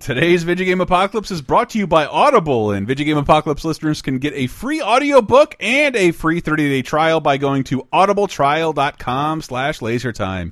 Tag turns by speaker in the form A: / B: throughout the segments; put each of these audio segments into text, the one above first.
A: Today's Video Game Apocalypse is brought to you by Audible, and Video Game Apocalypse listeners can get a free audiobook and a free 30-day trial by going to audibletrial.com slash lasertime.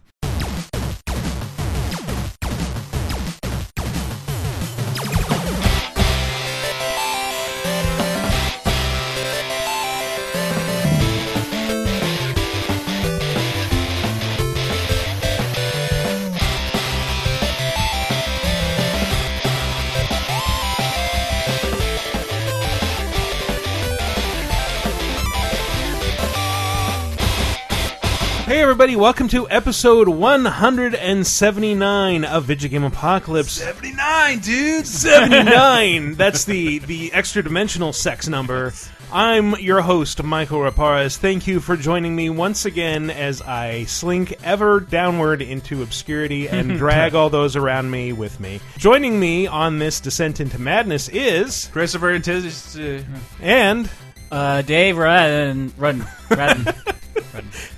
B: Hey everybody, welcome to episode 179 of Video Game Apocalypse.
A: 79, dude!
B: 79. That's the the extra dimensional sex number. I'm your host, Michael Raparez. Thank you for joining me once again as I slink ever downward into obscurity and drag all those around me with me. Joining me on this descent into madness is
C: Christopher and Tiz. Uh,
B: and
D: Uh, Dave Rudden. Rudden. Rudden.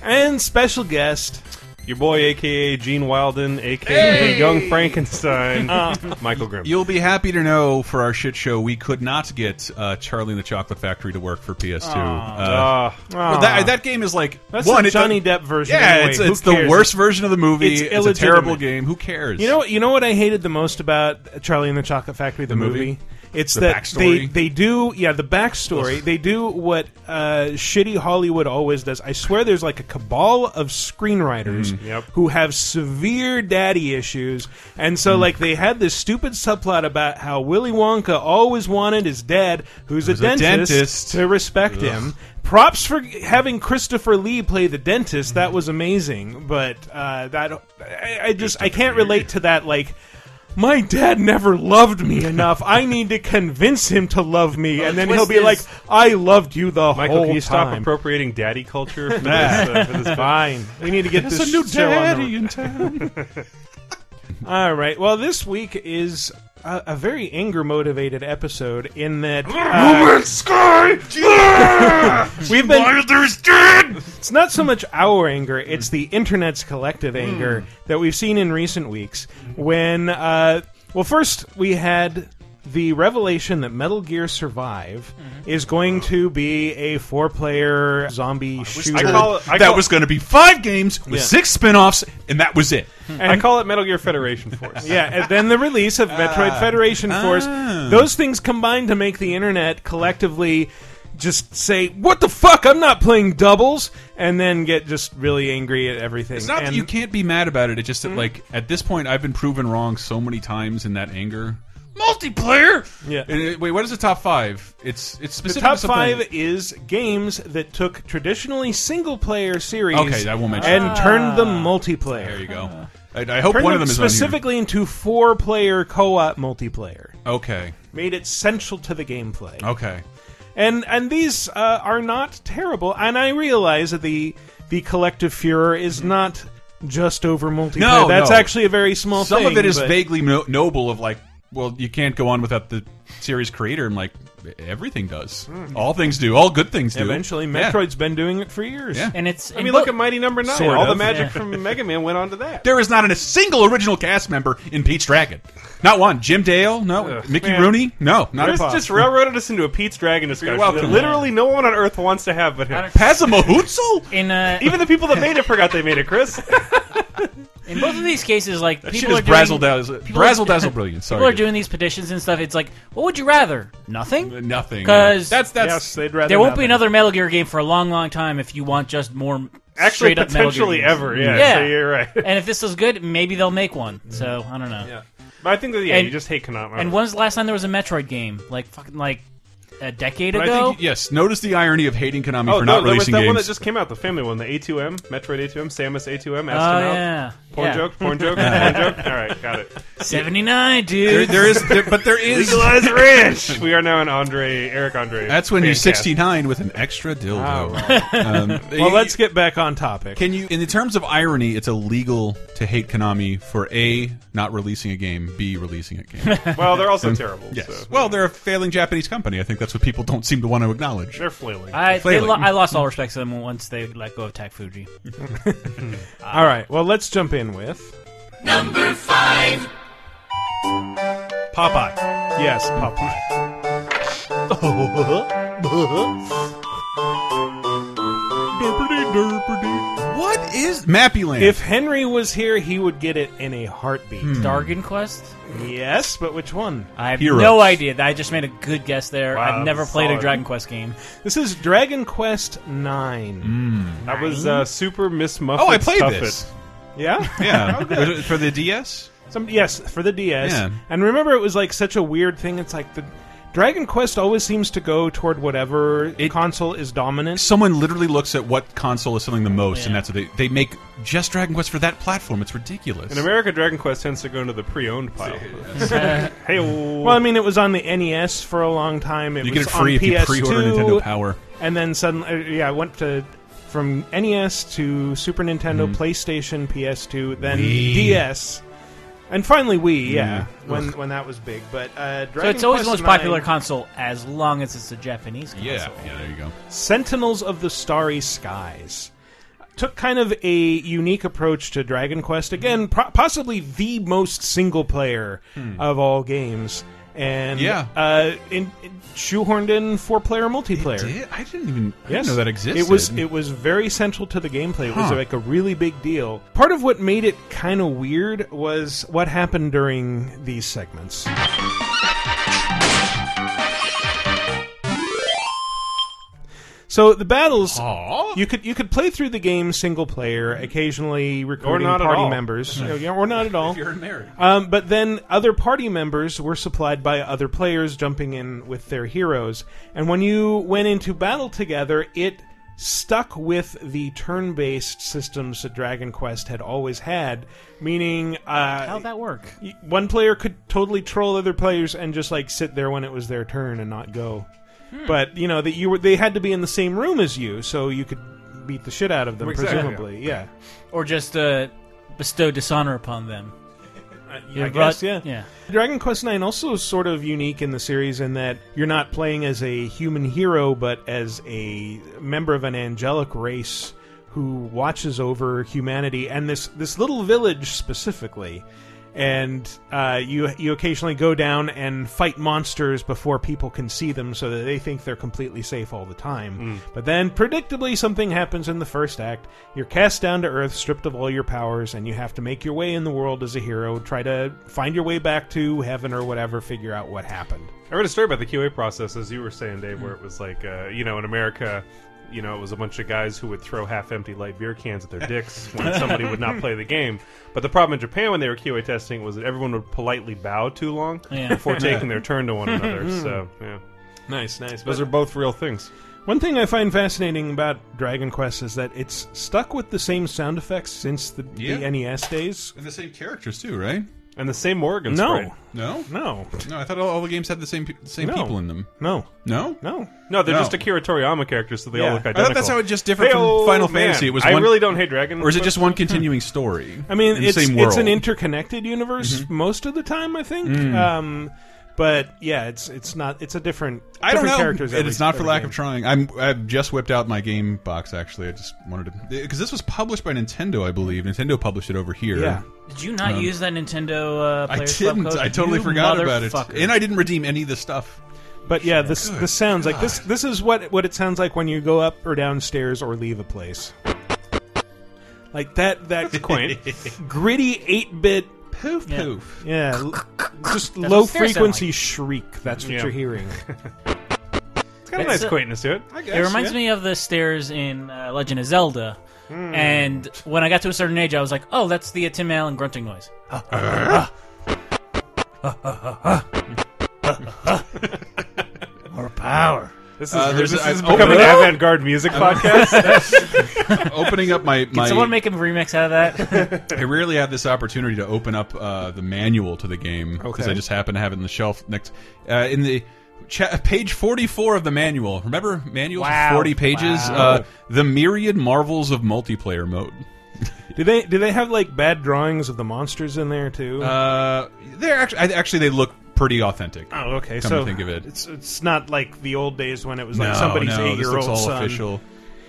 B: and special guest
E: Your boy, aka Gene Wilden, aka Young Frankenstein,
B: Uh.
E: Michael Grimm.
A: You'll be happy to know for our shit show, we could not get uh, Charlie and the Chocolate Factory to work for PS2. Uh,
E: Ah,
A: well, that, that game is like
B: That's
A: one
B: the
A: it doesn't-
B: Johnny Depp version.
A: Yeah,
B: anyway.
A: it's,
B: Who
A: it's the
B: cares?
A: worst version of the movie.
B: It's
A: a
B: illegitimate.
A: terrible game. Who cares?
B: You know, you know what I hated the most about Charlie and the Chocolate Factory, the,
A: movie?
B: movie? It's
A: The
B: that they
A: backstory?
B: they do yeah the backstory. they do what uh, shitty Hollywood always does. I swear, there's like a cabal of screenwriters
E: Yep.
B: who have severe daddy issues, and so like they had this stupid subplot about how Willy Wonka always wanted his dad, who's a
A: Who's a
B: dentist,
A: dentist.
B: to respect him. Props for having Christopher Lee play the dentist. That was amazing, but uh, that I, I just I can't relate to that. Like, my dad never loved me enough. I need to convince him to love me, and then
D: twist
B: he'll be
D: is-
B: like, "I loved you the
E: Michael,
B: whole
E: can you stop
B: time."
E: appropriating daddy culture for this, uh, for this
B: Fine, we need to get this show on the road.
A: in town.
B: All right. Well, this week is a, a very anger motivated episode in that uh, we've been It's not so much our anger, it's the internet's collective anger
E: Hmm.
B: that we've seen in recent weeks. When, uh, well, first we had the revelation that Metal Gear Survive
E: Mm-hmm.
B: is going to be a four player zombie shooter.
E: Oh. I call it, I
A: that
E: call,
A: was going to be five games with
B: Yeah.
A: six spin-offs, and that was it.
E: I call it Metal Gear Federation Force.
B: yeah, and then the release of Metroid
A: Ah.
B: Federation Force. Those things combined to make the internet collectively just say, "What the fuck? I'm not playing doubles," and then get just really angry at everything.
A: It's not that
B: And-
A: you can't be mad about it. It's just that, like, at this point, I've been proven wrong so many times in that anger. Multiplayer.
B: Yeah.
A: And it- wait, what is the top five? It's it's
B: The
A: specific
B: top
A: to something.
B: five is games that took traditionally single player series
A: Okay, I won't mention
B: and
A: that.
B: turned them multiplayer.
A: There you go. I, I hope
B: Turned
A: one of
B: them
A: them is
B: specifically into four player co op multiplayer.
A: On here. Okay.
B: Made it central to the gameplay.
A: Okay.
B: And and these uh, are not terrible. And I realize that the the collective furor is not just over multiplayer.
A: No,
B: That's
A: no.
B: actually a very small
A: Some
B: thing.
A: of it is
B: but-
A: vaguely no noble. Of like, well, you can't go on without the series creator. And like, everything does. All things do. All good things do.
B: Eventually,
A: Yeah.
B: Metroid's been doing it for years.
A: Yeah.
D: and it's.
E: I mean, look at Mighty Number Nine.
B: Sort
E: All the
B: of.
E: magic
D: Yeah.
E: from Mega Man went on to that.
A: There is not a single original cast member in Pete's Dragon. Not one. Jim Dale? No.
E: Ugh,
A: Mickey
E: man.
A: Rooney? No. Not
E: Chris
A: a
E: just railroaded us into a Pete's Dragon discussion
A: welcome.
E: that literally no one on earth wants to have but him.
A: Pazamahutzel?
D: in uh,
E: Even the people that made it forgot they made it, Chris.
D: in both of these cases, like
A: Shit
D: people
A: is
D: are doing,
A: brazzle dazzle. Brazzle dazzle brilliant. Sorry.
D: people are doing these petitions and stuff. It's like, what would you rather? Nothing.
A: nothing.
D: 'Cause-
A: that's that's
B: Yes, they'd rather
D: There won't
B: not
D: be
B: have-
D: another Metal Gear game for a long, long time if you want just more
E: Actually,
D: straight up Metal Gear
E: potentially
D: games.
E: ever. Yeah,
D: Yeah.
E: so you're right.
D: And if this is good, maybe they'll make one.
A: Mm-hmm.
D: So I don't know.
E: Yeah. But I think that yeah,
D: And-
E: you just hate Konami.
D: And when's the last time there was a Metroid game? Like fucking like a decade
A: But I
D: ago.
A: think yes. Notice the irony of hating Konami
E: Oh,
A: for
E: no,
A: not
E: there was
A: releasing
E: that
A: games.
E: one that just came out, the family one, the A2M, Metroid A2M, Samus A2M,
D: oh
E: Astronaut.
D: yeah.
E: Porn
D: yeah.
E: joke, porn joke, porn joke. All right, got it.
D: Seventy nine,
A: there,
D: dude.
A: there is, there, but there is.
E: Legalize ranch. We are now an Andre, Eric Andre. Oh.
A: That's when you're
E: fancast.
A: 69 with an extra dildo. Um,
B: Well, let's get back on topic.
A: Can you, in the terms of irony, it's illegal to hate Konami for a not releasing a game, b releasing a game.
E: Well, they're also terrible.
A: Um, Yes.
E: So.
A: Well, they're a failing Japanese company. I think that's what people don't seem to want to acknowledge.
E: they're flailing.
D: I, they
A: flailing.
D: lo- I lost all respect to them once they let go of Tak Fuji.
B: All right. Well, let's jump in with.
A: Popeye.
B: Yes, Popeye.
A: What is Mappyland?
B: If Henry was here, he would get it in a heartbeat.
A: Hmm.
D: Dargon Quest?
B: Yes, but which one?
D: I have
A: Heroes.
D: no idea. I just made a good guess there.
E: Wow,
D: I've never played a
E: solid.
D: Dragon Quest game.
B: This is Dragon Quest Nine.
A: Hmm.
E: That was uh, Super Miss Muffet.
A: oh, I played
E: Stuff It.
A: this.
B: Yeah.
A: Yeah, Was it for the DS.
B: Some, yes, for the DS.
A: Yeah.
B: And remember, it was like such a weird thing. It's like the Dragon Quest always seems to go toward whatever console is dominant.
A: Someone literally looks at what console is selling the most, and
D: Yeah.
A: that's what they they make just Dragon Quest for that platform. It's ridiculous.
E: In America, Dragon Quest tends to go into the pre-owned pile. hey,
B: Well, I mean, it was on the NES for a long time. It
A: you get
B: was
A: it free
B: on
A: if you
B: PS2,
A: pre-order Nintendo Power.
B: and then suddenly, uh, yeah, I went to from NES to Super Nintendo,
D: Mhm.
B: PlayStation, PS2, then
A: Wii.
B: DS, and finally Wii. Yeah,
A: Mm.
B: when when that was big. But uh, Dragon
D: So it's always the
B: Quest
D: most popular
B: 9,
D: console as long as it's a Japanese console.
A: Yeah, yeah, there you go.
B: Sentinels of the Starry Skies took kind of a unique approach to Dragon Quest.
D: Mm-hmm.
B: Again, pro- possibly the most single player
D: Hmm.
B: of all games. And
A: Yeah.
B: uh, in, in- shoehorned in four player multiplayer.
A: Did, I didn't even I
B: Yes.
A: didn't know that existed.
B: It was it was very central to the gameplay. It was
A: Huh.
B: like a really big deal. Part of what made it kind of weird was what happened during these segments. So the battles
A: Aw.
B: you could you could play through the game single player, occasionally recruiting
E: not at
B: party
E: all.
B: members, Yeah, or not at all.
A: You're married.
B: Um, but then other party members were supplied by other players jumping in with their heroes. And when you went into battle together, it stuck with the turn based systems that Dragon Quest had always had, meaning. Uh,
D: How'd that work?
B: y- one player could totally troll other players and just like sit there when it was their turn and not go. But you know that you were they had to be in the same room as you, so you could beat the shit out of them,
E: Exactly.
B: presumably. Yeah,
D: Or just uh, bestow dishonor upon them?
B: Uh, I guess, yeah. Dragon Quest IX also sort of unique in the series in that you're not playing as a human hero, but as a member of an angelic race who watches over humanity and this this little village specifically. And uh, you you occasionally go down and fight monsters before people can see them, so that they think they're completely safe all the time. But then, predictably, something happens in the first act. You're cast down to earth, stripped of all your powers, and you have to make your way in the world as a hero. Try to find your way back to heaven or whatever. Figure out what happened.
E: I read a story about the QA process, as you were saying, Dave, where it was like, uh, you know, in America, you know, it was a bunch of guys who would throw half-empty light beer cans at their dicks when somebody would not play the game. But the problem in Japan when they were QA testing was that everyone would politely bow too long
D: Yeah.
E: before taking their turn to one another. so, yeah,
B: Nice, nice.
E: those are both real things.
B: One thing I find fascinating about Dragon Quest is that it's stuck with the same sound effects since the,
A: Yeah.
B: the NES days.
A: And the same characters too, right?
E: And the same organs.
B: No,
A: No,
B: no,
A: no. I thought all, all the games had the same pe- the same
B: No.
A: people in them.
B: no,
A: No,
B: no.
E: No, they're
A: No.
E: just Akira Toriyama characters, so they
B: Yeah.
E: all look
A: I
E: identical.
A: thought that's how it just differed from
E: Hey-oh,
A: Final
E: man.
A: Fantasy. It was
E: I
A: one,
E: really don't hate Dragon.
A: or is it
E: Quest.
A: just one continuing story?
B: I mean,
A: in the
B: it's
A: same
B: it's
A: world? Mm-hmm. Mm.
B: an interconnected universe most of the time, I think. Um, but yeah, it's it's not. It's a different.
A: I don't
B: different
A: know.
B: Characters.
A: and it's not for lack of trying. I'm I've just whipped out my game box. Actually, I just wanted to because this was published by Nintendo, I believe. Nintendo published it over here.
B: Yeah.
D: Did you not use that Nintendo uh,
A: Um, I
D: Players
A: didn't.
D: Club code?
A: I totally
D: You
A: forgot about it,
D: motherfucker.
A: and I didn't redeem any of the stuff.
B: But yeah, this this sounds like this. This is what what it sounds like when you go up or downstairs or leave a place. Like that. That quaint, gritty eight bit.
A: Poof
D: Yeah.
A: poof.
B: Yeah, l- just
D: what
B: low
D: stairs sound
B: frequency
D: like.
B: shriek. That's what
E: Yeah.
B: you're hearing.
E: It's got a
D: It's
E: nice
D: a-
E: quaintness to it. I
D: It reminds me of the stairs in uh, Legend of Zelda. And when I got to a certain age, I was like, "Oh, that's the uh, Tim Allen grunting noise." More power.
E: This is,
A: Uh,
E: this
A: there's a-
E: is
A: I've opened
E: becoming an
A: it up.
E: avant-garde music podcast.
A: Opening up my
D: Can
A: my.
D: someone make a remix out of that?
A: I rarely have this opportunity to open up uh, the manual to the game because
B: Okay.
A: I just happen to have it on the shelf next uh, in the. Cha page 44 of the manual. Remember manuals with
D: Wow.
A: 40 pages?
D: Wow.
A: Uh, the myriad marvels of multiplayer mode.
B: do they do they have like bad drawings of the monsters in there too?
A: Uh, they're actually, I- actually they look pretty authentic.
B: Oh, okay.
A: Come
B: so
A: to think of it.
B: it's it's not like the old days when it was like
A: No,
B: somebody's
A: no,
B: eight
A: this
B: year
A: looks
B: old
A: all
B: son.
A: official.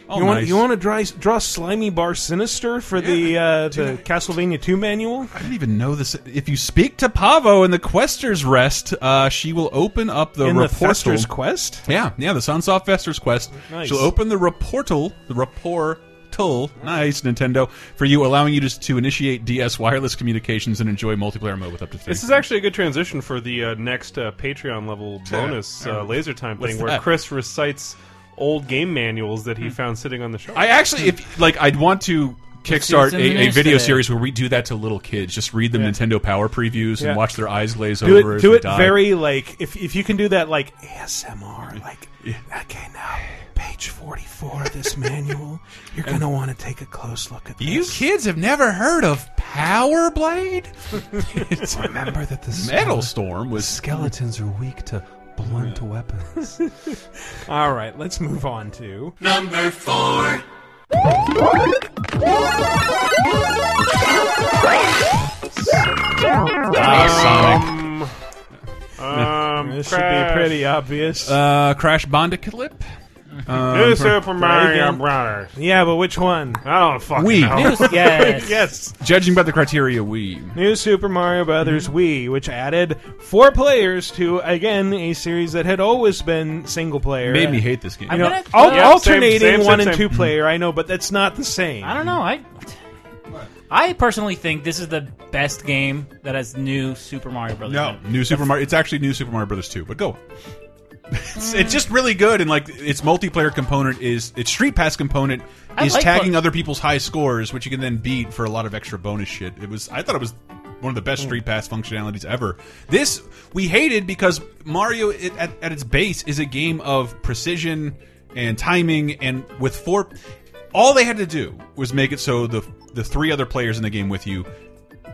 A: Oh,
B: you want
A: nice.
B: you want to draw, draw slimy bar sinister for the uh, the Castlevania two manual?
A: I didn't even know this. If you speak to Pavo in the Quester's Rest, uh, she will open up the
B: in the
A: reportal.
B: Fester's Quest.
A: Yeah, yeah, the Sunsoft Fester's Quest.
B: Nice.
A: She'll open the reportal, the reportal, nice Nintendo for you, allowing you to, to initiate DS wireless communications and enjoy multiplayer mode with up to three.
E: This is actually a good transition for the uh, next uh, Patreon level bonus uh, laser time
A: Um, What's
E: thing where
A: that? Hmm.
E: Chris recites old game manuals that he found sitting on the shelf.
A: I actually, if like, I'd want to
D: It's
A: kickstart
D: in the
A: a, a
D: news
A: video
D: today.
A: series where we do that to little kids. Just read them Nintendo Power previews
B: Yeah.
A: and watch their eyes glaze
B: Do
A: over.
B: it
A: as
B: do
A: they
B: it
A: die.
B: very like if if you can do that like ASMR like okay now page forty four of this manual you're gonna want to take a close look at this.
A: You kids have never heard of Power Blade?
B: remember that the
A: Metal Storm was
B: skeletons are weak to blunt weapons. All right, let's move on to
A: Sonic.
E: um,
B: this should be
E: Crash.
B: pretty obvious.
A: Uh, Crash Bandicoot.
E: New Super Mario
B: Reagan.
E: Brothers.
B: yeah, but which one?
E: I don't fucking
A: We.
E: know.
D: News, yes.
B: Yes,
A: Judging by the criteria, we.
B: New Super Mario Brothers
E: Hmm.
B: Wii, which added four players to again a series that had always been single player.
A: Made me hate this game.
D: I
B: You know,
D: Minute?
B: al-
D: Yeah,
B: alternating
E: same, same,
B: one
E: same, Hmm.
B: and
E: same.
B: two player. I know, but that's not the same.
D: I don't know. I I personally think this is the best game that has new Super Mario Brothers.
A: No, New Super Mario. It's actually New Super Mario Brothers 2, but go. It's, it's just really good, and like its multiplayer component is its Street Pass component
D: I
A: is
D: like
A: tagging
D: what-
A: other people's high scores, which you can then beat for a lot of extra bonus shit. It was I thought it was one of the best Street Pass functionalities ever. This we hated because Mario it, at, at its base is a game of precision and timing, and with four, all they had to do was make it so the the three other players in the game with you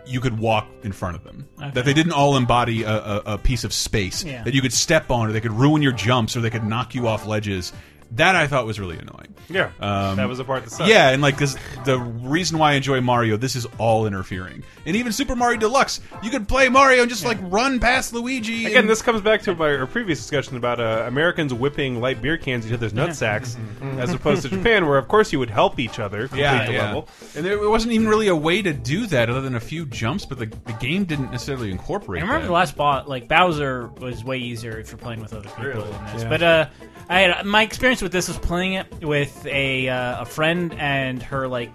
A: you could walk in front of them. That they didn't all embody a, a, a piece of space
D: Yeah.
A: that you could step on, or they could ruin your jumps, or they could knock you off ledges. That I thought was really annoying.
E: Yeah,
A: Um,
E: that was the part that sucked.
A: Yeah, and like this, the reason why I enjoy Mario, this is all interfering. And even Super Mario Deluxe, you could play Mario and just like run past Luigi.
E: Again,
A: and-
E: this comes back to my our previous discussion about uh, Americans whipping light beer cans into each other's nutsacks, as opposed to Japan, where of course you would help each other complete
A: Mm-hmm. yeah,
E: the
A: yeah.
E: level.
A: and there, it wasn't even really a way to do that other than a few jumps. But the, the game didn't necessarily incorporate.
D: I remember
A: that.
D: the last bot, like Bowser was way easier if you're playing with other people. In this. But uh, I had my experience with this was playing it with a uh, a friend and her like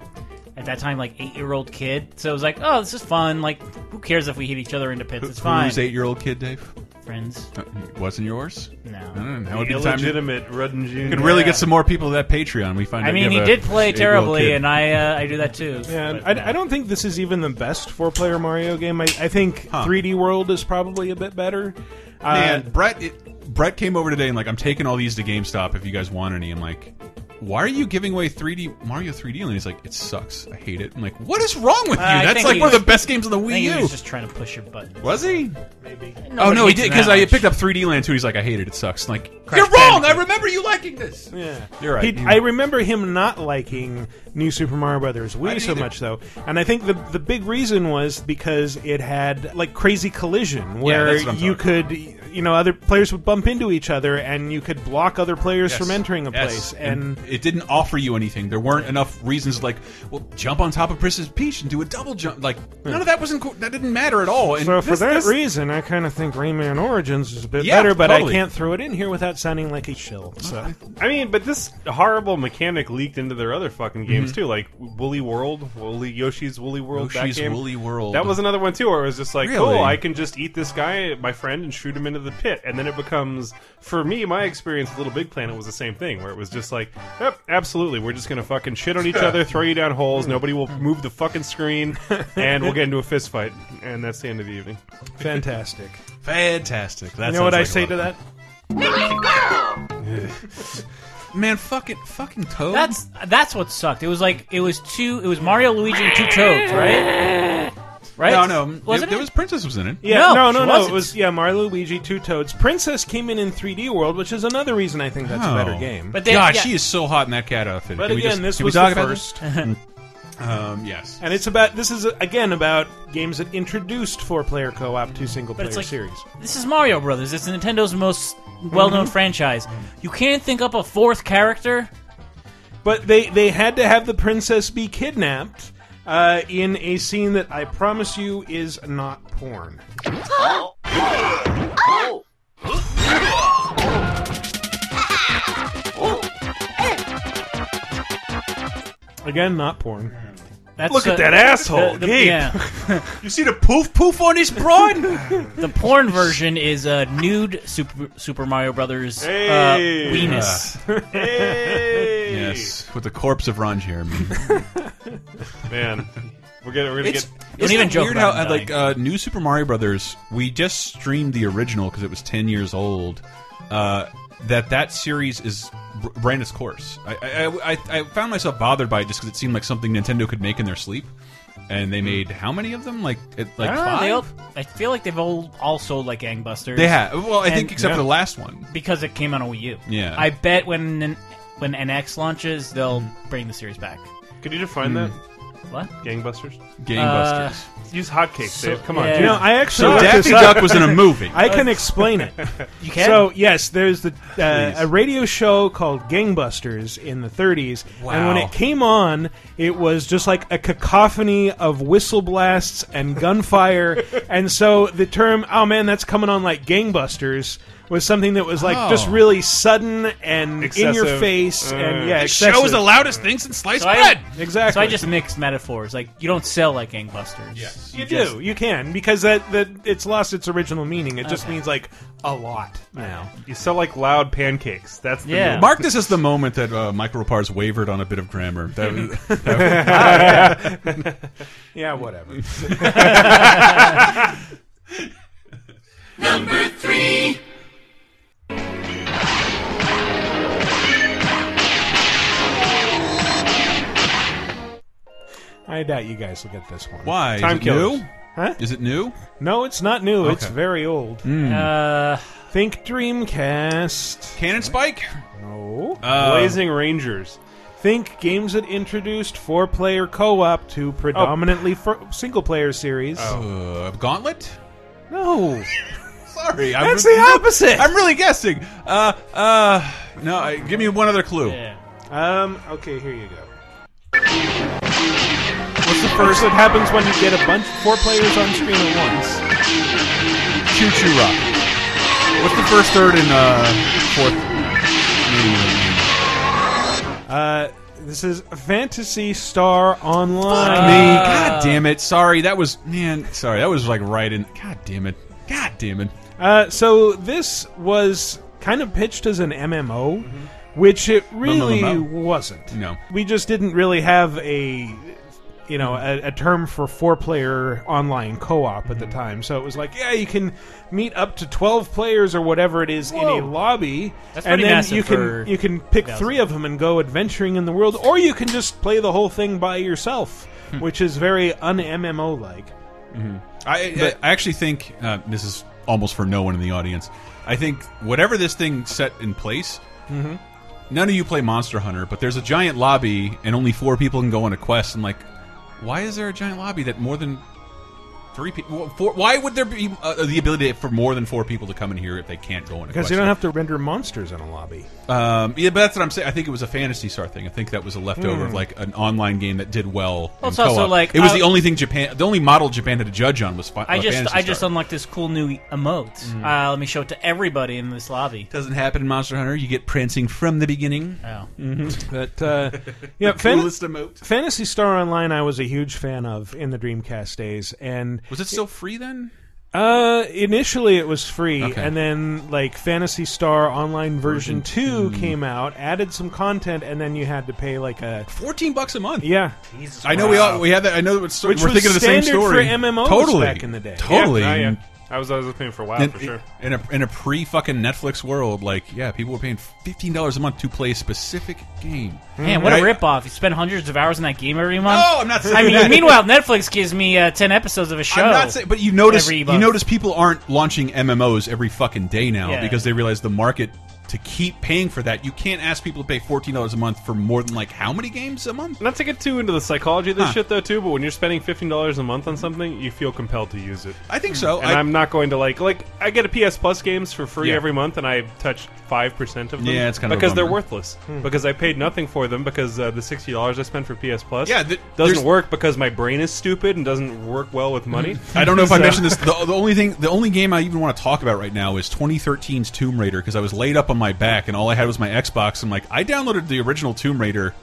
D: at that time like eight year old kid. So it was like, oh, this is fun. Like, who cares if we hit each other into pits? It's fine.
A: Who's eight year old kid, Dave?
D: Friends,
A: Uh, Wasn't yours?
D: no.
A: I don't know. That
E: The
A: would be the time to-
E: illegitimate Rudden June.
A: could really
D: Yeah.
A: get some more people to that Patreon. We find.
D: I
A: out
D: mean,
A: you
D: he
A: have a
D: did play
A: eight-year-old
D: terribly,
A: kid.
D: and I uh, I do that too.
B: Yeah,
D: But,
B: I, I don't think this is even the best four-player Mario game. I, I think
A: Huh.
B: 3D World is probably a bit better. Uh,
A: Man, Brett, it, Brett came over today and like, I'm taking all these to GameStop if you guys want any. I'm like, why are you giving away 3D Mario 3D? And he's like, it sucks. I hate it. I'm like, what is wrong with you?
D: Uh, I
A: That's
D: think
A: like
D: he
A: one of
D: was-
A: the best games on the
D: I think
A: Wii
D: he
A: U.
D: was just trying to push your button.
A: Was he? oh
D: Nobody
A: no, he
D: hates
A: did
D: him
A: because
D: that
A: I
D: much.
A: picked up 3D Land too. He's like, I hate it. It sucks. I'm like,
D: Crash
A: you're wrong. I
D: Bandicoot.
A: remember you liking this.
B: Yeah,
A: You're right.
B: He- I remember him not liking New Super Mario Brothers Wii
A: didn't
B: so
A: either.
B: much, though, and I think the the big reason was because it had like crazy collision, where
A: that's what I'm
B: you
A: talking
B: could, you know, other players would bump into each other, and you could block other players
A: Yes.
B: from entering a
A: Yes.
B: place, and.
A: it didn't offer you anything. There weren't enough reasons like, well, jump on top of Princess Peach and do a double jump. Like none of that wasn't co- that didn't matter at all. And
B: So for
A: this-
B: that
A: this-
B: reason, I kind of think Rayman Origins is a bit
A: Yeah,
B: better, but
A: totally.
B: I can't throw it in here without sounding like a shill. So
E: I mean, but this horrible mechanic leaked into their other fucking games too, like Woolly World, Woolly Yoshi's Woolly World. that
A: Mm-hmm. Yoshi's
E: game.
A: Woolly World.
E: That was another one too, where it was just like,
A: Really?
E: cool, I can just eat this guy, my friend, and shoot him into the pit, and then it becomes, for me, my experience with Little Big Planet was the same thing, where it was just like, yep, absolutely, we're just gonna fucking shit on each other, throw you down holes, nobody will move the fucking screen, and we'll get into a fist fight, and that's the end of the evening.
B: fantastic.
A: fantastic. That
B: You know what
A: sounds
B: I
A: like a
B: say
A: lot
B: to
A: of
B: that?
A: Man, fucking fucking Toad.
D: That's that's what sucked. It was like it was two. It was Mario, Luigi, and two Toads, right? Right?
A: no, no.
D: Wasn't
A: there,
D: it?
A: was Princess was in it.
B: Yeah, no,
D: No,
B: no,
D: she
B: no. It
D: wasn't.
B: was yeah, Mario, Luigi, two Toads. Princess came in in 3D World, which is another reason I think that's a better
A: Oh.
B: game.
D: But they,
A: God,
D: yeah,
A: she is so hot in that cat outfit.
B: But
A: Can we
B: again,
A: just-
B: this
A: can
B: was
A: we talk
B: the
A: about
B: first,
A: this? Um, yes.
B: and it's about this is again about games that introduced four-player co-op to single-player
D: it's like-
B: series.
D: This is Mario Brothers. It's Nintendo's most well-known franchise. You can't think up a fourth character.
B: But they they had to have the princess be kidnapped uh, in a scene that I promise you is not porn. Again, not porn.
D: That's
E: Look
D: uh,
E: at that asshole.
D: The, the-
E: Gabe.
D: yeah,
A: You see the poof poof on his brawn?
D: the porn version is uh, nude Super, Super Mario Brothers
E: Hey.
D: uh, weenus.
E: Hey!
A: yes, with the corpse of Ron Jeremy.
E: man. We're gonna we're gonna
A: It's,
E: get
A: isn't
D: even
A: it
D: joke
A: weird
D: about
A: how
D: him
A: uh, like uh, New Super Mario Brothers. We just streamed the original because it was ten years old. Uh, that that series is r- ran its course. I I, I I found myself bothered by it just because it seemed like something Nintendo could make in their sleep. And they made how many of them? Like it, like
D: Ah, they
A: five.
D: all- Hmm. I feel like they've all also like gangbusters.
A: They have. Well, I think
D: And-
A: except
E: Yeah.
A: for the last one.
D: because it came on a Wii U.
A: Yeah.
D: I bet when N- when NX launches, they'll bring the series back. Uh,
E: Could you
A: Hmm.
E: define that?
D: What?
E: Gangbusters?
A: Gangbusters.
E: Use hotcakes,
D: So-
E: Dave. Come on.
D: yeah.
E: dude.
B: You know, I actually
A: so
B: looked
A: Daffy
B: this up.
A: Duck was in a movie.
B: I can explain it.
D: You can.
B: So yes, there's the uh,
A: Please.
B: a radio show called Gangbusters in the 30s, and when
A: Wow.
B: it came on, it was just like a cacophony of whistle blasts and gunfire, and so the term "oh man, that's coming on like gangbusters" was something that was like
A: Oh.
B: just really sudden and in your
E: Excessive.
B: face, and yeah,
A: the show was
B: excessive.
A: the loudest thing since sliced
D: So I-
A: bread.
B: exactly.
D: So I just mixed metaphors. Like you don't sell like gangbusters.
A: Yes.
B: you
D: just-
B: do you can because that that it's lost its original meaning. It just
D: Okay.
B: means like a lot now.
E: You sell like loud pancakes. That's the
D: Yeah.
E: new-
A: Mark this as the moment that uh, Michael Rapars wavered on a bit of grammar. That was,
B: Yeah, whatever. I doubt you guys will get this one.
A: Why?
E: Time
A: Is it
E: killers.
A: new?
B: Huh?
A: Is it new?
B: No, it's not new. It's
A: Okay.
B: very old.
D: Uh,
B: Think Dreamcast.
A: Cannon Spike?
B: No.
A: Uh,
E: Blazing Rangers.
B: Think games that introduced four-player co-op to predominantly fir- single-player series.
A: uh, Gauntlet?
B: No,
A: Sorry. I'm
B: that's the opposite.
A: I'm really guessing. Uh, uh, no, I, give me one other clue.
D: yeah.
B: Um. Okay. Here you go. What's the first that happens when you get a bunch four players on screen at once?
A: Choo Choo Rock. What's the first, third, and uh, fourth? Mm.
B: Uh, this is Fantasy Star Online.
A: Fuck me. God damn it. Sorry. That was, man, sorry. That was like right in. God damn it. God damn it.
B: Uh, so this was kind of pitched as an MMO, which it really
A: MMO.
B: wasn't.
A: No.
B: we just didn't really have a. You know, a, a term for four-player online co-op
D: Mm-hmm.
B: at the time. So it was like, yeah, you can meet up to twelve players or whatever it is in a
D: Whoa.
B: lobby,
D: That's
B: and
D: pretty
B: then
D: massive
B: you
D: for
B: can you can pick
D: 2000.
B: three of them and go adventuring in the world, or you can just play the whole thing by yourself,
D: Hmm.
B: which is very un-MMO like.
A: I, I, I actually think uh, this is almost for no one in the audience. I think whatever this thing set in place, none of you play Monster Hunter, but there's a giant lobby and only four people can go on a quest. I'm like, why is there a giant lobby that more than three people? Four, why would there be uh, the ability for more than four people to come in here if they can't go on a quest?
B: Because you don't have to render monsters in a lobby.
A: Um, yeah, but that's what I'm saying. I think it was a Fantasy Star thing. I think that was a leftover of like an online game that did well. in
D: Hmm. it's also
A: co-op.
D: like,
A: it was
D: uh,
A: the only thing Japan, the only model Japan had to judge on was. Fi-
D: I
A: uh,
D: just
A: Phantasy
D: I just
A: Star.
D: unlocked this cool new emote.
A: Mm-hmm.
D: Uh, let me show it to everybody in this lobby.
A: Doesn't happen in Monster Hunter. You get prancing from the beginning.
D: Oh.
B: But uh, yeah, Fan-
A: emote.
B: Fantasy Star Online, I was a huge fan of in the Dreamcast days, and
A: Was it still free then?
B: uh, initially it was free,
A: Okay.
B: and then like Fantasy Star Online version two came out, added some content, and then you had to pay like a
A: Fourteen bucks a month.
B: yeah.
A: I know we all we had that. I know that story,
B: Which was
A: we're thinking of the same
B: standard for
A: story.
B: MMOs
A: totally
B: back in the day.
A: Totally.
E: Yeah, yeah. I was I was playing for a while
A: In,
E: for sure.
A: in a in a pre fucking Netflix world, like yeah, people were paying fifteen dollars a month to play a specific game.
D: Man, what a
A: Mm-hmm. Right?
D: ripoff! You spend hundreds of hours in that game every month.
A: No, Oh, I'm not saying
D: I mean,
A: that.
D: meanwhile, Netflix gives me uh, ten episodes of a show.
A: I'm not saying, but you notice
D: every
A: you
D: month.
A: notice people aren't launching MMOs every fucking day now
D: Yeah.
A: because they realize the market to keep paying for that. You can't ask people to pay fourteen dollars a month for more than like how many games a month?
E: Not to get too into the psychology of this
A: Huh.
E: shit, though, too. But when you're spending fifteen dollars a month on something, you feel compelled to use it.
A: I think so.
E: And
A: I,
E: I, am not going to like like I get a PS Plus games for free
A: Yeah.
E: every month, and I touch five percent of them.
A: Yeah, it's kind of a
E: because they're
A: bummer.
E: worthless. Because I paid nothing for them. Because uh, the sixty dollars I spent for PS Plus,
A: Yeah, th-
E: doesn't
A: there's-
E: work because my brain is stupid and doesn't work well with money.
A: I don't know if I
E: So-
A: mentioned this. The, the only thing, the only game I even want to talk about right now is 2013's Tomb Raider because I was laid up on my back and all I had was my Xbox. And like, I downloaded the original Tomb Raider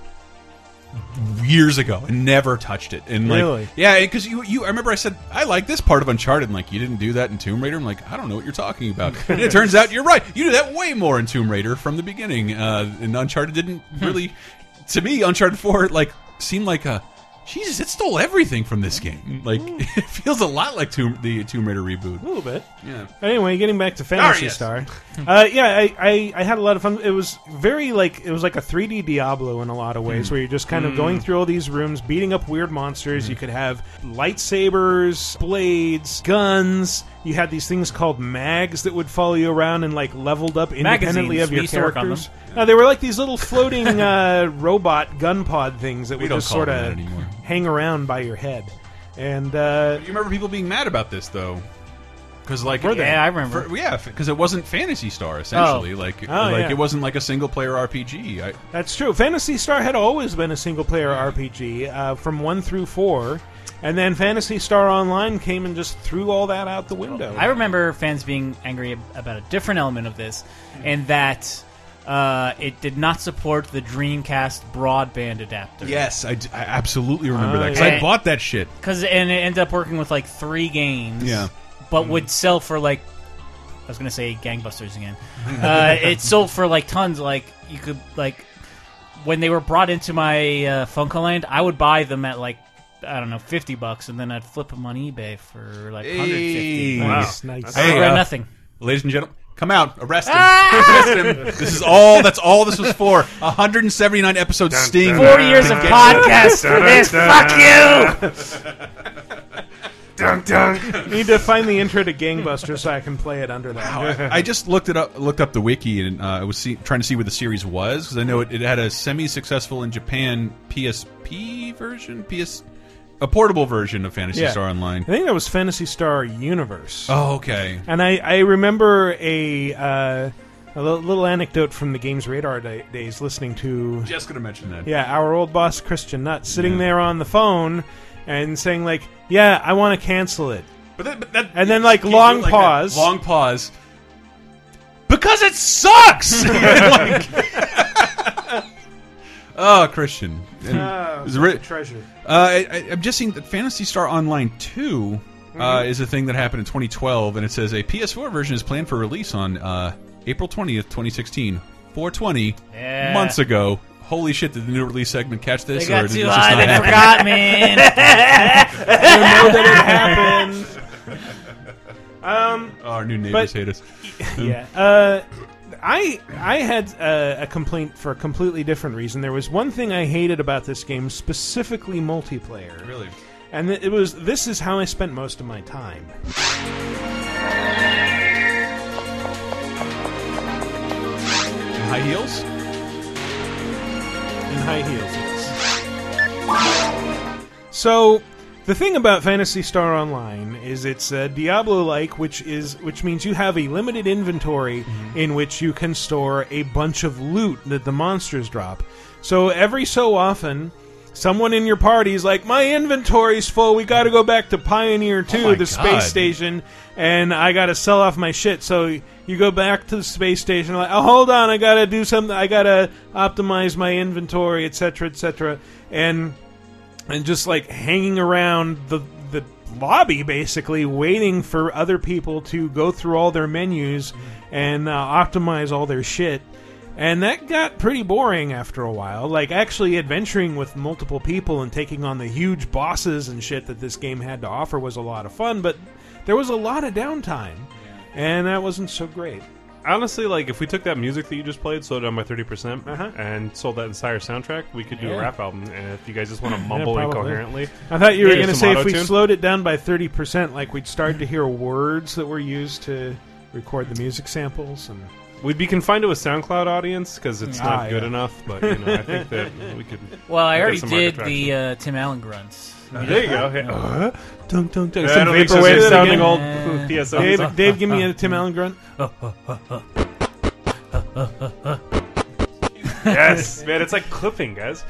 A: years ago and never touched it. And like,
B: Really?
A: yeah, because you, you, I remember I said I like this part of Uncharted. And like, you didn't do that in Tomb Raider. I'm like, I don't know what you're talking about. and it turns out you're right. You do that way more in Tomb Raider from the beginning. Uh, and Uncharted didn't really, to me, Uncharted Four like seemed like a. Jesus, it stole everything from this game. Like it feels a lot like Tomb, the Tomb Raider
B: A
A: reboot.
B: little bit.
A: Yeah,
B: Anyway, getting back to Fantasy
A: yes.
B: Star. Uh, yeah, I, I, I had a lot of fun. It was very like it was like a 3D Diablo in a lot of
D: Hmm.
B: ways, where you're just kind of going through all these rooms, beating up weird monsters.
D: Hmm.
B: You could have lightsabers, blades, guns. You had these things called mags that would follow you around and like leveled up independently
D: Magazines.
B: of
D: We
B: your
D: used to work on them.
B: characters. Now they were like these little floating uh, robot gun pod things that
A: We
B: would
A: don't
B: just
A: call
B: sort
A: them that
B: of
A: anymore.
B: hang around by your head. And uh,
A: you remember people being mad about this though, because like
D: Were they? Yeah, I remember.
A: For- yeah, because it wasn't Fantasy Star essentially. Like
B: Oh,
A: like
B: yeah.
A: it wasn't like a single player RPG. I,
B: That's true. Fantasy Star had always been a single player RPG uh, from one through four, and then Fantasy Star Online came and just threw all that out the window.
D: I remember fans being angry ab- about a different element of this,
A: Mm-hmm.
D: and that uh, it did not support the Dreamcast broadband adapter.
A: yes, I, d- I absolutely remember
B: Ah,
A: that 'cause
D: yeah.
A: I bought that shit.
D: Because and it ended up working with like three games.
A: Yeah. Mm-hmm.
D: But would sell for like I was gonna say gangbusters again. uh, it sold for like tons. Like you could like when they were brought into my uh, Funkoland, I would buy them at like I don't know fifty bucks, and then I'd flip them on eBay for like hundred fifty.
A: Hey.
E: Wow.
B: Nice, nice.
D: I
A: Hey,
D: regret
A: uh,
D: nothing.
A: Ladies and gentlemen, come out, arrest him.
B: Ah!
A: arrest him. This is all. That's all this was for. 179 episodes. Sting.
E: dun.
D: Four years of podcasts for this. Fuck you.
E: Dunk dunk.
B: Need to find the intro to Gangbusters so I can play it under that.
A: I I just looked it up, looked up the wiki, and uh, I was see, trying to see where the series was because I know it, it had a semi-successful in Japan PSP version, PS, a portable version of Fantasy
B: Yeah.
A: Star Online.
B: I think that was Fantasy Star Universe.
A: Oh, okay.
B: And I, I remember a, uh, a li- little anecdote from the Games Radar da- days listening to
A: Just gonna mention that.
B: Yeah, our old boss Christian Nutt sitting there on the phone and saying like, "Yeah, I want to cancel it."
A: But that, but that,
B: And then, like,
A: you
B: long
A: do it that.
B: pause.
A: Long pause. Because it sucks. Like- oh, Christian. And it was ri-
B: treasure.
A: Uh, I, I- I'm just seeing that Fantasy Star Online 2 uh, is a thing that happened in 2012, and it says a PS4 version is planned for release on uh, April 20th, 2016. 420
D: Yeah.
A: months ago. Holy shit! Did the new release segment catch this?
D: They got
A: did
D: too
A: this just
D: high.
A: not
D: They
A: happen?
D: forgot, man.
B: happened.
A: Oh, Our new neighbors
B: But-
A: hate us.
B: yeah. Uh, I I had uh, a complaint for a completely different reason. There was one thing I hated about this game, specifically multiplayer.
A: Really?
B: And it was this is how I spent most of my time.
A: High heels?
B: in high heels. So, the thing about Fantasy Star Online is it's uh, Diablo-like, which is which means you have a limited inventory
A: Mm-hmm.
B: in which you can store a bunch of loot that the monsters drop. So every so often. Someone in your party is like, my inventory's full. We got to go back to Pioneer Two,
A: Oh my
B: the
A: God.
B: space station, and I got to sell off my shit. So you go back to the space station, like, oh, hold on, I got to do something. I got to optimize my inventory, etc., etc. And and just like hanging around the the lobby basically waiting for other people to go through all their menus and uh, optimize all their shit and that got pretty boring after a while like actually adventuring with multiple people and taking on the huge bosses and shit that this game had to offer was a lot of fun but there was a lot of downtime and that wasn't so great
E: Honestly, like if we took that music that you just played, slowed it down by thirty percent,
B: Uh-huh.
E: and sold that entire soundtrack, we could do
B: Yeah.
E: a rap album. And if you guys just want to mumble
B: probably.
E: incoherently,
B: I thought you were
E: Yeah,
B: going to
E: some
B: say if we
E: auto-tune.
B: slowed it down by 30%, like we'd start to hear words that were used to record the music samples. And
E: We'd be confined to a SoundCloud audience because it's not
B: Ah,
E: good
B: yeah.
E: enough. But you know, I think that we could.
D: Well, I
E: get
D: already
E: some market
D: did the uh, Tim Allen grunts.
E: traction. there you go. Hey, uh, dun, dun, dun.
B: I
E: Some
B: don't think so. Say
E: vaporwave
B: that
E: sounding
B: again.
E: old
D: Yeah.
E: PSO.
B: Dave, Dave, give me a Tim Allen grunt.
E: yes, man, it's like clipping, guys.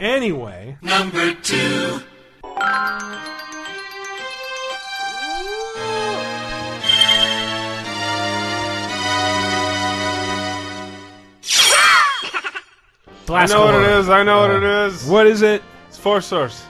B: Anyway,
C: Number two.
E: I
D: Blast
E: know what it
D: Corps.
E: is. I know what it is.
B: what is it?
E: It's Force Source.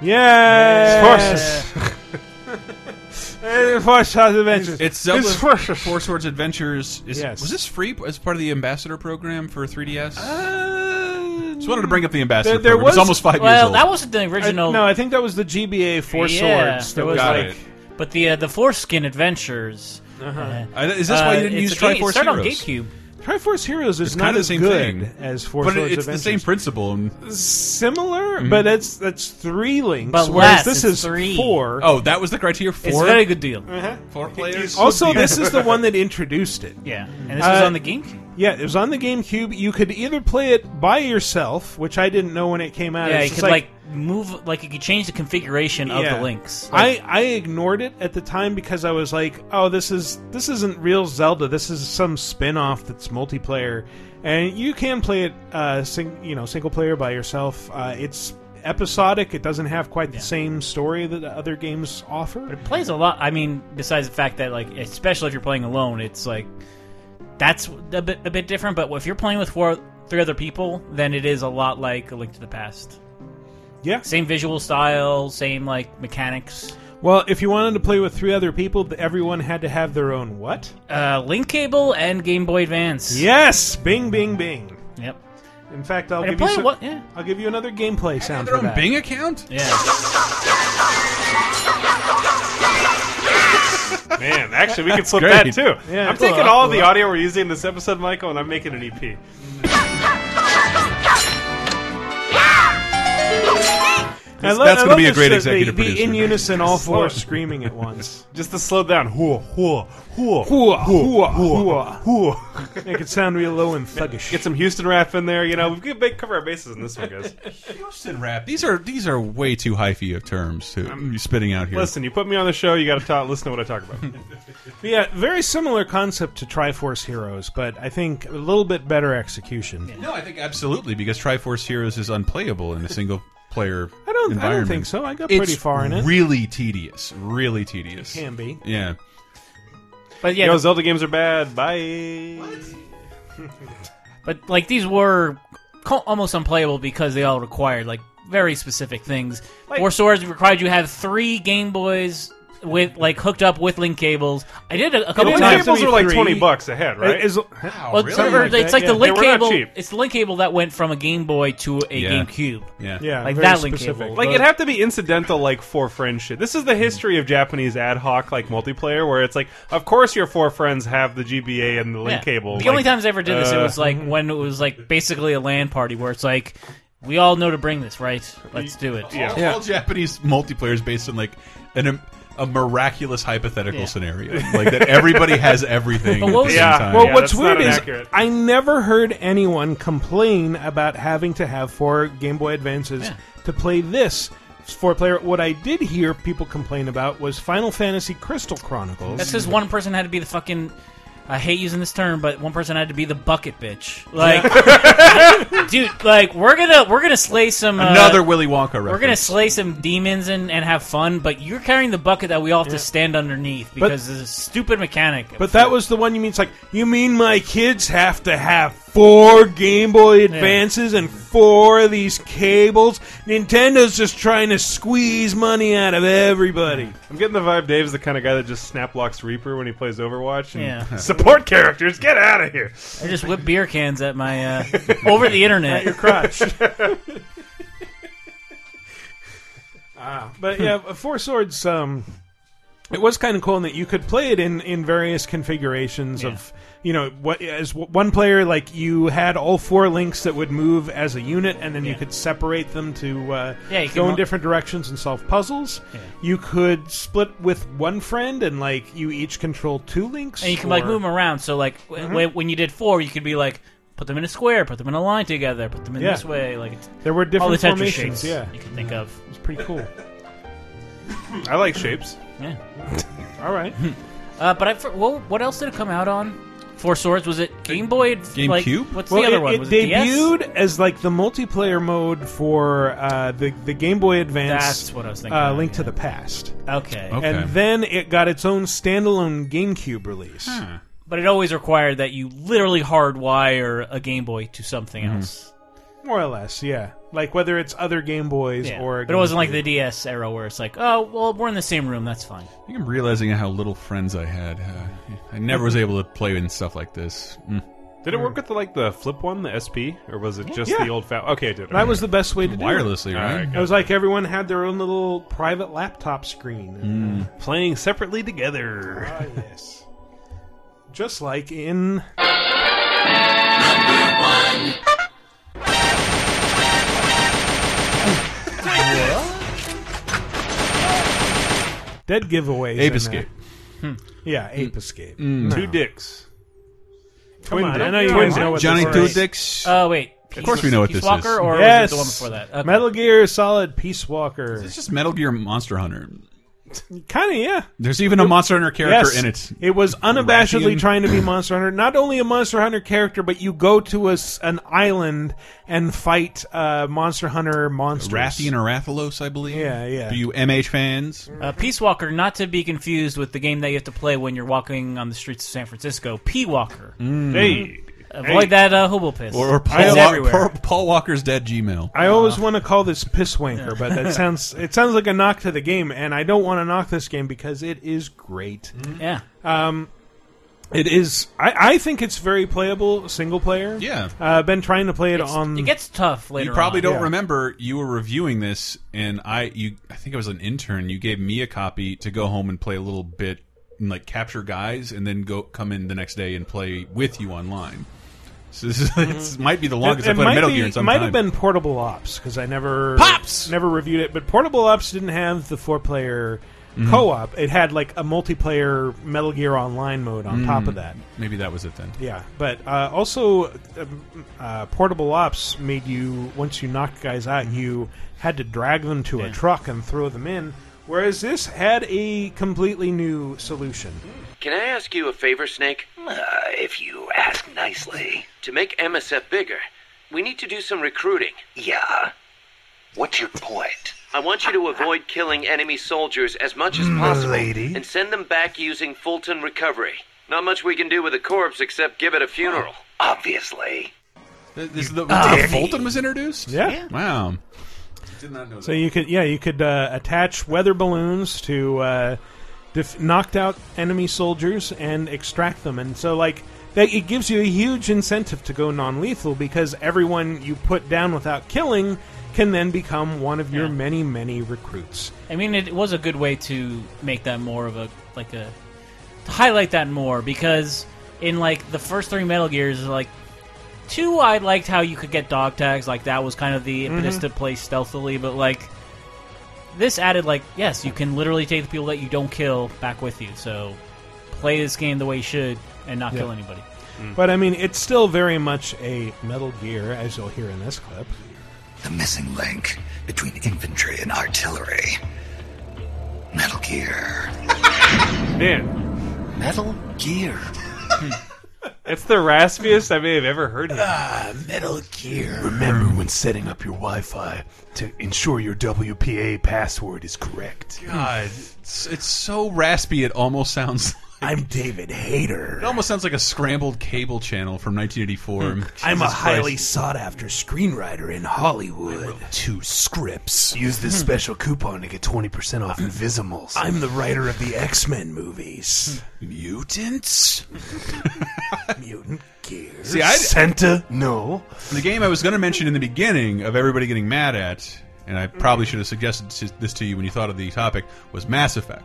B: Yeah,
E: Forces.
B: Force House Adventures.
A: It's Zelda
B: It's
A: Four,
B: for-
A: Swords Adventures. Is,
B: Yes.
A: Was this free as part of the ambassador program for 3DS?
B: Uh,
A: Just wanted to bring up the ambassador.
B: there- there
A: program. it's
B: was-
A: almost five years
D: Well,
A: old.
D: that wasn't the
B: I-
D: original.
B: no, I think that was the GBA Four
D: Yeah,
B: Swords.
D: there
B: That was
D: was
A: Got
B: like
A: it.
D: but the uh, the Foreskin Adventures. Uh,
A: I- is this why you didn't
D: it's
A: use
D: a game-
A: Triforce
D: It started on
A: Heroes?
D: GameCube.
B: Triforce Heroes is
A: It's
B: not
A: kinda the
B: as
A: same
B: good
A: thing.
B: as Force
A: But
B: Swords
A: it, it's the same Mhm.
B: Adventures.
A: principle. and-
B: similar, but that's that's three links.
D: But
B: whereas
D: less,
B: this
D: it's
B: is
D: three.
B: four.
A: Oh, that was the criteria
D: It's
A: for
D: a very good deal.
A: four players.
B: also, this is the one that introduced it.
D: Yeah, and this was
B: Uh,
D: on the GameCube.
B: Yeah, it was on the GameCube. You could either play it by yourself, which I didn't know when it came out.
D: Yeah,
B: It's
D: you
B: just
D: could like, move, like you could change the configuration of
B: Yeah.
D: the links.
B: I, I ignored it at the time because I was like, oh, this is this isn't real Zelda. This is some spin-off that's multiplayer, and you can play it, uh, sing, you know, single player by yourself. Uh, it's episodic. It doesn't have quite the same story that other games offer.
D: It plays a lot. I mean, besides the fact that, like, especially if you're playing alone, it's like that's a bit a bit different. But if you're playing with four, three other people, then it is a lot like A Link to the Past.
B: Yeah.
D: Same visual style, same like mechanics.
B: Well, if you wanted to play with three other people, th- everyone had to have their own what?
D: Uh, Link Cable and Game Boy Advance.
B: Yes, Bing, Bing, Bing.
D: Yep.
B: In fact, I'll
D: I can
B: give you
D: play
B: some,
D: what? Yeah.
B: I'll give you another gameplay sound
A: their
B: for
A: own
B: that.
A: Bing account.
D: Yeah.
E: Man, actually, we could flip that
A: great.
E: too.
B: Yeah.
E: I'm taking all the audio we're using in this episode, Michael, and I'm making an E EP.
B: I lo- I
A: that's gonna
B: love
A: be a
B: this
A: great
B: that
A: executive
B: they,
A: producer.
B: Be in unison, all four screaming at once.
E: Just to slow down. Hua, hua, hua,
B: Hua, hua,
E: hua.
B: Make it sound real low and thuggish.
E: Get some Houston rap in there. You know, we could make cover our bases in this one, guys.
A: Houston rap. These are these are way too hyphy of terms to
B: Um,
A: be spitting out here.
E: Listen, you put me on the show. You got to talk. Listen to what I talk about.
B: But yeah, very similar concept to Triforce Heroes, but I think a little bit better execution.
A: No, I think absolutely because Triforce Heroes is unplayable in a single player.
B: I don't. I don't
A: environment.
B: think so. I got
A: It's
B: pretty far in it.
A: Really tedious. Really tedious.
B: Can be.
A: Yeah.
D: But yeah,
E: You know, Zelda games are bad. Bye.
D: But like these were co- almost unplayable because they all required like very specific things. Four Swords required you have three Game Boys with like hooked up with link cables. I did a, a couple
E: The
B: It
D: times.
B: has to
E: cables
B: be
E: are like
B: three.
E: twenty bucks a head, right?
B: Is-
A: Wow,
D: Well,
A: really?
D: it's- or
B: Something like that,
D: it's like the
B: yeah.
D: link
E: They were not
D: cable.
E: cheap.
D: It's the link cable that went from a Game Boy to a
A: Yeah.
D: GameCube.
A: yeah.
B: yeah,
D: Like
B: very
D: that link
B: specific.
D: cable.
E: Like it'd have to be incidental, like for friends shit. This is the history of Japanese ad hoc like multiplayer, where it's like, of course your four friends have the GBA and the link
D: Yeah.
E: cable.
D: The
E: Like,
D: only times I ever did this, it
E: uh,
D: was like when it was like basically a LAN party where it's like, we all know to bring this, right? Let's do it.
E: Yeah.
A: All, all Japanese multiplayer is based on like an um, a miraculous hypothetical
D: Yeah.
A: scenario, like that everybody has everything.
D: But
A: at
D: what
A: the
D: was-
A: same
E: Yeah.
A: time.
B: Well,
E: Oh, Yeah,
B: what's
E: that's
B: weird
E: not
B: is
E: inaccurate.
B: I never heard anyone complain about having to have four Game Boy Advances
D: Yeah.
B: to play this four player. What I did hear people complain about was Final Fantasy Crystal Chronicles.
D: That's because one person had to be the fucking. I hate using this term, but one person had to be the bucket bitch. Like, dude, like we're gonna we're gonna slay some uh,
A: Another Willy Wonka reference.
D: We're gonna slay some demons and, and have fun, but you're carrying the bucket that we all have to stand underneath because there's a stupid mechanic.
B: But that was the one you mean. It's like you mean my kids have to have four Game Boy Advances and four of these cables. Nintendo's just trying to squeeze money out of everybody.
E: I'm getting the vibe Dave's the kind of guy that just snap locks Reaper when he plays Overwatch. And
D: Yeah.
E: Support characters, get out of here.
D: I just whip beer cans at my uh, over the internet.
B: Crotch. ah, but yeah, Four Swords. Um, it was kind of cool in that you could play it in, in various configurations of you know what as w- one player like you had all four links that would move as a unit and then you
D: Yeah.
B: could separate them to uh,
D: Yeah, you
B: go
D: can
B: in
D: mo-
B: different directions and solve puzzles
D: Yeah.
B: you could split with one friend and like you each control two links
D: and you can like
B: or-
D: move them around. So like w-
B: Mm-hmm.
D: w- when you did four, you could be like put them in a square, put them in a line together, put them in
B: Yeah.
D: this way, like it's,
B: there were
D: all
B: different
D: the Tetris
B: formations
D: shapes
B: yeah
D: you can think of.
B: it was pretty cool
E: I like shapes.
D: Yeah.
B: all right
D: Uh, but I for, what, what else did it come out on? Four Swords was it Game Boy? Like,
A: GameCube?
D: what's
B: well,
D: the other
B: it,
D: one?
B: it
D: was it DS?
B: debuted as like the multiplayer mode for uh, the the Game Boy Advance.
D: That's what I was thinking
B: Uh,
D: of,
B: Link to
D: yeah.
B: the Past,
D: Okay.
A: Okay.
B: and then it got its own standalone GameCube release.
A: Huh.
D: but it always required that you literally hardwire a Game Boy to something
A: Mm-hmm.
D: else.
B: More or less, yeah. Like whether it's other Game Boys
D: Yeah.
B: or.
D: but it wasn't like the DS era where it's like, oh, well, we're in the same room, that's fine.
A: I think I'm realizing how little friends I had. Uh, I never was able to play in stuff like this. Mm.
E: Did it work with the, like the flip one, the SP, or was it just
B: Yeah.
E: the old fat? Okay, it did.
B: That was the best way to do it.
A: Wirelessly,
E: All
A: right?
E: right,
B: It was like everyone had their own little private laptop screen.
D: Mm.
E: playing separately together.
B: Ah, yes. Just like in. Dead giveaways.
A: Ape
B: in
A: Escape. Mm.
B: that. Yeah, Ape Escape.
A: Hmm.
E: Two dicks.
B: Twin
E: on,
B: Dick.
E: I know you
B: Twin
E: know
B: Dick.
E: what
A: Johnny
D: this
A: Two
D: is.
A: Dicks.
D: Oh, wait. Of
A: course we know what this
D: Walker,
A: is.
D: Or was
B: Yes.
D: it the one before that? Okay.
B: Metal Gear Solid Peace Walker.
A: it's just Metal Gear Monster Hunter.
B: Kind of, yeah.
A: There's even a Monster Hunter character
B: Yes.
A: in it.
B: It was unabashedly
A: Rathian.
B: trying to be Monster Hunter. Not only a Monster Hunter character, but you go to a s an island and fight uh, Monster Hunter monsters.
A: Rathian or Rathalos, I believe.
B: Yeah, yeah.
A: Do you MH fans?
D: Uh, Peace Walker, not to be confused with the game that you have to play when you're walking on the streets of San Francisco, P Walker.
B: Mm.
A: Hmm.
E: Hey,
D: Avoid that uh, hobo piss.
A: Or, or
D: It's
A: Paul, Wa-
D: everywhere.
A: Paul, Paul Walker's dead Gmail.
B: I always want to call this piss wanker, but that sounds it sounds like a knock to the game, and I don't want to knock this game because it is great.
A: Mm.
D: Yeah.
B: It is. I, I think it's very playable single player.
A: Yeah.
B: uh, I've been trying to play it
D: It's-
E: Um,
B: on.
D: it gets tough later
A: You probably
D: on.
A: don't
B: yeah.
A: remember you were reviewing this, and I you I think I was an intern. You gave me a copy to go home and play a little bit, and like capture guys, and then go come in the next day and play with you online. So this is, it's, might be the
B: it,
A: longest
B: Mm-hmm. it
A: I played
B: might,
A: Metal
B: be-
A: Gear in some
B: might
A: time.
B: have been Portable Ops because I never
A: Pops!
B: never reviewed it, but Portable Ops didn't have the four player
A: Mm-hmm.
B: co op. It had like a multiplayer Metal Gear Online mode on top
A: Mm.
B: of that.
A: Maybe that was it then.
B: Yeah, but uh, also um, uh, portable ops made you once you knocked guys out,
A: Mm-hmm.
B: you had to drag them to a truck and throw them in. Whereas this had a completely new solution.
C: Can I ask you a favor, Snake? if you ask nicely. To make MSF bigger, we need to do some recruiting. Yeah. What's your point? I want you to avoid killing enemy soldiers as much as possible and send them back using Fulton recovery. Not much we can do with a corpse except give it a funeral. Obviously.
A: Th- This is the, Fulton was introduced.
B: Ah, Yeah.
A: Wow. Did not know
B: So you could yeah you could uh, attach weather balloons to uh, def- knocked out enemy soldiers and extract them, and so like that it gives you a huge incentive to go non lethal because everyone you put down without killing can then become one of your
D: Yeah.
B: many many recruits.
D: I mean, it was a good way to make that more of a like a to highlight that more because in like the first three Metal Gears, like two, I liked how you could get dog tags. Like that was kind of the
E: Mm-hmm.
D: impetus to play stealthily, but like this added like yes, you can literally take the people that you don't kill back with you. So play this game the way you should and not kill anybody.
B: But I mean, it's still very much a Metal Gear, as you'll hear in this clip.
F: The missing link between infantry and artillery. Metal Gear.
E: man,
F: Metal Gear.
E: it's the raspiest I may have ever heard him.
A: Ah.
F: Ah, Metal Gear.
G: Remember when setting up your Wi-Fi to ensure your WPA password is correct.
A: God, it's, it's so raspy. It almost sounds.
G: I'm David Hayter.
A: It almost sounds like a scrambled cable channel from
B: Hmm.
A: 1984.
G: I'm a highly sought-after screenwriter in Hollywood. two scripts. Use this special coupon to get 20% off Invisimals. I'm the writer of the X-Men movies. Mutants? Mutant Gear.
A: See, I-
G: Santa? No.
A: The game I was going to mention in the beginning of everybody getting mad at, and I probably should have suggested to- this to you when you thought of the topic, was Mass Effect.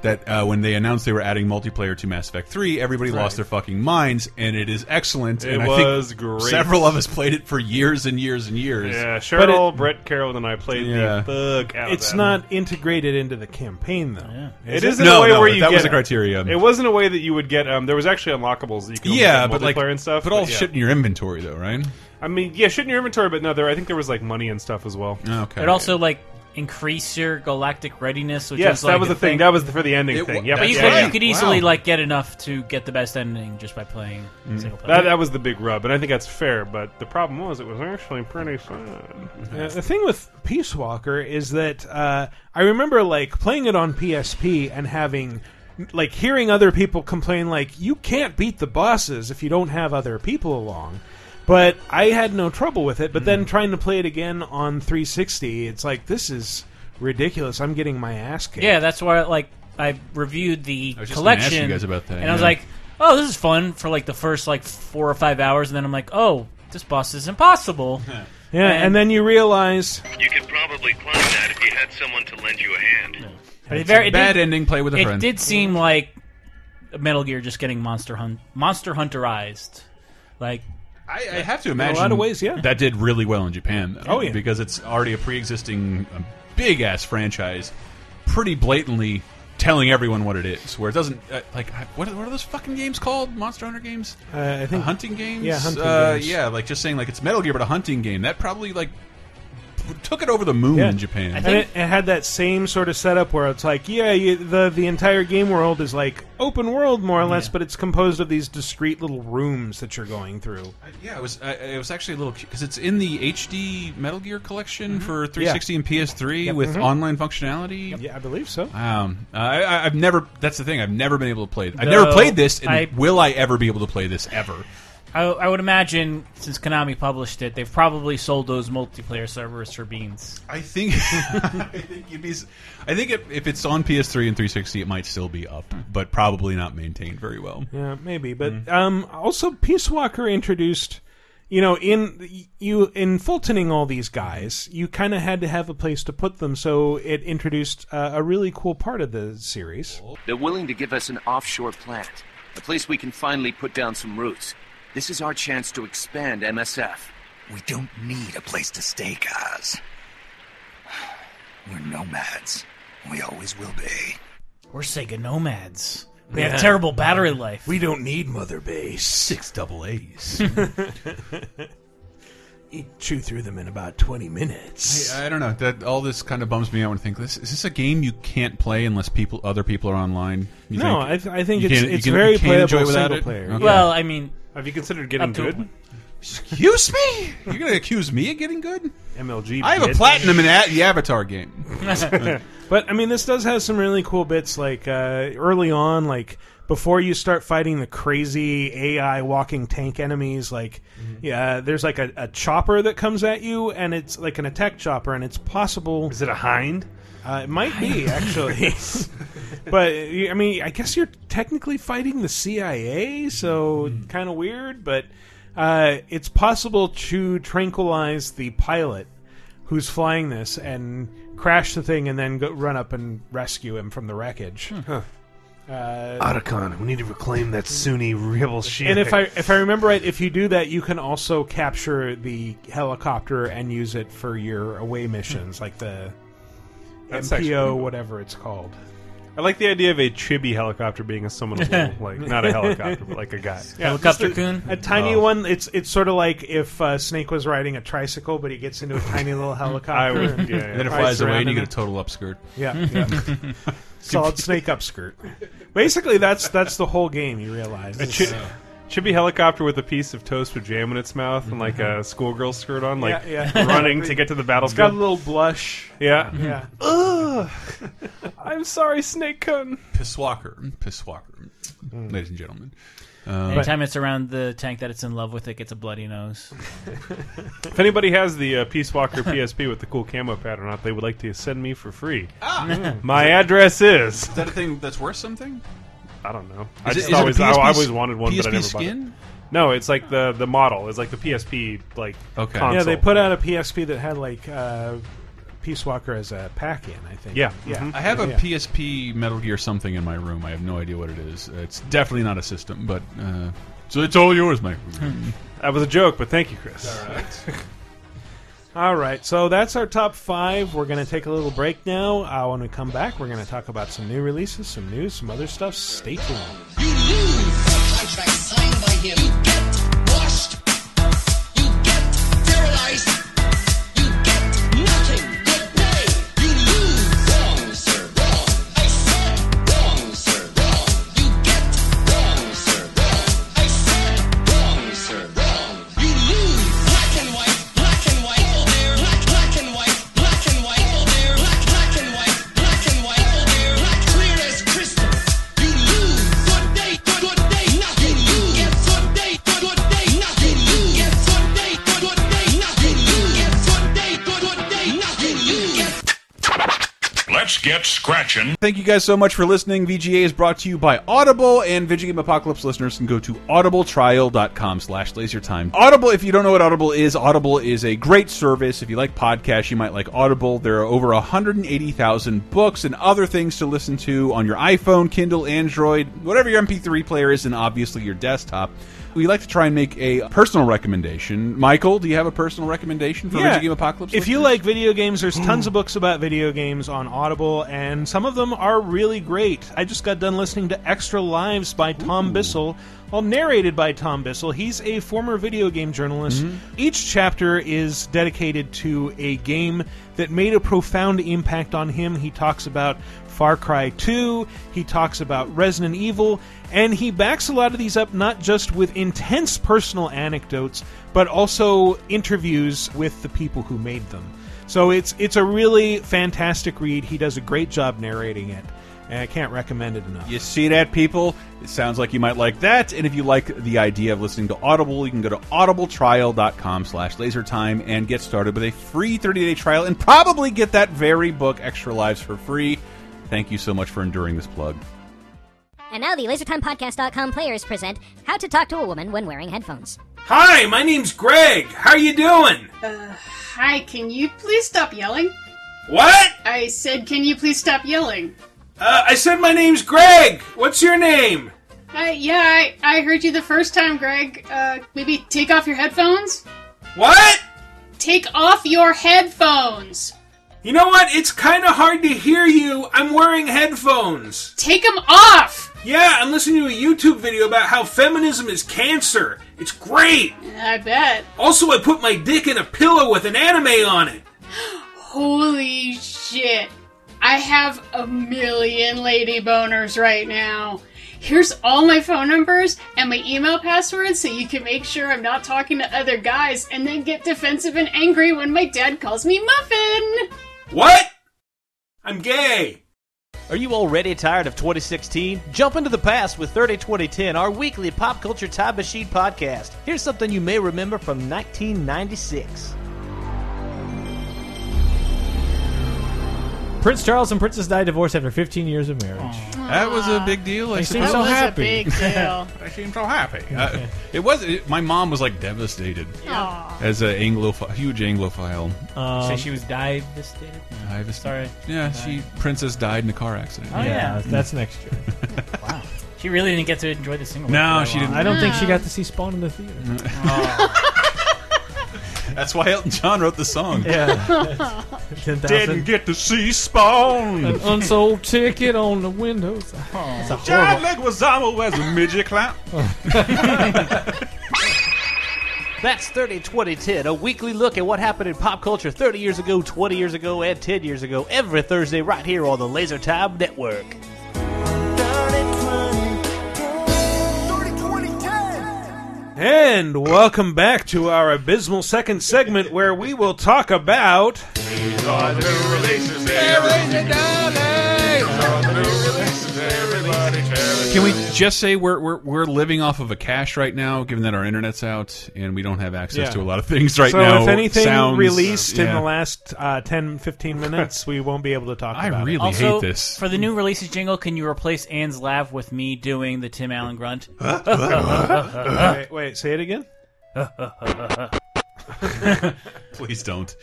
A: that uh, when they announced they were adding multiplayer to Mass Effect 3, everybody lost their fucking minds, and it is excellent.
E: It
A: and
E: was
A: I think
E: great.
A: Several of us played it for years and years and years.
E: Yeah,
B: it-
E: Cheryl, Brett Carroll, and I played
A: Yeah.
E: the fuck out of
B: It's
E: that.
B: not integrated into the campaign though.
E: It is in
A: No,
E: a way
A: no,
E: where you
A: that
E: get
A: was the criteria.
E: It wasn't a way that you would get. Um, there was actually unlockables that you could. only
A: Yeah,
E: get
A: but like,
E: multiplayer and stuff.
A: but all
E: yeah.
A: shit in your inventory though, right?
E: I mean, yeah, shit in your inventory, but no, there. I think there was like money and stuff as well.
A: Okay.
D: It also like increase your galactic readiness, which
E: Yes,
D: is
E: that
D: like
E: was
D: a
E: the thing. That was the, for the ending
A: It
E: thing.
A: wa-
E: Yeah,
A: But
D: But you
E: yeah,
D: could,
E: yeah.
D: you could easily
A: Wow.
D: like get enough to get the best ending just by playing
A: Mm.
D: single player.
E: That, that was the big rub, and I think that's fair. But the problem was, it was actually pretty fun.
B: Uh, the thing with Peace Walker is that uh, I remember like playing it on PSP and having like hearing other people complain like you can't beat the bosses if you don't have other people along. But I had no trouble with it. But then trying to play it again on 360, it's like this is ridiculous. I'm getting my ass kicked.
D: yeah, that's why like I reviewed the
A: was just gonna ask you
D: collection.
A: guys about that,
D: and I was
A: yeah.
D: like, oh, this is fun for like the first like four or five hours, and then I'm like, oh, this boss is impossible.
B: yeah. And,
D: and-
B: then you realize
H: You could probably climb that if you had someone to lend you a hand.
D: but it, very, it,
A: bad
D: did,
A: ending. Play with a
D: it
A: friend.
D: did seem like Metal Gear just getting monster hunt monster hunterized, like.
A: I, I have to imagine
B: lot of ways, yeah.
A: that did really well in Japan. Though,
B: Oh, yeah.
A: because it's already a pre-existing big ass franchise, pretty blatantly telling everyone what it is. Where it doesn't uh, like I- what are, what are those fucking games called? Monster Hunter games,
B: uh, I
A: Uh,
B: think
A: hunting games.
B: Yeah, hunting
A: uh,
B: games.
A: yeah. Like just saying like it's Metal Gear but a hunting game. That probably like took it over the moon
B: Yeah.
A: in Japan.
D: I
B: And
D: think-
B: it, it had that same sort of setup where it's like, yeah, you, the the entire game world is like open world more or less, but it's composed of these discrete little rooms that you're going through.
A: Yeah, it was. I, it was actually a little because it's in the HD Metal Gear collection
B: Mm-hmm.
A: for 360 and PS3 with online functionality.
B: Yeah, I believe so.
A: Um, I, I- I've never. That's the thing. I've never been able to play it. I've never played this, and
D: I-
A: will I ever be able to play this ever?
D: I, I would imagine since Konami published it, they've probably sold those multiplayer servers for beans.
A: I think. I think you'd be. s- I think if, if it's on PS3 and 360, it might still be up, but probably not maintained very well.
B: Yeah, maybe. But
A: Mm-hmm.
B: um, also, Peace Walker introduced, you know, in you in Fultoning all these guys, you kind of had to have a place to put them, so it introduced uh, a really cool part of the series.
I: They're willing to give us an offshore plant, a place we can finally put down some roots. This is our chance to expand MSF.
F: We don't need a place to stay, guys. We're nomads. We always will be.
D: We're Sega nomads. We have terrible battery life.
G: We don't need Mother Base.
A: Six double A's.
G: You'd chew through them in about 20 minutes.
A: I, I don't know. That all this kind of bums me out when I think this is this a game you can't play unless people other people are online. You
B: No,
A: think?
B: I, th- I think
A: You
B: it's
A: can't- you
B: it's
A: can-
B: very
A: you can't
B: playable
A: enjoy without
B: single
A: it?
B: player.
A: Okay.
D: Well, I mean,
E: Have you considered
D: up
E: getting
D: to a
E: good?
D: point.
A: Excuse me? You're gonna accuse me of getting good?
E: MLG.
A: I have a
E: bitch.
A: platinum in a- the Avatar game.
B: But I mean, this does have some really cool bits, like uh, early on, like before you start fighting the crazy AI walking tank enemies. Like,
E: Mm-hmm.
B: yeah, there's like a, a chopper that comes at you, and it's like an attack chopper, and it's possible
E: Is it a hind?
B: uh, it might be actually. but you- I mean, I guess you're technically fighting the CIA, so
E: Hmm.
B: kind of weird. But uh, it's possible to tranquilize the pilot who's flying this and crash the thing, and then go, run up and rescue him from the wreckage.
E: Hmm.
B: Uh,
E: Otacon, we need to reclaim that Sunni rebel shit.
B: and if I if I remember right, if you do that, you can also capture the helicopter and use it for your away missions, like the
E: That's actually
B: MPO, whatever it's called.
E: I like the idea of a chibi helicopter being a summonable, like not a helicopter, but like a guy. Yeah,
D: helicopter coon.
B: A tiny
E: Oh.
B: one. It's it's sort of like if uh, Snake was riding a tricycle, but he gets into a tiny little helicopter.
E: I would. Yeah,
B: and-
E: yeah.
A: Then it
B: Alright,
A: flies away and
B: surrounding
A: you get a
B: it.
A: total upskirt.
B: yeah, yeah. solid Snake upskirt. Basically, that's that's the whole game. You realize.
E: Chi- chibi helicopter with a piece of toast with jam in its mouth and like a schoolgirl skirt on, like
B: Mm-hmm. Yeah, yeah.
E: running to get to the
B: Got a
E: battlefield.
B: little blush.
E: Yeah.
B: Yeah.
E: I'm sorry, Snake Cun. Mm,
A: Pisswalker. Mm. Pisswalker. Ladies and gentlemen.
D: Anytime it's around the tank that it's in love with, it gets a bloody nose.
E: If anybody has the uh, Peace Walker PSP with the cool camo pattern on, it, they would like to send me for free. My address is
A: Is that a thing that's worth something?
E: I don't know. I
A: Is
E: just
A: it- is it a
E: always I,
A: PSP
E: I always wanted one,
A: PSP
E: but I never bought
A: skin?
E: it. No, it's like the the model. It's like the PSP like
A: Okay.
E: console.
B: Yeah, they put out a PSP that had like uh, Peace Walker as a pack in, I think.
E: Yeah. mm-hmm.
B: yeah.
A: I have a
B: Yeah.
A: PSP Metal Gear something in my room. I have no idea what it is. It's definitely not a system, but uh, so it's all yours, Mike.
E: That was a joke, but thank you, Chris.
B: All right, so that's our top five. We're going to take a little break now. Uh, when we come back, we're going to talk about some new releases, some news, some other stuff. Stay tuned.
J: You lose a contract signed by him. You get washed. You get sterilized. You get nothing. Good day. You lose. Wrong, sir. Wrong. I said wrong, sir. Wrong. You get wrong, sir. Wrong. I said wrong, sir. Wrong. You lose. Black and white. Black and white. All there. Black, black and white. Black and white. All there. Black, black and white. Black and white. All there. Black clear as crystal. You lose. Good day. Good, good day. Nothing. You lose. Yes, good day. Good, good day. Nothing. You lose. Yes, good day. Good, good day. Nothing. You lose. Yes, good day. Good, good day. Nothing. You lose. Yes,
H: Let's get scratching.
A: Thank you guys so much for listening. VGA is brought to you by Audible, and Video Game Apocalypse listeners can go to audibletrial.com slash lasertime. Audible, if you don't know what Audible is, Audible is a great service. If you like podcasts, you might like Audible. There are over 180,000 books and other things to listen to on your iPhone, Kindle, Android, whatever your MP3 player is, and obviously your desktop. We like to try and make a personal recommendation. Michael, do you have a personal recommendation for Video Game Apocalypse?
B: If you
A: listeners?
B: like video games, there's tons of books about video games on Audible, and some of them are really great. I just got done listening to Extra Lives by Tom Bissell, all narrated by Tom Bissell. He's a former video game journalist.
A: Mm-hmm.
B: Each chapter is dedicated to a game that made a profound impact on him. He talks about Far Cry 2, he talks about Resident Evil, and he backs a lot of these up not just with intense personal anecdotes, but also interviews with the people who made them. So it's it's a really fantastic read. He does a great job narrating it, and I can't recommend it enough.
A: You see that, people? It sounds like you might like that. And if you like the idea of listening to Audible, you can go to audibletrial.com slash lasertime and get started with a free 30-day trial and probably get that very book, Extra Lives, for free. Thank you so much for enduring this plug.
K: And now the LaserTimePodcast.com players present How to Talk to a Woman When Wearing Headphones.
L: Hi, my name's Greg. How you doing?
M: Hi, can you please stop yelling?
L: What?
M: I said, can you please stop yelling?
L: Uh, I said my name's Greg. What's your name?
M: I, Uh, yeah, I, I heard you the first time, Greg. Uh, maybe take off your headphones?
L: What?
M: Take off your headphones!
L: You know what? It's kind of hard to hear you. I'm wearing headphones.
M: Take them off!
L: Yeah, I'm listening to a YouTube video about how feminism is cancer. It's great.
M: I bet.
L: Also, I put my dick in a pillow with an anime on it.
M: Holy shit. I have a million lady boners right now. Here's all my phone numbers and my email passwords so you can make sure I'm not talking to other guys and then get defensive and angry when my dad calls me Muffin!
L: What? I'm gay.
N: Are you already tired of 2016? Jump into the past with 30 2010, our weekly pop culture time machine podcast. Here's something you may remember from 1996.
O: Prince Charles and Princess Di divorced after 15 years of marriage.
A: That was a big deal. I
O: They seem
A: suppose.
O: so That was a happy. big deal.
A: I seem so happy. Uh, it was. It, my mom was like devastated as a Anglophile, huge Anglophile.
N: Um,
D: so she was devastated.
A: I was-
D: Sorry.
A: Yeah, she princess died in a car accident.
D: Oh, yeah.
O: That's next year.
D: She really didn't get to enjoy the single.
A: No,
D: for
A: she
D: very
A: didn't.
D: long.
O: I don't think she got to see Spawn in the theater.
B: Mm-hmm.
A: That's why Elton John wrote the song.
O: Yeah. 10,000.
A: Didn't get to see Spawn.
O: An unsold ticket on the windows. That's a
A: John
O: horrible.
A: Leguizamo was a midget clown.
N: That's 30 2010, a weekly look at what happened in pop culture 30 years ago, 20 years ago, and 10 years ago, every Thursday right here on the Laser Time Network.
B: And welcome back to our abysmal second segment where we will talk about
A: Can we just say we're, we're we're living off of a cash right now, given that our internet's out and we don't have access
B: Yeah.
A: to a lot of things right
B: so
A: now?
B: if anything
A: sounds-
B: released in
A: yeah.
B: the last uh, 10, 15 minutes, we won't be able to talk about it.
D: also, For the new releases jingle, can you replace Anne's laugh with me doing the Tim Allen grunt?
B: wait, wait, say it again.
A: Please don't.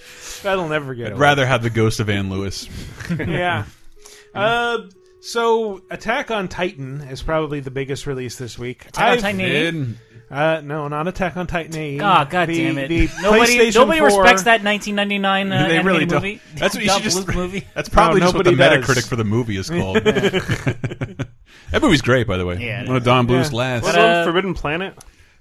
B: That'll never get
A: I'd
B: old.
A: rather have the ghost of Ann Lewis.
B: yeah. Uh, so Attack on Titan is probably the biggest release this week.
D: Attack on
B: I've-
D: Titan AE?
B: Uh, no, not Attack on Titan. AE.
D: God, God
B: The-
D: damn Ah, it!
B: the
D: nobody,
B: PlayStation
D: nobody
B: 4
D: respects that 1999 uh,
B: They
D: animated
B: really don't.
D: movie.
A: That's what you should
D: Dub
A: just-
D: Loop movie.
A: That's probably
B: No,
A: just what the
B: nobody does.
A: Metacritic for the movie is called.
B: Yeah.
A: that movie's great, by the way.
B: Yeah, it
A: One of
B: is.
A: Don Bluth's
B: Yeah.
A: last.
B: But, uh,
E: Forbidden Planet.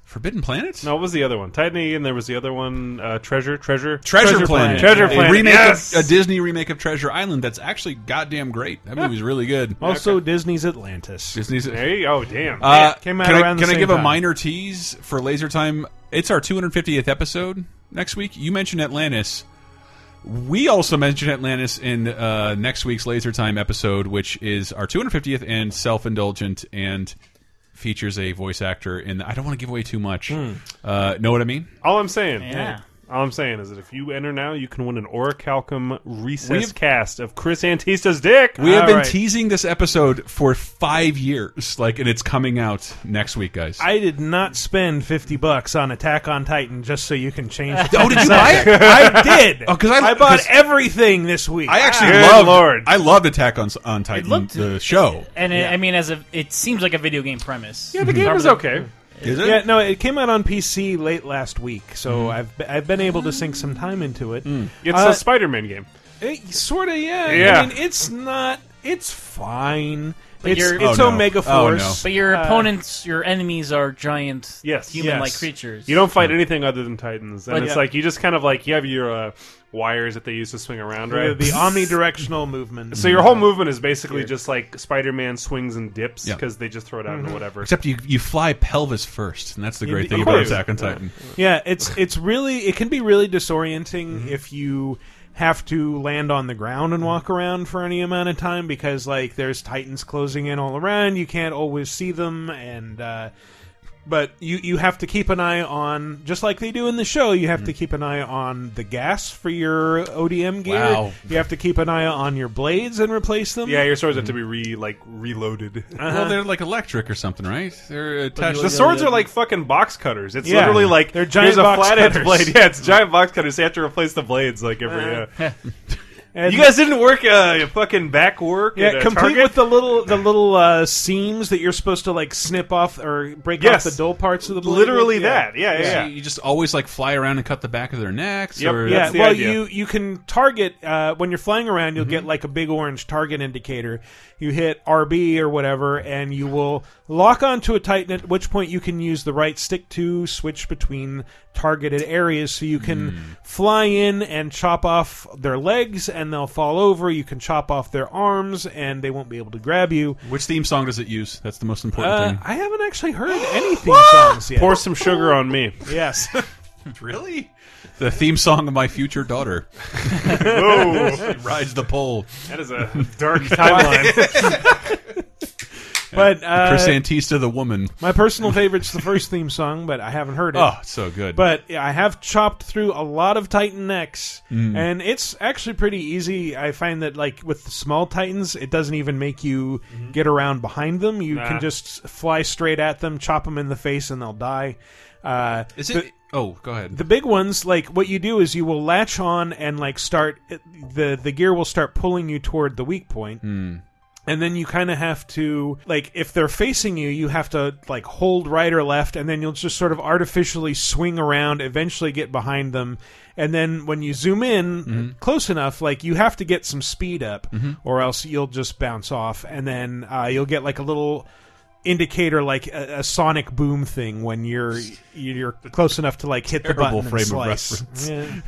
A: Forbidden Planet?
E: No, what was the other one? Titan AE, and there was the other one, uh, Treasure, Treasure,
A: Treasure, Planet.
E: Treasure
A: A
E: Planet.
A: remake of-
E: yes!
A: a Disney remake of Treasure Island that's actually goddamn great. That movie's really good.
B: Also, Disney's Atlantis.
A: Disney's.
E: There you go. Oh, Damn.
A: Uh,
B: Came out
A: can I,
B: around the
A: can I
B: same
A: give a
B: time.
A: minor tease for Laser Time? It's our 250th episode next week. You mentioned Atlantis. We also mentioned Atlantis in uh, next week's Laser Time episode, which is our 250th and self indulgent and features a voice actor. And I don't want to give away too much. Uh, know what I mean?
E: All I'm saying.
A: Yeah.
E: All I'm saying is that if you enter now, you can win an Orichalcum
A: We
E: recess
A: have-
E: cast of Chris Antista's dick.
A: We have
E: All
A: been
E: right.
A: teasing this episode for five years, like, and it's coming out next week, guys.
B: I did not spend fifty bucks on Attack on Titan just so you can change. the
A: Oh, did you
B: subject.
A: buy it?
B: I did.
A: Oh, 'cause I-
B: I, bought
A: 'cause-
B: everything this week.
A: I actually
B: Good
A: loved.
B: Lord.
A: I loved Attack on on Titan, the show.
D: And it, I mean, as a, it seems like a video game premise.
B: Yeah, the game
D: Probably-
B: is okay.
A: Is it?
B: Yeah, no, it came out on PC late last week, so I've be- I've been able to sink some time into it.
E: It's
B: Uh,
E: a Spider-Man game.
B: It, sort of, yeah.
E: Yeah.
B: I mean, it's not. It's fine.
D: But
B: it's
D: your-
B: it's
D: Oh, no.
B: Omega
D: Oh,
B: Force.
D: But your
B: Uh,
D: opponents, your enemies, are giant,
E: yes,
D: human-like
E: yes.
D: creatures.
E: You don't fight anything other than Titans, and
D: But-
E: it's
D: Yeah.
E: like you just kind of like you have your uh, wires that they use to swing around,
B: the-
E: right?
B: the omnidirectional movement.
E: So your whole movement is basically just like Spider-Man swings and dips
A: Yeah.
E: because they just throw it out
B: Mhm.
E: into whatever.
A: Except you you fly pelvis first, and that's the
B: You
A: great
B: do-
A: thing
B: of
A: about
B: course.
A: Attack on Titan.
B: Yeah, it's it's really it can be really disorienting
E: Mm-hmm.
B: if you have to land on the ground and walk around for any amount of time because like there's titans closing in all around. You can't always see them, and uh, but you you have to keep an eye on just like they do in the show. You have
E: Mm-hmm.
B: to keep an eye on the gas for your ODM gear.
E: Wow.
B: You have to keep an eye on your blades and replace them.
E: Yeah, your swords have to be re like reloaded.
A: Well, they're like electric or something, right? They're attached.
E: The swords are like fucking box cutters. It's
A: Yeah.
E: literally like
A: They're giant
E: here's a
A: box
E: flathead
A: cutters.
E: blade. Yeah, it's giant box cutters. They have to replace the blades like every.
B: Uh,
E: Uh,
B: And-
E: you guys didn't work uh, your fucking back work. at,
B: Yeah,
E: uh,
B: complete
E: Target?
B: with the little the little uh, seams that you're supposed to like snip off or break
E: Yes.
B: off the dull parts of the blade.
E: Literally
B: with.
E: that. Yeah, yeah, yeah.
A: You just always like fly around and cut the back of their necks. Or,
B: yeah. Well, you you can target uh, when you're flying around. You'll get like a big orange target indicator. You hit RB or whatever, and you will lock onto a Titan. At which point you can use the right stick to switch between targeted areas, so you can fly in and chop off their legs, and they'll fall over. You can chop off their arms, and they won't be able to grab you.
A: Which theme song does it use? That's the most important
B: Uh,
A: thing.
B: I haven't actually heard any theme songs yet.
E: Pour some sugar on me.
B: Yes.
A: really? The theme song of my future daughter.
E: Whoa.
A: She rides the pole.
E: That is a dark timeline.
B: But uh,
A: Chris Antista, the woman.
B: My personal favorite's the first theme song, but I haven't heard it.
A: Oh, so good.
B: But I have chopped through a lot of Titan necks,
A: Mm.
B: and it's actually pretty easy. I find that like with the small Titans, it doesn't even make you get around behind them. You
A: Mm-hmm. Nah.
B: can just fly straight at them, chop them in the face, and they'll die. Uh,
A: Is
B: the-
A: it? oh, go ahead.
B: the big ones, like what you do is you will latch on and like start the the gear will start pulling you toward the weak point.
A: Hmm.
B: And then you kind of have to like if they're facing you, you have to like hold right or left, and then you'll just sort of artificially swing around, eventually get behind them, and then when you zoom in
A: Mhm.
B: close enough, like you have to get some speed up,
A: Mhm.
B: or else you'll just bounce off, and then uh, you'll get like a little indicator like a, a sonic boom thing when you're you're close enough to like hit the button
A: Terrible
B: and
A: frame of
B: slice.
A: reference.
B: Yeah.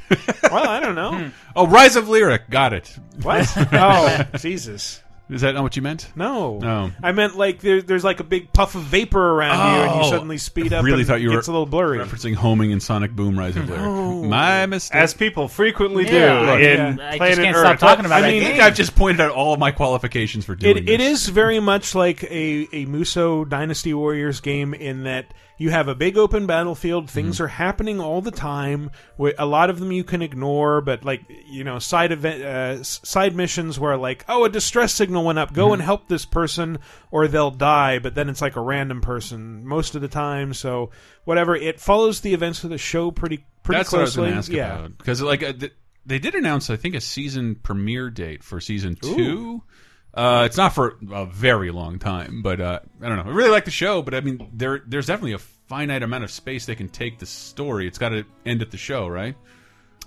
B: well, I don't know.
A: Oh, Rise of Lyric. Got it.
B: What? Oh, Jesus.
A: Is that not what you meant?
B: No.
A: No.
B: I meant like there, there's like a big puff of vapor around you, and
A: Oh,
B: you suddenly speed
A: I
B: up.
A: really
B: and
A: thought you were
B: It's a little blurry.
A: referencing homing and Sonic Boom Rise of Lyric.
B: No.
A: My mistake.
E: As people frequently do
A: Look,
E: in
B: I just
E: Planet
B: can't
E: Earth.
B: stop talking about
A: I
B: that
A: think
B: game.
A: I've just pointed out all of my qualifications for doing
B: it,
A: this.
B: it is very much like a, a Muso Dynasty Warriors game in that You have a big open
A: Mm-hmm.
B: battlefield. Things are happening all the time. Wh- A lot of them you can ignore, but like you know, side event, uh, s- side missions where like, oh, a distress signal went up.
A: Mm-hmm.
B: Go and help this person, or they'll die. But then it's like a random person most of the time. So whatever, it follows the events of the show pretty pretty
A: That's
B: closely.
A: what I was going to ask
B: yeah.
A: about because like uh, th- they did announce I think a season premiere date for season two. Uh, it's not for a very long time, but uh, I don't know. I really like the show, but I mean, there there's definitely a finite amount of space they can take the story. It's got to end at the show, right?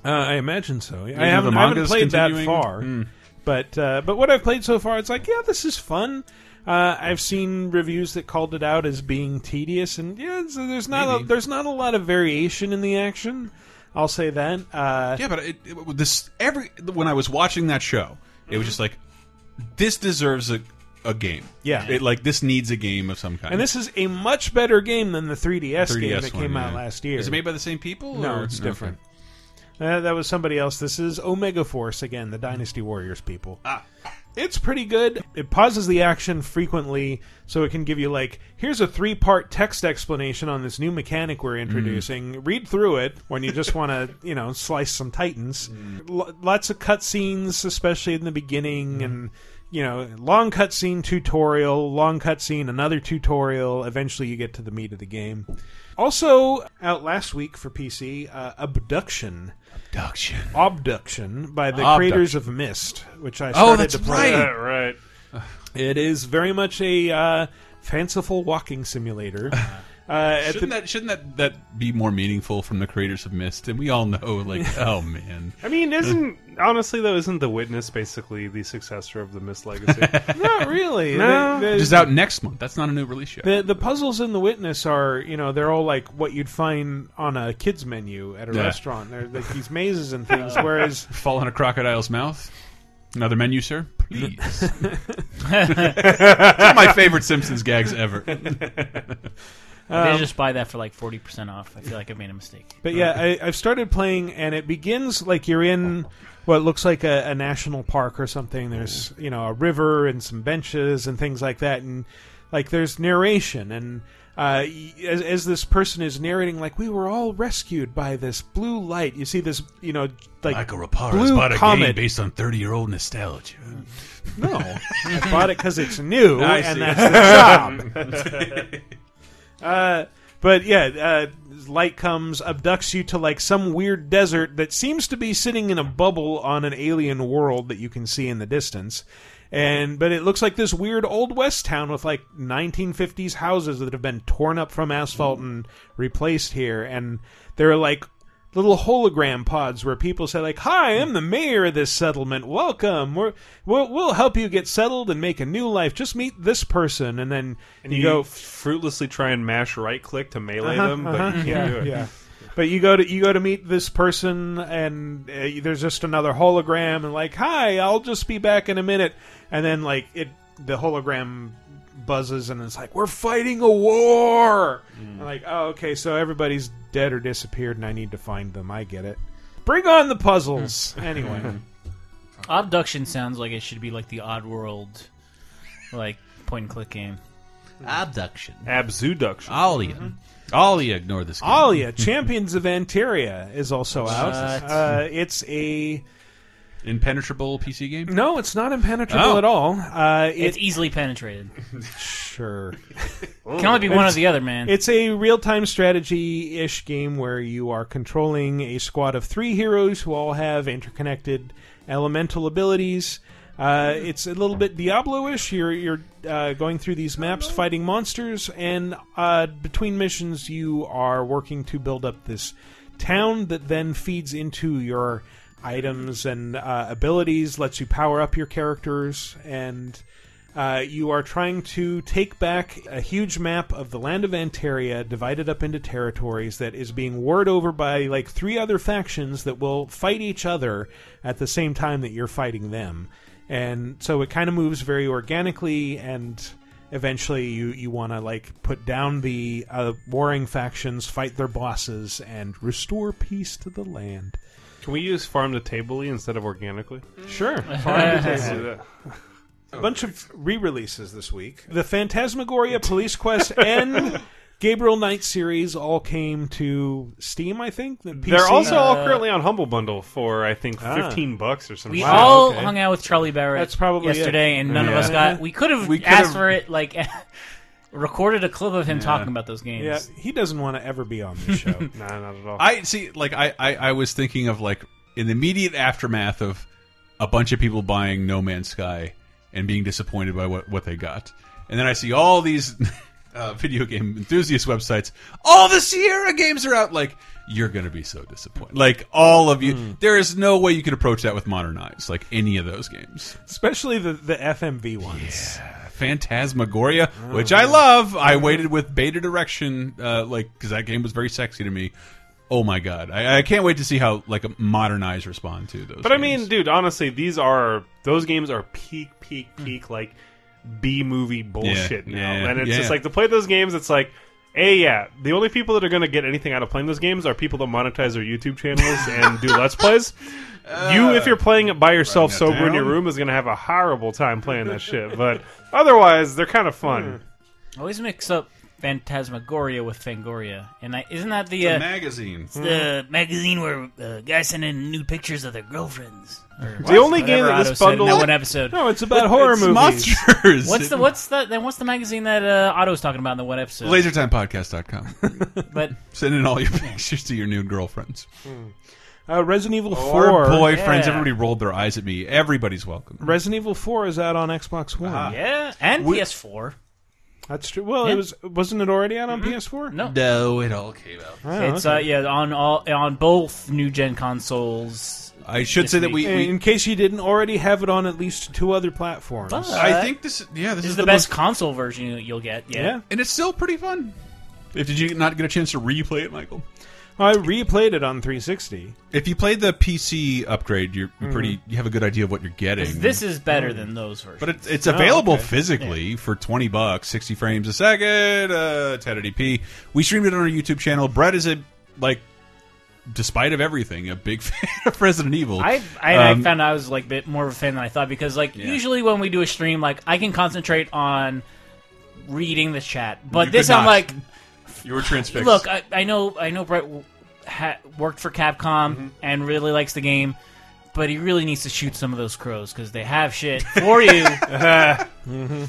B: Uh, I imagine so.
A: Even
B: I haven't,
A: though the
B: I haven't
A: manga's
B: played
A: continuing?
B: that far,
A: Mm.
B: but uh, but what I've played so far, it's like yeah, this is fun. Uh, I've seen reviews that called it out as being tedious, and yeah, so there's not a, there's not a lot of variation in the action. I'll say that. Uh,
A: yeah, but it, it- this every when I was watching that show, it
B: Mm-hmm.
A: was just like this deserves a a game.
B: Yeah.
A: it, like this needs a game of some kind.
B: and this is a much better game than the 3DS, game that
A: one,
B: came out
A: yeah.
B: last year.
A: Is it made by the same people?
B: No,
A: or-
B: it's
A: okay.
B: different. Uh, that was somebody else. This is Omega Force again, the Dynasty Warriors people. Ah. It's pretty good. It pauses the action frequently, so it can give you like, here's a three-part text explanation on this new mechanic we're introducing. Read through it when you just want to, you know, slice some titans. Lo- lots of cutscenes, especially in the beginning, and you know, long cutscene tutorial, long cutscene, another tutorial. Eventually, you get to the meat of the game. Also, out last week for PC, uh, Abduction.
A: Abduction.
B: Obduction by the
A: Obduction.
B: creators of Mist, which I
A: Oh,
B: started
A: that's
B: to play.
A: right. Yeah,
B: right. It is very much a uh, fanciful walking simulator. Uh, at the-
A: shouldn't that shouldn't that that be more meaningful from the creators of Mist? And we all know, like, oh man,
E: I mean, isn't honestly though, isn't the witness basically the successor of the Mist Legacy?
B: Not really.
E: No.
B: They- they-
A: which is out next month. That's not a new release yet.
B: The the puzzles in The Witness are you know they're all like what you'd find on a kids menu at a
A: Yeah.
B: restaurant. They're like these mazes and things. Whereas
A: fall in a crocodile's mouth. Another menu, sir. Please.
B: It's
A: one of my favorite Simpsons gags ever.
D: they
B: Um,
D: just buy that for like forty percent off. I feel like I made a mistake.
B: But yeah, I, I've started playing, and it begins like you're in what looks like a, a national park or something. There's you know a river and some benches and things like that, and like there's narration and. Uh, y- as, as this person is narrating, like we were all rescued by this blue light. You see this, you know, like
A: Michael
B: blue
A: bought a
B: comet.
A: game based on 30 year old nostalgia.
B: No, I bought it because it's new,
A: I
B: and
A: see.
B: that's the job. uh, but yeah, uh, light comes, abducts you to like some weird desert that seems to be sitting in a bubble on an alien world that you can see in the distance. And but it looks like this weird old west town with like 1950s houses that have been torn up from asphalt and replaced here, and there are like little hologram pods where people say like hi i'm the mayor of this settlement welcome We're, we'll, we'll help you get settled and make a new life just meet this person and then
E: And
B: you,
E: you
B: go
E: fruitlessly try and mash right click to melee
B: uh-huh,
E: them, but
B: uh-huh,
E: you can't
B: yeah,
E: do it.
B: yeah. but you go to you go to meet this person and uh, there's just another hologram and like hi i'll just be back in a minute and then like it the hologram buzzes and it's like we're fighting a war I'm like oh okay so everybody's dead or disappeared and i need to find them i get it bring on the puzzles anyway
D: Obduction sounds like it should be like the Oddworld, like point and click game.
A: Abduction.
E: Abduction.
A: Alia. Alia, ignore this game.
B: Alia, Champions of Anteria is also out.
A: What?
B: Uh, it's a
A: impenetrable PC game.
B: No, it's not impenetrable
A: Oh.
B: at all. Uh, it-
D: It's easily penetrated.
B: sure.
D: Can only be one or the other, man.
B: It's a real-time strategy-ish game where you are controlling a squad of three heroes who all have interconnected elemental abilities. Uh, it's a little bit Diablo-ish. You're you're uh, going through these maps, fighting monsters, and uh, between missions, you are working to build up this town that then feeds into your items and uh, abilities, lets you power up your characters, and uh, you are trying to take back a huge map of the land of Antaria, divided up into territories, that is being warred over by like three other factions that will fight each other at the same time that you're fighting them. And so it kind of moves very organically, and eventually you, you want to like put down the uh, warring factions, fight their bosses, and restore peace to the land.
E: Can we use farm to tably instead of organically?
B: Sure.
E: Let's do that.
B: A bunch of re-releases this week: the Phantasmagoria, Police Quest, and Gabriel Knight series all came to Steam, I think. The
E: They're
B: PC.
E: also all currently on Humble Bundle for I think
B: Ah.
E: fifteen bucks or something.
D: We all hung out with Charlie Barrett
B: That's probably it.
D: yesterday, and none of us
B: Yeah.
D: got. We could have
B: We could
D: asked
B: have-
D: for it, like recorded a clip of him
A: Yeah.
D: talking about those games.
B: Yeah, he doesn't want to ever be on this show. no,
E: not at all.
A: I see. Like I, I, I was thinking of like in the immediate aftermath of a bunch of people buying No Man's Sky and being disappointed by what what they got, and then I see all these uh, video game enthusiast websites. All the Sierra games are out. Like you're gonna be so disappointed. Like all of you, there is no way you could approach that with modern eyes. Like any of those games.
B: Especially the, the FMV ones.
A: Phantasmagoria, which I love. I waited with bated erection, uh, like because that game was very sexy to me. Oh my god, I, I can't wait to see how like a modern eyes respond to those.
E: But I mean, dude, honestly, these are those games are peak, peak, peak like B movie bullshit
A: Hmm. Yeah,
E: now,
A: yeah,
E: and it's
A: yeah.
E: just like to play those games. It's like, a yeah, the only people that are going to get anything out of playing those games are people that monetize their YouTube channels and do let's plays. you, if you're playing it by yourself,
A: Uh, writing that
E: sober in your
A: down.
E: room, is going to have a horrible time playing that shit. But otherwise, they're
A: Hmm.
E: kind of fun.
D: I always mix up Phantasmagoria with Fangoria, and I, isn't that the
A: It's a
D: uh,
A: magazine.
D: It's the magazine where uh, guys send in nude pictures of their girlfriends. Or
E: The only game
D: whatever
E: that
D: Otto
E: this
D: said in
E: bundle-
D: that one episode.
B: Oh,
E: No, it's about It's horror movies. monsters.
D: What's the what's the then what's the magazine that uh, Otto's talking about in the one episode?
A: LaserTimePodcast.com.
D: But-
A: send in all your pictures to your new girlfriends
B: Uh, Resident Evil
E: Oh,
B: 4.
A: or boyfriends. Everybody rolled their eyes at me. Everybody's welcome.
B: Resident Evil 4 is out on Xbox One.
E: Uh-huh.
D: Yeah, and PS4.
B: That's true. Well,
D: Yeah.
B: it was wasn't it already out on
E: Mm-hmm.
B: PS4?
D: No.
A: No, it all came out.
D: it's uh, yeah on all on both new gen consoles. this week.
B: in, in case you didn't already have it on at least two other platforms.
E: Oh.
D: But-
A: this. Yeah,
D: this,
A: is
D: is the,
A: the
D: best console version you- you'll get. Yeah,
A: and it's still pretty fun. If did you not get a chance to replay it, Michael?
B: I replayed it on 360.
A: If you played the PC upgrade, you're, you're pretty. You have a good idea of what you're getting.
D: Mm-hmm. this is better than those versions.
A: But it's, it's
D: Oh,
A: available
D: okay.
A: physically for 20 bucks, 60 frames a second, uh, 1080p. We streamed it on our YouTube channel. Brett is a, like, despite of everything, a big fan of Resident Evil.
D: I I,
A: Um,
D: I found I was like bit more of a fan than I thought because like usually when we do a stream, like I can concentrate on reading the chat, but
A: You
D: this
A: could
D: I'm
A: not.
D: like,
A: You were transfixed.
D: look, I, I know I know Brett w- ha- worked for Capcom and really likes the game, but he really needs to shoot some of those crows because they have shit for you.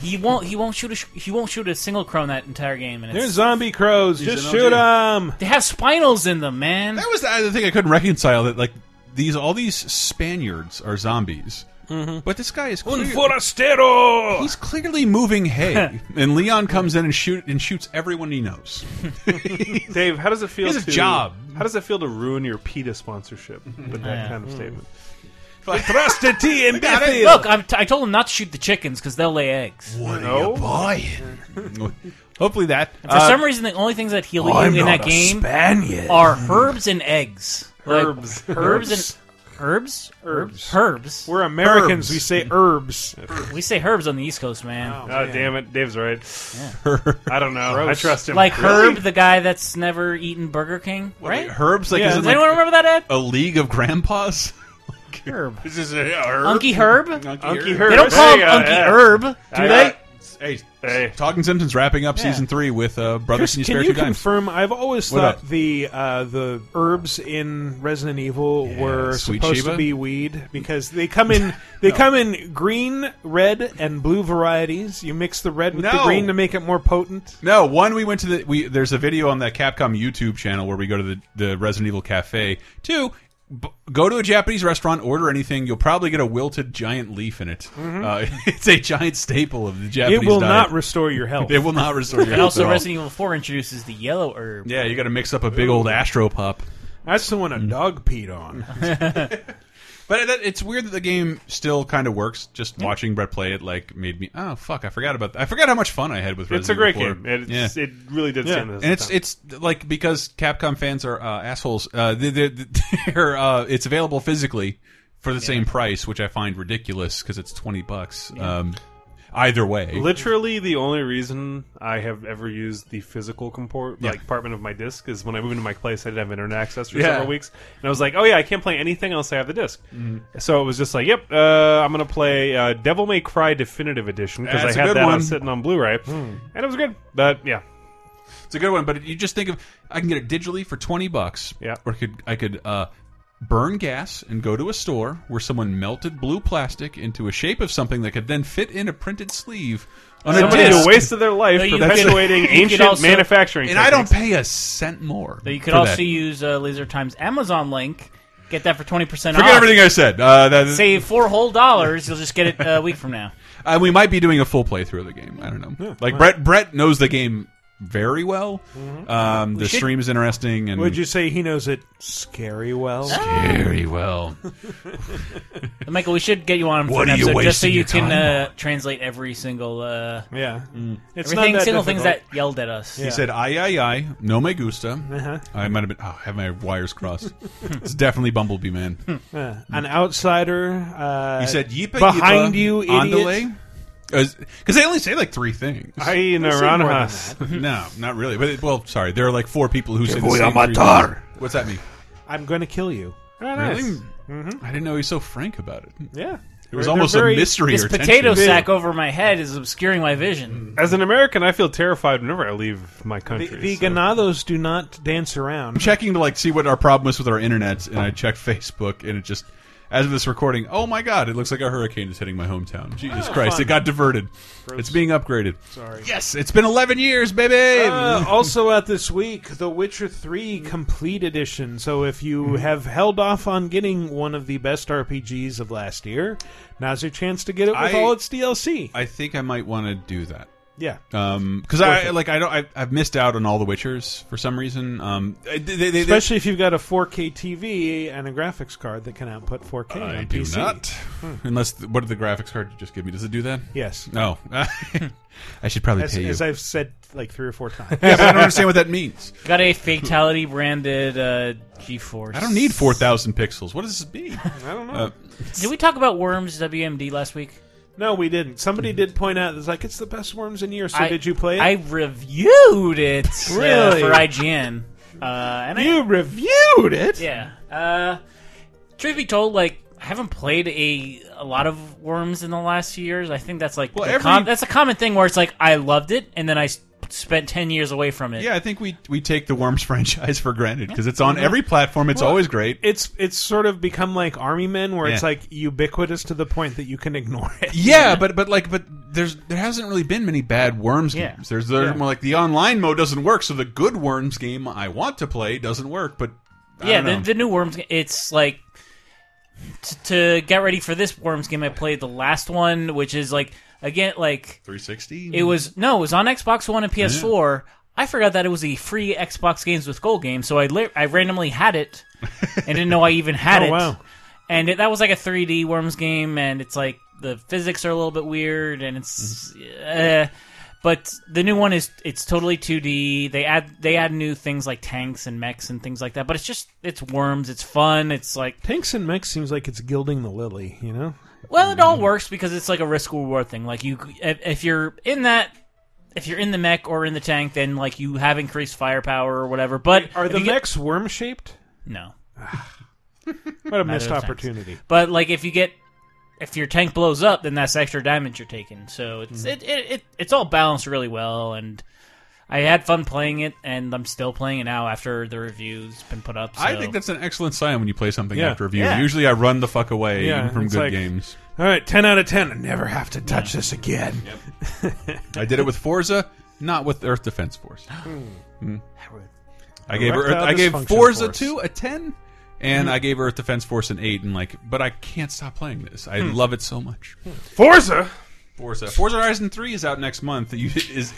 D: He won't. He won't shoot. A sh- he won't shoot a single crow in that entire game. And
B: They're
D: it's,
B: zombie crows. Just shoot them.
D: They have spinals in them, man.
A: That was the other thing I couldn't reconcile that, like, these all these Spaniards are zombies.
D: Mm-hmm.
A: But this guy is
B: Un
A: clear-
B: forastero.
A: He's clearly moving hay, and Leon comes in and shoot and shoots everyone he knows.
E: Dave, how does it feel?
A: He has a
E: to,
A: job.
E: How does it feel to ruin your PETA sponsorship with that kind
A: Hmm.
E: of statement?
B: Trastati and Bethel.
D: Look, I'm t- I told him not to shoot the chickens because they'll lay eggs.
A: What
D: are
A: you Hopefully that.
D: And for
A: uh,
D: some reason, the only things that heal you
A: I'm
D: in
A: not
D: that
A: a
D: game
A: Spaniard.
D: are herbs and eggs. Like,
B: Herbs.
D: herbs and herbs, herbs, herbs.
B: We're Americans. We say herbs.
D: We say herbs on the East Coast, man.
E: Oh, damn it. Dave's right. I don't know. I trust him.
D: Like
E: Really?
D: Herb, the guy that's never eaten Burger King, right?
A: Herbs like
D: Yeah.
A: is
D: Does anyone remember that uh, ad?
A: A League of Grandpas.
D: Herb.
A: Is this a yeah, herb?
D: Unky Herb?
A: Unky
D: They don't call
E: There you
A: uh,
D: him Unky
E: go, uh, yeah.
D: Herb, do
E: I-
D: they?
A: Hey, Talking Simpsons wrapping up season three with uh, Brothers
B: Chris,
A: Can
B: can
A: You Spare
B: you
A: Two Dimes.
B: confirm? I've always
A: What
B: thought
A: up?
B: the uh, the herbs in Resident Evil were
A: Sweet
B: supposed
A: Sheba?
B: to be weed because they come in they come in green, red, and blue varieties. You mix the red with the
A: No.
B: green to make it more potent.
A: No, one we went to the we. There's a video on that Capcom YouTube channel where we go to the the Resident Evil cafe. Two, b go to a Japanese restaurant, order anything. You'll probably get a wilted giant leaf in it.
B: Mhm.
A: Uh, it's a giant staple of the Japanese.
B: it will
A: diet.
B: not restore your health.
A: It will not restore your
D: And
A: health.
D: also,
A: at all.
D: Resident Evil 4 introduces the yellow herb.
A: Yeah, you got to mix up a big old Astro Pop.
B: That's the one a
E: Mm.
B: dog peed on.
A: But it, it's weird that the game still kind of works. Just watching Brett play it like made me oh fuck, I forgot about that. I forgot how much fun I had with Resident
E: It's a great
A: Evil 4.
E: game. It, it's,
A: Yeah.
E: it really did stand the test of
A: and it's
E: time.
A: it's like because Capcom fans are uh, assholes. Uh, they they're, they're, uh, it's available physically for the same price, which I find ridiculous because it's twenty bucks. Um, either way,
E: Literally, the only reason I have ever used the physical comport, like compartment of my disc is when I moved into my place. I didn't have internet access for
A: Yeah.
E: several weeks, and I was like, "Oh yeah, I can't play anything unless I have the disc." So it was just like, "Yep, uh, I'm gonna play uh, Devil May Cry Definitive Edition because I
A: That's a
E: had
A: good
E: that on
A: one.
E: sitting on Blu-ray, and it was good." But yeah,
A: It's a good one, but you just think of I can get it digitally for twenty bucks. Yeah. Or could I could uh, burn gas and go to a store where someone melted blue plastic into a shape of something that could then fit in a printed sleave on
E: Somebody
A: a
E: who
A: disc.
E: wasted their life No, you could- perpetuating you could ancient also- manufacturing
A: And I don't
E: techniques.
A: pay a cent more.
D: Though you could
A: for
D: also
A: that.
D: use uh, Laser Times Amazon link. Get that for twenty percent.
A: Forget everything I said. Uh, that is-
D: Save four whole dollars. You'll just get it uh, a week from now.
A: Uh, we might be doing a full playthrough of the game. I don't know.
D: Yeah,
A: like
D: wow.
A: Brett, Brett knows the game very well. Um,
B: We
A: the
B: should-
A: stream is interesting, and
B: Would you say he knows it scary well?
A: Ah. Scary well.
D: Michael, we should get you on for
B: What
D: an
B: are you
D: episode just so
B: wasting
D: you
B: your
D: can
B: time
D: uh, translate every single uh,
B: yeah,
A: Mm.
B: It's
D: everything
B: not that
D: single things that
B: difficult.
D: yelled at us.
A: He said, "Ay ay ay, no me gusta."
B: Uh-huh.
A: I might have been. Oh, I have my wires crossed. it's definitely Bumblebee Man.
B: Uh, an outsider. Uh,
A: he said, "Yeepa
B: behind
A: yeepa,
B: you, idiot."
A: andale." Because they only say like three things.
B: Ay,
A: They say
B: naranjas.
A: more than that. no, not really. But it- well, sorry, there are like four people who
B: Te
A: say the
B: voy a
A: same three
B: matar.
A: words. What's that mean?
B: I'm going to kill you.
A: Really?
B: Mm-hmm.
A: I didn't know he was so frank about it.
B: Yeah.
A: It was almost a mystery
D: This
A: or
D: potato
A: tension.
D: sack over my head is obscuring my vision.
E: As an American, I feel terrified whenever I leave my country.
B: The, the ganados do not dance around.
A: I'm checking to like see what our problem is with our internet, and I checked Facebook, and it just as of this recording, oh my god, it looks like a hurricane is hitting my hometown. Jesus
B: Oh,
A: Christ,
B: fun.
A: it got diverted. It's being upgraded.
B: Sorry.
A: Yes, it's been 11 years, baby.
B: Uh, also out this week, The Witcher 3 Complete Edition. So if you have held off on getting one of the best RPGs of last year, now's your chance to get it with
A: I-
B: all its DLC.
A: I think I might want to do that.
B: Yeah.
A: Um, because
B: Worth
A: I
B: it.
A: like I don't I, I've missed out on all the Witchers for some reason. Um, they, they, they,
B: Especially if you've got a 4K TV and a graphics card that can output 4K on
A: I do
B: PC.
A: not.
B: Hmm.
A: Unless what did the graphics card you just give me? Does it do that?
B: Yes.
A: No. I should probably
B: as,
A: pay you.
B: as I've said like three or four times.
A: Yeah, but I don't understand what that means.
B: Mm.
D: Got a fatality branded uh, GeForce.
A: I don't need 4,000 pixels. What does this be?
B: I don't know.
A: Uh,
D: Did we talk about Worms WMD last week?
B: No, we didn't. Somebody did point out it's like it's the best worms in years. So
D: I-
B: did you play it?
D: I reviewed it uh,
B: Really?
D: for IGN. Uh, and
B: You
D: I,
B: reviewed it?
D: Yeah. Uh, truth be told, like I haven't played a a lot of Worms in the last few years. I think that's like
A: Well,
D: the
A: every-
D: com- that's a common thing where it's like I loved it and then I s- spent ten years away from it.
A: yeah, I think we we take the Worms franchise for granted because it's on every platform. It's
B: Well,
A: always great.
B: It's it's sort of become like Army Men, where it's
A: Yeah.
B: like ubiquitous to the point that you can ignore it.
A: Yeah, but but like but there's there hasn't really been many bad Worms
B: Yeah.
A: games. There's there,
B: Yeah.
A: more like the online mode doesn't work, so the good Worms game I want to play doesn't work. But I
D: yeah,
A: don't know.
D: the, the new Worms. ga- It's like t- to get ready for this Worms game. I played the last one, which is like again like
A: 360.
D: It was no, it was on Xbox One and PS4. I forgot that it was a free Xbox Games with Gold game, so I li- I randomly had it and didn't know I even had
B: Oh,
D: it.
B: wow.
D: And it, that was like a 3D Worms game, and it's like the physics are a little bit weird, and it's.
B: Mm-hmm.
D: Uh, but the new one is it's totally 2D. They add they add new things like tanks and mechs and things like that. But it's just it's worms. It's fun. It's like
B: Tanks and mechs seems like it's gilding the lily, you know.
D: well, it all works because it's like a risk reward thing. Like you, if, if you're in that, if you're in the mech or in the tank, then like you have increased firepower or whatever. But
B: Are
D: if
B: the
D: you get-
B: mechs worm shaped?
D: No.
B: What a
D: Neither
B: missed
D: of the tanks.
B: opportunity.
D: But like if you get, if your tank blows up, then that's extra damage you're taking. So it's it, it, it it's all balanced really well, and I had fun playing it, and I'm still playing it now after the review's been put up. So.
A: I think that's an excellent sign when you play something
B: Yeah.
A: after review.
B: Yeah.
A: Usually I run the fuck away
B: Yeah,
A: from
B: it's
A: good
B: like-
A: games.
B: All right, ten out of ten. I never have to touch this again.
A: I did it with Forza, not with Earth Defense Force. Hmm. I gave Earth,
B: Erectile
A: I gave
B: dysfunction
A: Forza
B: force.
A: two a ten, and I gave Earth Defense Force an eight, and like, but I can't stop playing this. I
E: Hmm.
A: love it so much.
E: Forza.
A: Forza, Forza Horizon three is out next month. You, is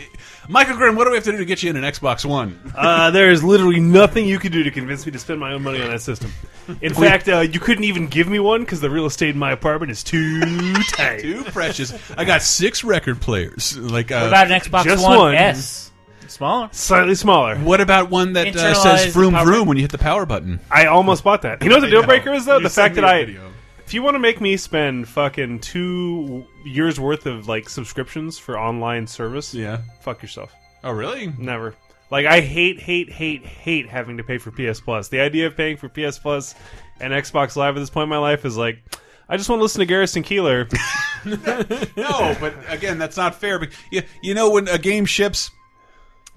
A: Michael Grimm? What do we have to do to get you in an Xbox One?
E: Uh, there is literally nothing you could do to convince me to spend my own money on that system. In
A: We-
E: fact, uh, you couldn't even give me one because the real estate in my apartment is too tight.
A: too precious. I got six record players. Like uh,
D: what about an Xbox One, S? Smaller,
E: slightly smaller.
A: What about one that uh, says
E: Internalized
A: vroom
E: power
A: vroom when you hit the power button?
E: I almost bought that. You know what the
A: I
E: deal
A: know.
E: breaker is though?
A: You
E: the fact
A: sent me
E: that
A: a
E: I
A: video.
E: if you want to make me spend fucking two years worth of like subscriptions for online service,
A: yeah,
E: fuck yourself.
A: Oh really?
E: Never. Like I hate, hate, hate, hate having to pay for PS Plus. The idea of paying for PS Plus and Xbox Live at this point in my life is like, I just want to listen to Garrison Keeler.
A: no, but again, that's not fair. But you, you know when a game ships,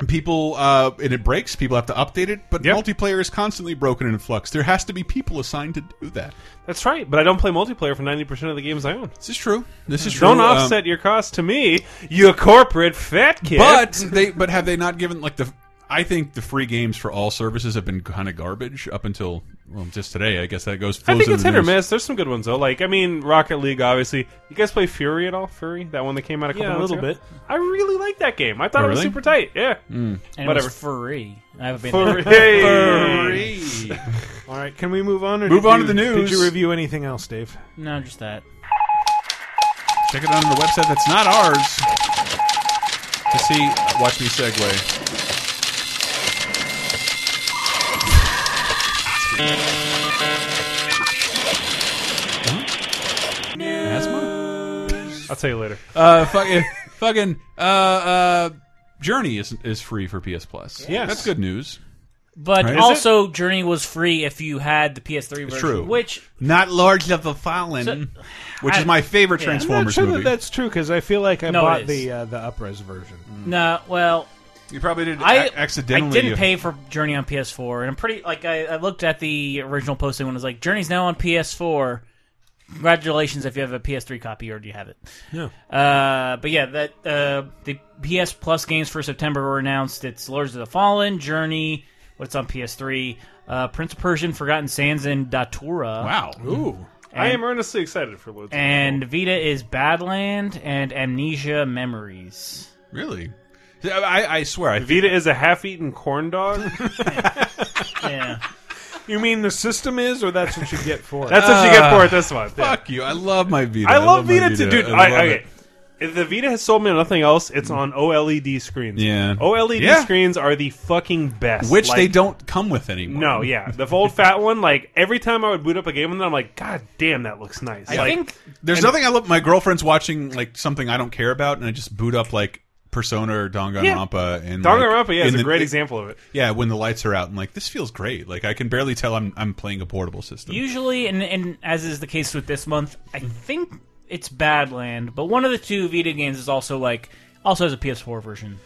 A: people uh, and it breaks. People have to update it, but multiplayer is constantly broken and in flux. There has to be people assigned to do that.
E: That's right, but I don't play multiplayer for ninety percent of the games I own.
A: This is true. This is
E: Don't
A: true, um,
E: offset your cost to me, you corporate fat kid.
A: But they but have they not given like the I think the free games for all services have been kind of garbage up until well just today. I guess that goes.
E: I
A: flows
E: think
A: into
E: it's
A: the
E: hit or
A: news.
E: miss. There's some good ones though. Like I mean, Rocket League. Obviously, you guys play Fury at all? Fury, that one that came out a couple
B: Yeah, a
E: months
B: little
E: ago? I really like that game. I thought
B: Oh,
E: it was
B: really?
E: super tight. Yeah,
B: Mm.
D: And
E: whatever.
D: It was free. I haven't been
E: Furry.
D: Furry.
B: All right, can we move on? Or
D: Move
B: did
D: on
B: you-
D: to the
B: Did
D: news.
B: you review anything else, Dave?
D: No, just that.
A: Check it out on the website that's not ours to see. Watch me segue.
E: I'll tell you later.
A: Uh, fucking, fucking, uh, uh, Journey is is free for PS Plus.
D: Yes.
A: that's good news.
D: But
A: Right?
D: also, Journey was free if you had the PS3 version,
A: It's true.
D: which
A: not large of the fallen,
D: So-
A: which
D: I-
A: is my favorite
D: yeah.
A: Transformers
B: I'm not sure
A: movie.
B: that that's true because I feel like I
D: No, it
B: bought
D: is.
B: the uh, the upres version.
D: No, well,
A: you probably did
D: I
A: ac- accidentally-
D: I didn't pay for Journey on PS4, and I'm pretty like I, I looked at the original posting when it was like Journey's now on PS4. Congratulations if you have a PS3 copy or do you have it?
B: Yeah.
D: Uh, but yeah, that uh, the PS Plus games for September were announced. It's Lords of the Fallen, Journey, what's on PS3, uh, Prince of Persian, Forgotten Sands, and Datura.
A: Wow. Ooh.
E: I am earnestly excited for Lords. of the
D: And Vita is Badland and Amnesia Memories.
A: Really? I, I swear. I
E: Vita is a half-eaten corn dog.
D: yeah.
B: You mean the system is, or that's what you get for it?
E: That's what you get for it this
A: Ah,
E: month. yeah.
A: Fuck you! I love my Vita.
E: I love
A: my
E: Vita, too, dude.
A: I
E: I,
A: love
E: okay.
A: it. Mm.
E: If the Vita has sold me nothing else, it's on OLED screens.
A: Yeah.
E: OLED
A: Yeah.
E: screens are the fucking best.
A: Which
E: Like,
A: they don't come with anymore.
E: No, yeah. The old fat one, like, every time I would boot up a game with them, I'm like, God damn, that looks nice.
A: I
E: like,
A: think- There's
E: and-
A: nothing I love. My girlfriend's watching like something I don't care about, and I just boot up like Persona or Danganronpa. And
E: Danganronpa,
A: like,
E: yeah, is
A: in
E: a
A: the-
E: great example of it.
A: Yeah, when the lights are out, and like this feels great. Like I can barely tell I'm I'm playing a portable system.
D: Usually, and, and as is the case with this month, I think it's Badland, but one of the two Vita games is also like also has a PS4 version.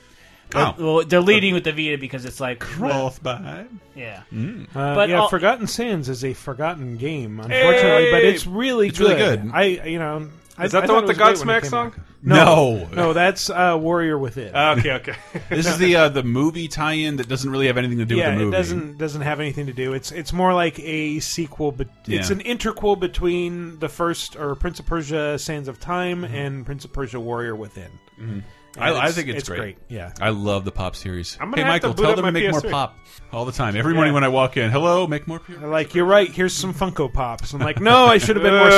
B: Oh.
D: Well, they're leading with the Vita because it's like
A: Cloth behind.
D: Yeah.
B: Uh,
D: But
B: yeah,
D: I'll-
B: Forgotten Sands is a forgotten game, unfortunately,
D: Hey!
B: but it's really
A: It's
B: good.
A: really good.
B: I, you know, I,
E: Is that
B: I
E: the
B: thought
E: one
B: it
E: with the
B: was great when it
E: Godsmack
B: came
E: song?
B: out.
A: No.
B: no, that's uh, Warrior Within.
E: Okay, okay.
A: this is the uh, the movie tie-in that doesn't really have anything to do
B: yeah,
A: with the movie.
B: it doesn't doesn't have anything to do. It's it's more like a sequel, but it's
A: Yeah.
B: an interquel between the first or Prince of Persia: Sands of Time and Prince of Persia: Warrior Within.
A: Mhm.
B: And
A: I, I think it's,
B: great. Yeah,
A: I love the pop series.
B: I'm gonna
A: Hey,
B: have to
A: Michael,
B: boot
A: tell
B: up
A: them
B: my
A: to make more
B: PS3.
A: pop all the time. Every morning when I walk in, hello, make more. P-.
B: like you're right. Here's some Funko Pops. I'm like, no, I should have been more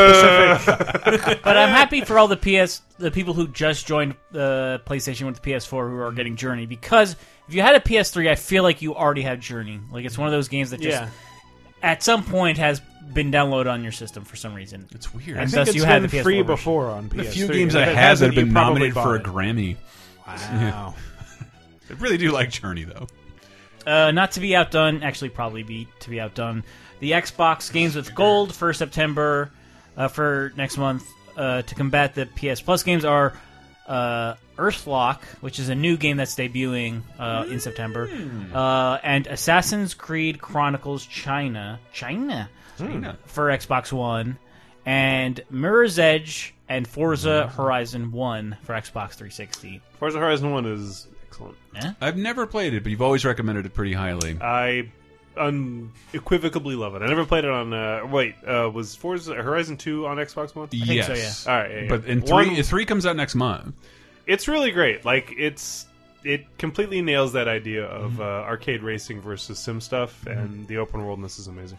B: specific.
D: but I'm happy for all the PS the people who just joined the PlayStation with the PS4 who are getting Journey because if you had a PS3, I feel like you already have Journey. Like it's one of those games that just
B: Yeah.
D: at some point has been downloaded on your system for some reason. It's
A: weird.
B: I
D: And
B: think
D: thus
B: it's
D: you had the
B: been
D: PS4
B: free
D: version.
B: before on
A: The
B: PS3.
A: few games
B: If
A: I
B: it
A: have that
B: hasn't,
A: have been
B: you probably
A: nominated
B: bought
A: for a
B: it.
A: Grammy.
B: Wow.
A: I really do like Journey though.
D: Uh, not to be outdone, actually, probably be to be outdone. The Xbox games with gold for September, uh, for next month, uh, to combat the PS Plus games are uh, Earthlock, which is a new game that's debuting uh, in September,
A: Hmm.
D: uh, and Assassin's Creed Chronicles China, China,
A: China.
D: for Xbox One, and Mirror's Edge and Forza
A: Hmm.
D: Horizon One for Xbox 360.
E: Forza Horizon 1 is excellent.
A: I've never played it, but you've always recommended it pretty highly.
E: I unequivocally love it. I never played it on. Uh, wait, uh, was Forza Horizon Two on Xbox One?
A: yes.
E: All right. yeah, yeah.
A: But in three,
E: One-
A: three comes out next month.
E: it's really great. Like it's it completely nails that idea
A: Mm-hmm.
E: of uh, arcade racing versus sim stuff, and the open worldness is amazing.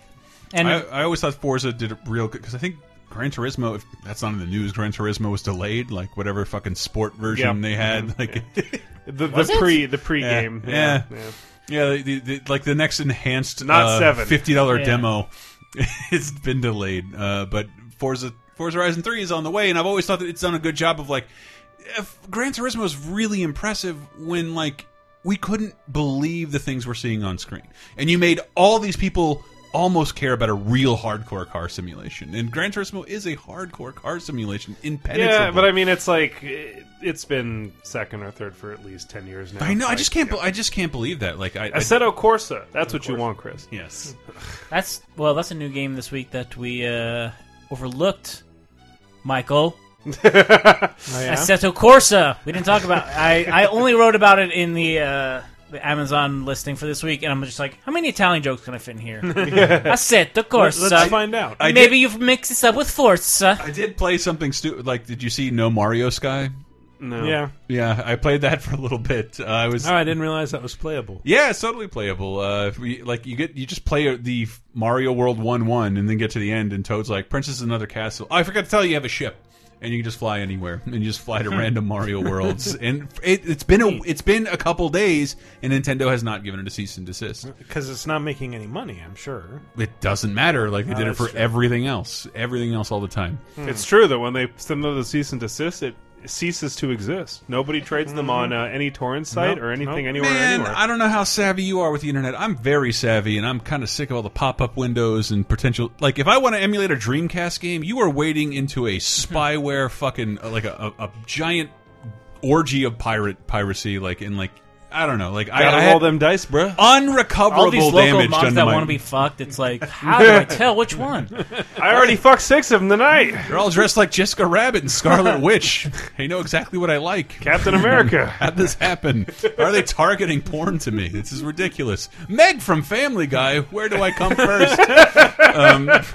A: And I, I always thought Forza did it real good because I think Gran Turismo, if that's not in the news, Gran Turismo was delayed, like whatever fucking sport version
E: Yeah.
A: they
B: Mm-hmm.
A: had, like
E: The- Was the it? pre- the pre-game.
A: yeah,
E: Yeah,
A: yeah, Yeah, the, the, the- like the next enhanced,
E: Not
A: uh,
E: seven.
A: fifty dollar
E: Yeah.
A: demo, it's been delayed, uh, but Forza Forza Horizon three is on the way, and I've always thought that it's done a good job of like, if Gran Turismo is really impressive when like we couldn't believe the things we're seeing on screen, and you made all these people almost care about a real hardcore car simulation. And Gran Turismo is a hardcore car simulation, impenetrable.
E: Yeah, but I mean, it's like it, it's been second or third for at least ten years now.
A: I know. I
E: Like,
A: just can't. be- I just can't believe that. Like I, I
E: Assetto Corsa. That's what you want, Chris.
A: Yes.
D: That's well. That's a new game this week that we uh, overlooked, Michael.
A: Oh,
B: yeah?
D: Assetto Corsa. We didn't talk about. I I only wrote about it in the uh, the Amazon listing for this week, and I'm just like, how many Italian jokes can I fit in here? Assetto Corsa.
A: Let's find
E: out.
A: I
D: Maybe you've mixed this up with Forza.
A: I did play something stupid. Like, did you see No Mario Sky?
E: No. Yeah.
A: Yeah, I played that for a little bit. Uh, I was.
B: Oh, I didn't realize that was playable.
A: Yeah, it's totally playable. Uh, if we, like you get you just play the Mario World one one, and then get to the end, and Toad's like, "Princess is another castle." Oh, I forgot to tell you, you have a ship, and you can just fly anywhere, and you just fly to random Mario worlds. And it, it's been a it's been a couple days, and Nintendo has not given it a cease and desist.
B: Because it's not making any money, I'm sure.
A: It doesn't matter. Like they
B: No,
A: did
B: that's
A: it for
B: true.
A: everything else, everything else all the time.
E: It's true that when they send them the cease and desist, it ceases to exist. Nobody trades them on uh, any torrent site
A: Nope,
E: or anything
A: nope.
E: anywhere
A: Man,
E: anywhere.
A: I don't know how savvy you are with the internet. I'm very savvy, and I'm kind of sick of all the pop-up windows and potential. Like, if I want to emulate a Dreamcast game, you are wading into a spyware, fucking uh, like a, a, a giant orgy of pirate piracy. Like, in like I don't know, like I,
E: Gotta
A: I
E: roll
A: had
E: them dice, bruh.
A: Unrecoverable
D: All these local
A: damage
D: moms
A: done
D: that
A: to my.
D: want to be fucked. It's like, how do I tell which one?
E: I already fucked six of them tonight.
A: They're all dressed like Jessica Rabbit and Scarlet Witch. They know exactly what I like.
E: Captain America.
A: How'd this happen? Are they targeting porn to me? This is ridiculous. Meg from Family Guy. Where do I come first? um,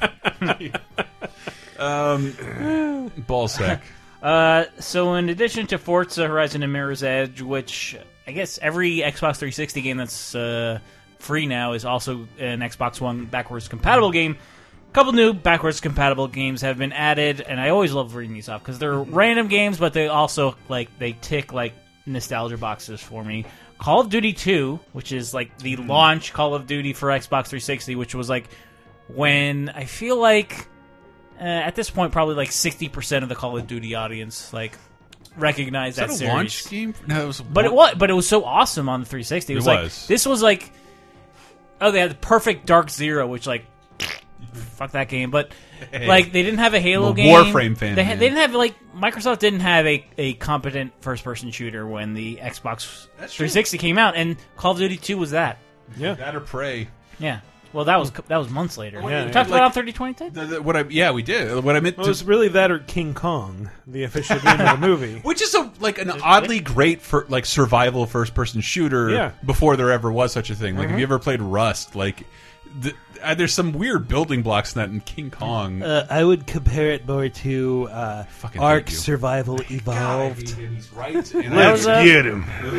A: um, ball sack.
D: Uh, so in addition to Forza Horizon and Mirror's Edge, which I guess every Xbox 360 game that's uh, free now is also an Xbox One backwards compatible game. A couple new backwards compatible games have been added, and I always love reading these off because they're
A: Mm-hmm.
D: random games, but they also like they tick like nostalgia boxes for me. Call of Duty 2, which is like the
A: Mm-hmm.
D: launch Call of Duty for Xbox 360, which was like when I feel like uh, at this point probably like 60% of the Call of Duty audience like recognize
A: Is that a
D: series.
A: launch game? No, it was a
D: But it was but it was so awesome on the 360. It
A: It
D: was, like
A: was.
D: this was like oh they had the perfect Dark Zero which like fuck that game but
A: Hey.
D: like they didn't have a Halo
A: I'm a
D: game.
A: Warframe fan,
D: They, ha-
A: man.
D: they didn't have like Microsoft didn't have a, a competent first person shooter when the Xbox
A: That's true.
D: 360 came out and Call of Duty 2 was that.
A: Yeah. That or Prey.
D: Yeah. Well, that was that was months later.
A: Hmm. Yeah,
D: we
A: yeah.
D: talked
A: Like-
D: about on 3020 today?
A: The- the- What I yeah we did. What I meant
B: Well, it
A: to
B: was really that or King Kong, the official name of the movie.
A: Which is a like an oddly great for like survival first person shooter
B: Yeah.
A: before there ever was such a thing. Like, have
B: Mhm.
A: you ever played Rust? Like, the, uh, there's some weird building blocks in that in King Kong.
P: Uh, I would compare it more to uh,
A: fucking
P: Ark
A: hate you.
D: Oh
P: Survival Evolved.
A: He's right.
D: uh,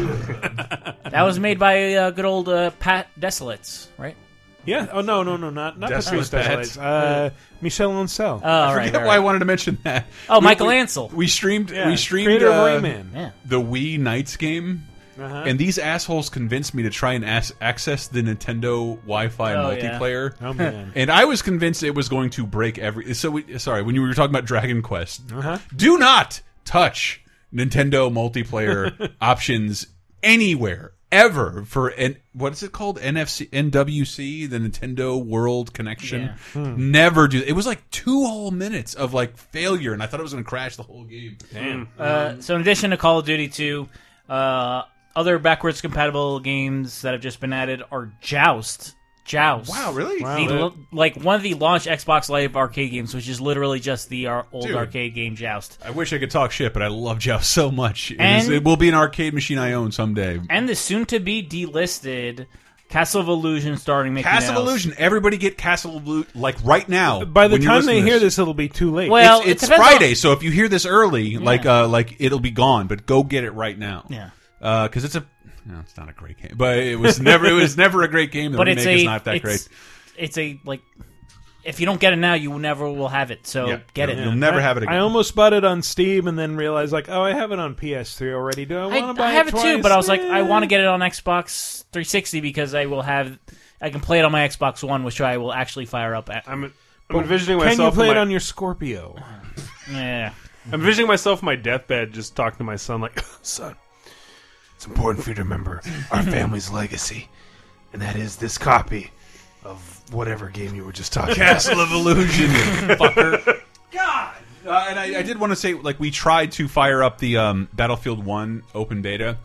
D: that was made by uh, good old uh, Pat Desolates, right?
B: Yeah. Oh no, no, no, not not
A: Desolate
B: Desolate
A: Pets.
B: Desolates. Uh, Michel Ancel.
D: Oh,
A: I forget why I wanted to mention that.
D: Oh, Michael
A: we,
D: Ansel.
A: We streamed.
B: Yeah,
A: We streamed.
B: creator of
A: uh,
B: Rayman. Yeah.
A: The Wii Knights game.
B: Uh-huh.
A: And these assholes convinced me to try and as access the Nintendo Wi-Fi
B: Oh, yeah.
A: multiplayer.
B: Oh, man.
A: And I was convinced it was going to break every. So we, sorry, when you were talking about Dragon Quest,
B: Uh-huh.
A: do not touch Nintendo multiplayer options anywhere ever for an what is it called NFC NWC the Nintendo World Connection.
B: Yeah. Hmm.
A: Never do. It was like two whole minutes of like failure, and I thought it was going to crash the whole game.
D: Uh, so, in addition to Call of Duty 2, uh, other backwards compatible games that have just been added are Joust. Joust.
A: Wow, really?
D: The
A: Wow.
D: lo- like one of the launch Xbox Live arcade games, which is literally just the uh, old
A: Dude.
D: arcade game Joust.
A: I wish I could talk shit, but I love Joust so much. It, is,
D: And-
A: it will be an arcade machine I own someday.
D: And the soon to be delisted Castle of Illusion starring Mickey
A: Castle
D: Mouse.
A: Illusion. Everybody get Castle of Illusion like right now.
B: By the
A: when you
B: time
A: listen
B: they
A: to
B: hear
A: this.
B: this, it'll be too late.
D: Well, it
A: it's, it's
D: depends on-
A: Friday, so if you hear this early, like uh, like it'll be gone. But go get it right now.
D: Yeah.
A: because it's a no, it's not a great game, but it was never it was never a great game. The
D: but
A: remake
D: it's a,
A: is not that
D: it's,
A: great.
D: It's a like, if you don't get it now, you never will have it. So
A: Yep.
D: get
A: You'll-
D: it.
A: you'll never
B: I,
A: have it again.
B: I almost bought it on Steam and then realized, like, oh, I have it on PS3 already. Do I
D: I,
B: want to buy
D: I have it,
B: twice?
D: too, but I was like, I
B: Eh.
D: want to get it on Xbox 360 because I will have, I can play it on my Xbox One, which I will actually fire up. At.
E: I'm,
B: But
E: envisioning
B: Can you
E: myself
B: play
E: in
B: it
E: my-
B: on your Scorpio?
D: Yeah.
E: I'm envisioning myself on my deathbed just talking to my son, like, son,
G: It's important for you to remember our family's legacy, and that is this copy of whatever game you were just talking
A: Castle
G: about.
A: of Illusion, fucker. God. Uh, and I, I did want to say, like, we tried to fire up the um, Battlefield One open beta.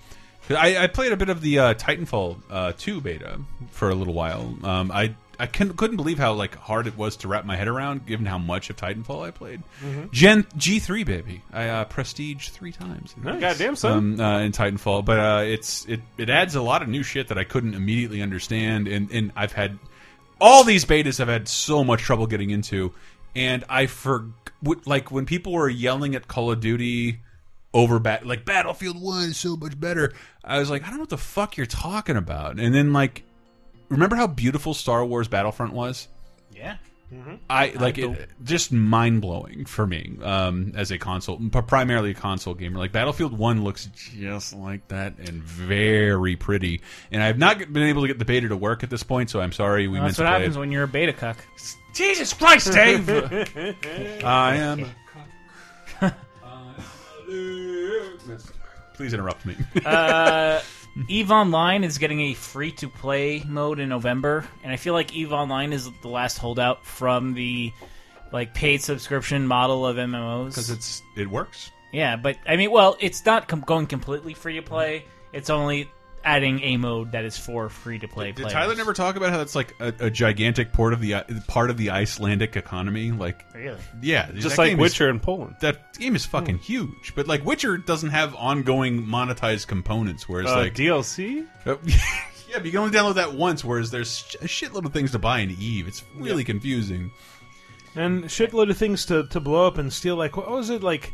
A: 'Cause I, I played a bit of the uh, Titanfall uh, Two beta for a little while. Um, I I couldn't, couldn't believe how like hard it was to wrap my head around, given how much of Titanfall I played.
E: Mhm.
A: Gen G three baby, I uh, prestige three times.
E: Nice. Goddamn son.
A: Um, uh, in Titanfall, but uh, it's it it adds a lot of new shit that I couldn't immediately understand, and and I've had all these betas I've had so much trouble getting into, and I for would- like when people were yelling at Call of Duty over bat like Battlefield One is so much better. I was like, I don't know what the fuck you're talking about. And then like, remember how beautiful Star Wars Battlefront was?
D: Yeah.
A: I like it, just mind blowing for me um, as a console, p- primarily a console gamer. Like Battlefield One looks just like that and very pretty. And I've not been able to get the beta to work at this point, so I'm sorry we
D: Well,
A: missed
D: that's what
A: play
D: happens
A: it.
D: when you're a beta cuck.
A: Jesus Christ, Dave! I am. Please interrupt me.
D: uh, Eve Online is getting a free to play mode in November, and I feel like Eve Online is the last holdout from the like paid subscription model of MMOs
A: 'Cause it's it works.
D: Yeah, but I mean, well, it's not com- going completely free to play. It's only adding a mode that is for free to play.
A: Did Tyler never talk about how that's like a, a gigantic port of the uh, part of the Icelandic economy? Like,
D: Really?
A: yeah,
E: Just
A: that
E: like
A: game
E: Witcher
A: is,
E: in Poland.
A: That game is fucking huge, but like Witcher doesn't have ongoing monetized components. Whereas
E: Uh,
A: like
E: DLC?
A: Uh, yeah, but you can only download that once. Whereas there's sh- a shitload of things to buy in Eve. It's really confusing.
B: and shitload of things to, to blow up and steal. Like what was it like?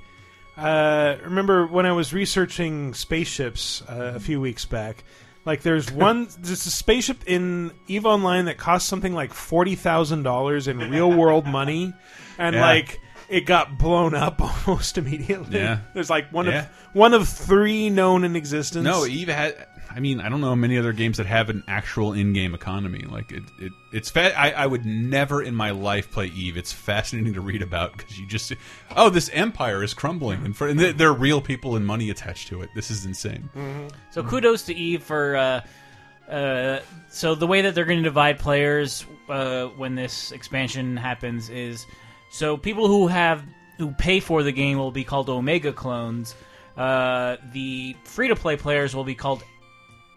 B: Uh, remember when I was researching spaceships
A: Mm-hmm.
B: uh, a few weeks back? Like there's one, there's a spaceship in Eve Online that cost something like forty thousand dollars in real world money, and
E: Yeah.
B: like it got blown up almost immediately.
A: Yeah.
B: there's like one
A: Yeah.
B: of one of three known in existence.
A: No, Eve had. I mean, I don't know many other games that have an actual in-game economy. Like it, it it's. Fa I, I would never in my life play Eve. It's fascinating to read about because you just, oh, this empire is crumbling, and, for, and there, there are real people and money attached to it. This is insane.
E: Mm.
D: So kudos to Eve for. Uh, uh, so the way that they're going to divide players uh, when this expansion happens is, so people who have who pay for the game will be called Omega clones. Uh, the free to play players will be called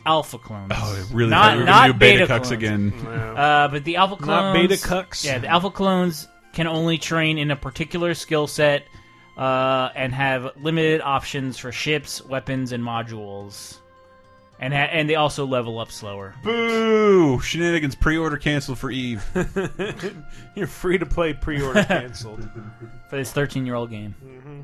D: Alpha clones.
A: Oh, I really thought
D: Not
A: we were gonna
D: not
A: do beta cucks
D: clones.
A: again.
D: Uh, but the Alpha clones,
B: Not beta cucks.
D: Yeah, the Alpha clones can only train in a particular skill set. Uh, and have limited options for ships, weapons, and modules and ha- and they also level up slower.
A: Boo! Shenanigans pre-order canceled for Eve.
B: You're free to play pre-order canceled.
D: for this 13 year old game.
B: Mm-hmm.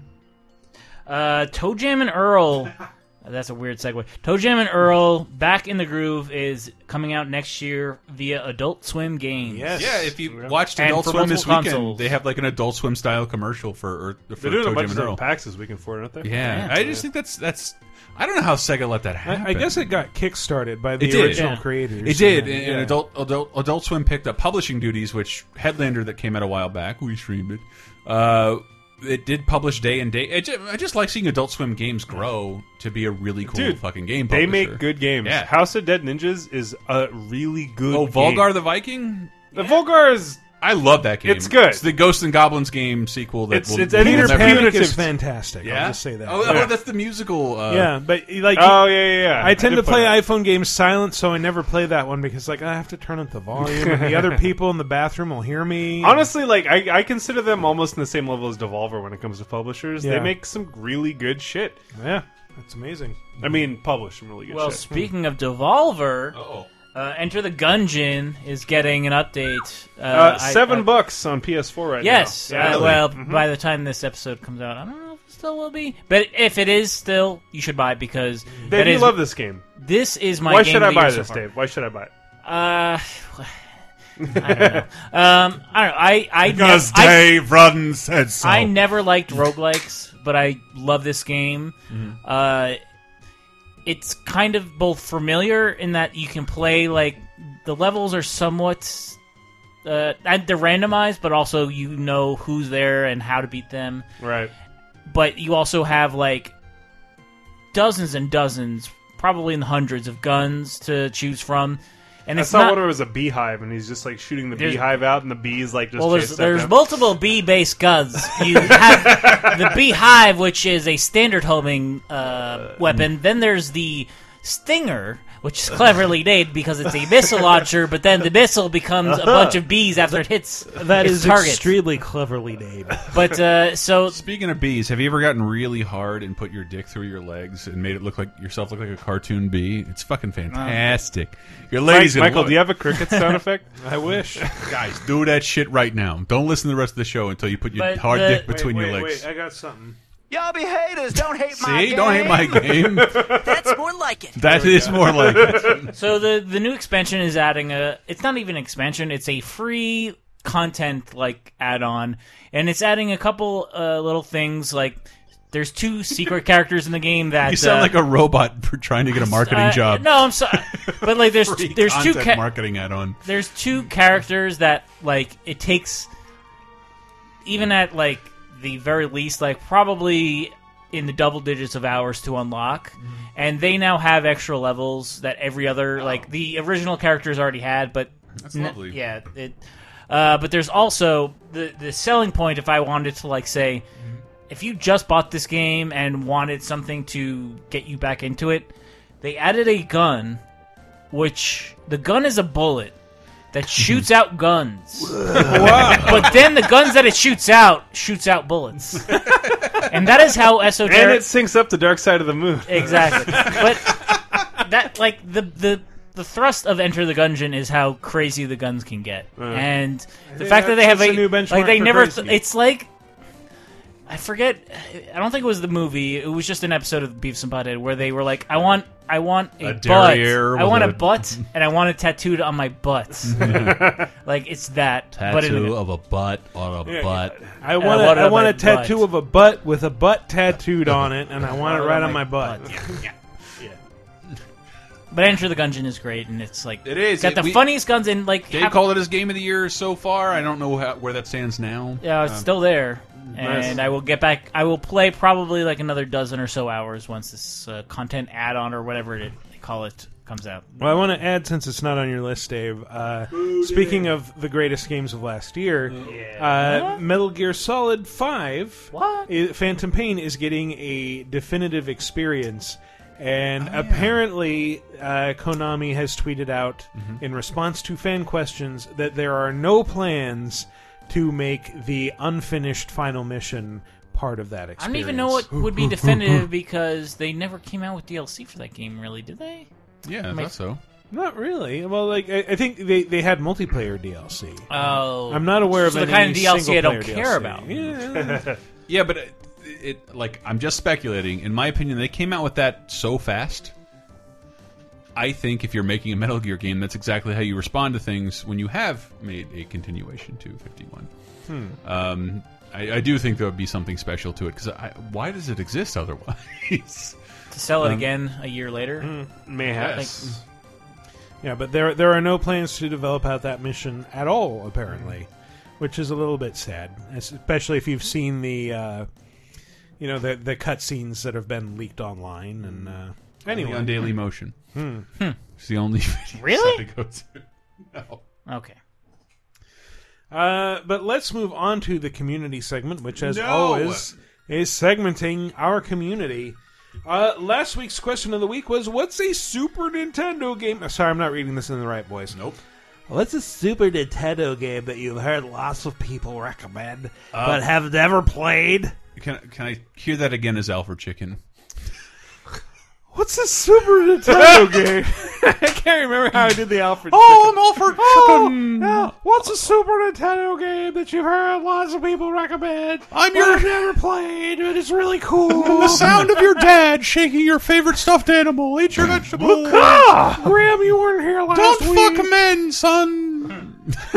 D: Uh, Toe Jam and Earl. That's a weird segue. Toe Jam and Earl, Back in the Groove, is coming out next year via Adult Swim Games.
A: Yes. Yeah, if you watched
D: watch
A: Adult
D: and for
A: Swim this
D: multiple
A: weekend,
D: consoles.
A: they have like an Adult Swim style commercial for, or, for
E: They're doing
A: Toe
E: a bunch of
A: Jam and Earl.
E: different packs this weekend for it, aren't they?
A: Yeah, I just think that's that's. I don't know how Sega let that happen.
B: I, I guess it got kickstarted by the
A: It did.
B: original
A: Yeah.
B: creators.
A: It did,
B: Yeah.
A: and, and adult, adult Adult Swim picked up publishing duties, which Headlander that came out a while back. We streamed it. Uh, it did publish day and day. I just, I just like seeing Adult Swim games grow to be a really cool
E: Dude,
A: fucking game.
E: They
A: publisher.
E: make good games.
A: Yeah.
E: House of Dead Ninjas is a really good.
A: Oh, Volgar
E: game.
A: the Viking.
E: The Volgar is.
A: I love that game.
E: It's good.
A: It's the Ghosts and Goblins game sequel. That
E: It's-
A: will,
E: it's
A: will
E: Peter
A: never-
E: Pan
B: Panic is fantastic.
A: Yeah?
B: I'll just say that.
A: Oh, oh, that's the musical. Uh,
B: yeah, but like,
E: Oh, yeah, yeah, yeah.
B: I tend
E: I
B: to
E: did
B: play,
E: play that.
B: iPhone games silent, so I never play that one because like I have to turn up the volume, and the other people in the bathroom will hear me.
E: Honestly, like I, I consider them almost in the same level as Devolver when it comes to publishers.
B: Yeah.
E: They make some really good shit.
B: Yeah, that's amazing.
E: I mean, publish some really good
D: Well,
E: shit. Hmm.
D: speaking of Devolver, uh, Enter the Gungeon is getting an update. Uh,
E: uh,
D: I-
E: seven
D: I-
E: bucks Mm-hmm. on PS4 right
D: yes.
E: now.
D: uh, well, by the time this episode comes out, I don't know if it still will be. But if it is still, you should buy it because
E: Dave,
D: that
E: you
D: is-
E: love this game.
D: This is my.
E: Why
D: game
E: should I
D: of the
E: buy
D: year so
E: this,
D: far.
E: Dave? Why should I buy it?
D: Uh, I don't know. Um, I don't know. I I
A: Because
D: I-
A: Dave Rudden said so.
E: Oh.
D: I never liked roguelikes, but I love this game.
E: Mm-hmm.
A: Mhm.
D: Uh, it's kind of both familiar in that you can play like the levels are somewhat uh, and they're randomized, but also you know who's there and how to beat them.
E: Right.
D: But you also have like dozens and dozens, probably in the hundreds of guns to choose from. And
E: I
D: it's
E: saw
D: not-
E: one where it was a beehive, and he's just like shooting the
D: There's-
E: beehive out, and the bees like just.
D: well, there's,
E: chase
D: there's
E: after him.
D: multiple bee-based guns. You have the beehive, which is a standard homing uh,
A: mm.
D: weapon. Then there's the stinger, which is cleverly named because it's a missile launcher. But then the missile becomes a bunch of bees after it hits
A: Uh-huh. That
D: its
A: is
D: target.
A: extremely
P: cleverly named.
D: But uh, so
A: speaking of bees, have you ever gotten really hard and put your dick through your legs and made it look like yourself look like a cartoon bee? It's fucking fantastic. Your ladies,
E: Mike-
A: gonna
E: Michael,
A: love
E: do you
A: it.
E: have a cricket sound effect? I wish.
A: Guys, do that shit right now. Don't listen to the rest of the show until you put your
E: But
A: hard
E: the-
A: dick between
E: Wait,
A: your
E: wait,
A: legs.
E: wait, I got something.
J: Y'all be haters. Don't hate
A: See, don't hate my game.
J: That's more like it.
A: That is more like it.
D: so the the new expansion is adding a it's not even an expansion it's a free content like add-on and it's adding a couple uh, little things like there's two secret characters in the game that
A: You sound
D: uh,
A: like a robot for trying to get a marketing
D: uh,
A: job.
D: No, I'm sorry, but like there's
A: Free
D: there's two
A: content
D: cha-
A: marketing add-on.
D: There's two characters that like it takes, even at like the very least, like probably in the double digits of hours to unlock,
A: Mm-hmm.
D: and they now have extra levels that every other like the original characters already had, but
A: That's
D: n-
A: lovely.
D: yeah, it. Uh, but there's also the the selling point. If I wanted to like say,
A: Mm-hmm.
D: if you just bought this game and wanted something to get you back into it, they added a gun, which the gun is a bullet that shoots out guns. but then the guns that it shoots out shoots out bullets. and that is how esoteric
E: And it syncs up to Dark Side of the Moon.
D: Exactly. but that like the the the thrust of Enter the Gungeon is how crazy the guns can get,
A: Uh.
D: and the
B: Yeah,
D: fact that they have
B: that's
D: a,
B: a new benchmark
D: like they
B: for
D: never.
B: crazy.
D: it's like I forget. I don't think it was the movie. It was just an episode of Beavis and Butthead where they were like, "I want, I want a,
A: A
D: butt.
A: derriere
D: I want a,
A: with a-
D: butt, and I want it tattooed on my butt." like it's that, but in a-
A: of a butt on
D: Yeah,
B: I
D: And
B: want,
D: I
B: a,
D: want it
B: I
D: on
B: want
D: my
B: a tattoo of a butt with a butt tattooed on it, and I want it right on my butt.
D: Yeah, yeah. But Enter the Gungeon is great, and it's like
A: It is.
D: got
A: It-
D: the
A: we-
D: funniest guns in like.
A: Dave
D: half-
A: called it his game of the year so far. I don't know how, where that stands now.
D: Yeah, it's
A: Um,
D: still there,
A: nice.
D: and I will get back. I will play probably like another dozen or so hours once this uh, content add-on or whatever it, they call it comes out.
B: Well, I want to add, since it's not on your list, Dave. Uh, speaking of the greatest games of last year, uh, Metal Gear Solid Five, i- Phantom Pain is getting a definitive experience,
D: Oh,
B: and apparently, uh, Konami has tweeted out
D: Mm-hmm.
B: in response to fan questions that there are no plans to make the unfinished final mission part of that
D: I
B: experience.
D: don't even know what would be definitive because they never came out with DLC for that game, really, did they?
A: Yeah,
D: I
A: I
D: mean-
A: thought so.
B: Not really. Well, like I, I think they, they had multiplayer DLC.
D: Oh,
B: Uh, I'm not aware
D: So
B: of
D: the
B: any
D: kind of DLC I
B: single-player
D: don't care
B: DLC.
D: about.
B: Yeah.
A: yeah, but it, it like I'm just speculating. In my opinion, they came out with that so fast. I think if you're making a Metal Gear game, that's exactly how you respond to things when you have made a continuation to 51.
J: Hmm.
A: Um, I, I do think there would be something special to it because why does it exist otherwise?
D: To sell it
A: Um,
D: again a year later,
B: mm.
E: Mayhaps.
B: Yeah, but there there are no plans to develop out that mission at all, apparently, which is a little bit sad, especially if you've seen the, uh, you know, the the cutscenes that have been leaked online and
E: Mm.
B: uh, anyway
A: Only on Daily Motion.
B: Hmm.
A: It's the only video
B: Really?
A: I go to. No.
D: Okay.
B: Uh, but let's move on to the community segment, which, as
E: No!
B: always, is segmenting our community. Uh, last week's question of the week was, "What's a Super Nintendo game?" Uh, Sorry, I'm not reading this in the right voice.
A: Nope.
B: What's a Super Nintendo game that you've heard lots of people recommend
D: Uh,
A: but
B: have never played?
A: Can can I hear that again as Alfred Chicken?
B: What's a Super Nintendo game? I can't remember how I did the Alfred.
J: Oh,
B: Chicken.
J: I'm Alfred
B: Oh,
J: Chicken.
B: yeah. What's a Super Nintendo game that you've heard lots of people recommend?
J: I'm
B: but
J: your-
B: I've never played, but it's really cool.
A: dad shaking your favorite stuffed animal. Eat your vegetables.
B: Graham, you weren't here last
J: Don't
B: week.
J: fuck
A: men, son.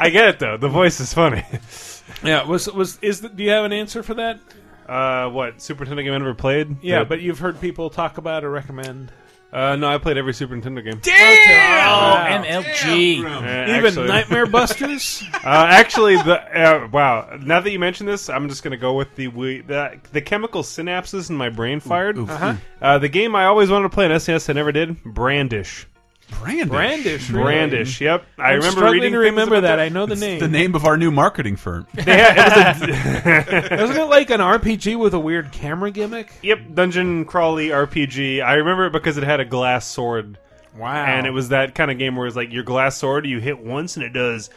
E: I get it though. The voice is funny.
B: yeah. Was was is the, do you have an answer for that?
E: Uh, what Super Nintendo game I never played?
B: Yeah,
E: The-
B: but you've heard people talk about or recommend.
E: uh, no, I played every Super Nintendo game.
D: Damn! MLG.
E: Yeah,
B: Oh, Even
E: actually-
B: Nightmare Busters.
E: Uh, actually, the uh, wow. Now that you mention this, I'm just gonna go with the we, the, the chemical synapses in my brain fired.
B: oof, Uh-huh. oof.
E: E Uh, the game I always wanted to play on SNES, I never did. Brandish.
A: Brandish.
B: Brandish, really.
E: Brandish. Yep. I
B: I'm
E: remember
B: struggling
E: reading
B: to
E: things
B: remember
E: about
B: that.
E: that.
B: I know the
E: It's
B: name.
A: The name of our new marketing firm.
E: They had- it was a-
B: Wasn't it like an RPG with a weird camera gimmick?
E: Yep, dungeon crawly RPG. I remember it because it had a glass sword.
B: Wow.
E: And it was that kind of game where it's like your glass sword, you hit once and it does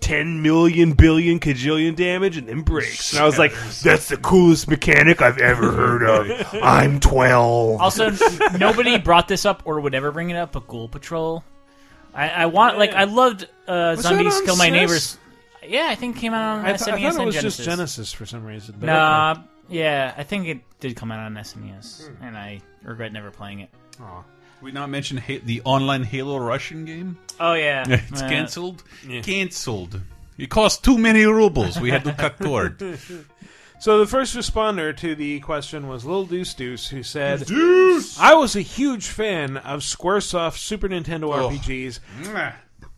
E: 10 million billion kajillion damage and then breaks. And I was like, that's the coolest mechanic I've ever heard of. I'm 12.
D: Also, nobody brought this up or would ever bring it up, but Ghoul Patrol. I, I want, like, I loved uh,
B: Was
D: Zombies
B: that on E
D: Kill My
B: SNES?
D: Neighbors. Yeah, I think it came out on
B: I, th-
D: SNES
B: I thought it
D: and
B: was
D: Genesis.
B: just Genesis for some reason. but
D: Nah, yeah, I think it did come out on SNES, and I regret never playing it.
A: We not mention ha the online Halo Russian game.
D: Oh, yeah.
A: it's
D: Uh,
A: canceled.
D: yeah.
A: Canceled. It cost too many rubles. We had to cut cord.
B: okay. So the first responder to the question was Lil Deuce Deuce, who said, "I was a huge fan of SquareSoft Super Nintendo
A: Oh.
B: RPGs,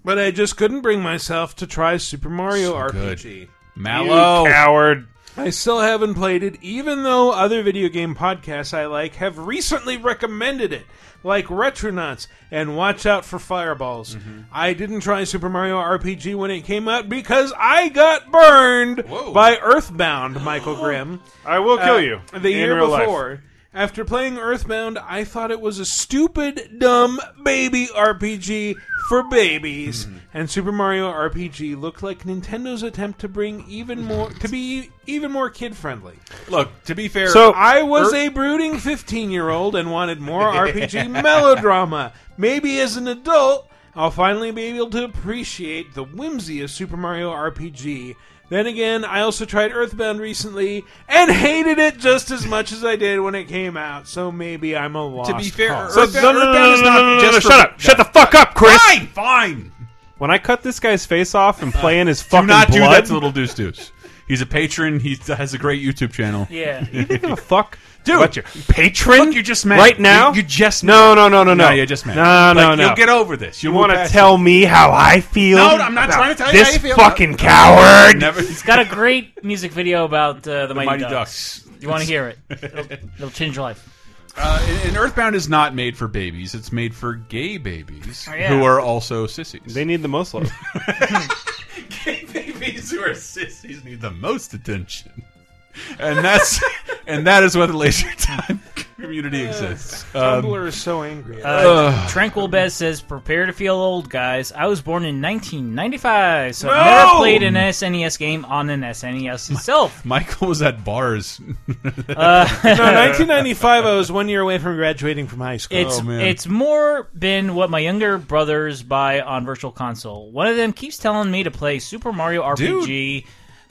B: but I just couldn't bring myself to try Super Mario RPG."
A: Good. Mallow.
B: You coward. I still haven't played it, even though other video game podcasts I like have recently recommended it, like Retronauts and Watch Out for Fireballs. I didn't try Super Mario RPG when it came out because I got burned by Earthbound, Michael Grimm.
E: I will
A: Uh,
E: kill you
B: Uh, The
E: in
B: year
E: real life.
B: before. After playing Earthbound, I thought it was a stupid, dumb baby RPG for babies, and Super Mario RPG looked like Nintendo's attempt to bring even more to be even more kid friendly.
A: Look, to be fair,
B: So er I was a
A: Earth-
B: brooding fifteen-year-old and wanted more RPG melodrama. Maybe as an adult, I'll finally be able to appreciate the whimsy of Super Mario RPG. Then again, I also tried Earthbound recently and hated it just as much as I did when it came out. So maybe I'm a lost.
A: To be fair,
B: cause.
A: Earthbound-
B: So- no, no, no,
A: Earthbound is
B: no, no,
A: not
B: no, no,
A: just
B: no,
A: for-
B: shut up.
E: Shut up! Shut the fuck up, Chris!
A: Fine, fine.
E: When I cut this guy's face off and play in his
A: Uh, Do
E: fucking
A: not do
E: blood,
A: that to Little Deuce Deuce. He's a patron. He has a great YouTube channel.
D: Yeah.
E: you think a fuck?
A: Dude,
E: about your patron?
A: Look, you're just mad.
E: Right now?
A: You, you just
E: No, no, no, no, no.
A: No, you're just mad.
E: No, no,
A: Like,
E: no.
A: you'll get over this.
E: You
A: You'll
E: want
A: move
E: to
A: past
E: tell
A: it.
E: me how I feel?
A: No, I'm not
E: about
A: trying to tell you
E: this
A: how you feel.
E: fucking
A: No.
E: coward.
A: Never-
D: He's got a great music video about uh, the, Mighty,
A: Mighty Ducks.
D: Ducks. You want to hear it? It'll, it'll change your life.
A: Uh, and- and Earthbound is not made for babies. It's made for gay babies
D: Oh, yeah.
A: who are also sissies. They
E: need the most love.
A: gay babies who are sissies need the most attention. And that's and that is why the laser time community
E: Uh.
A: exists. Um,
B: Tumblr is so angry.
D: Uh, Tranquil Bez says, "Prepare to feel old, guys. I was born in 1995, so
A: No!
D: I've never played an SNES game on an SNES itself."
A: Michael was at bars.
B: no, 1995. I was one year away from graduating from high school.
D: It's it's more been what my younger brothers buy on Virtual Console. One of them keeps telling me to play Super Mario RPG,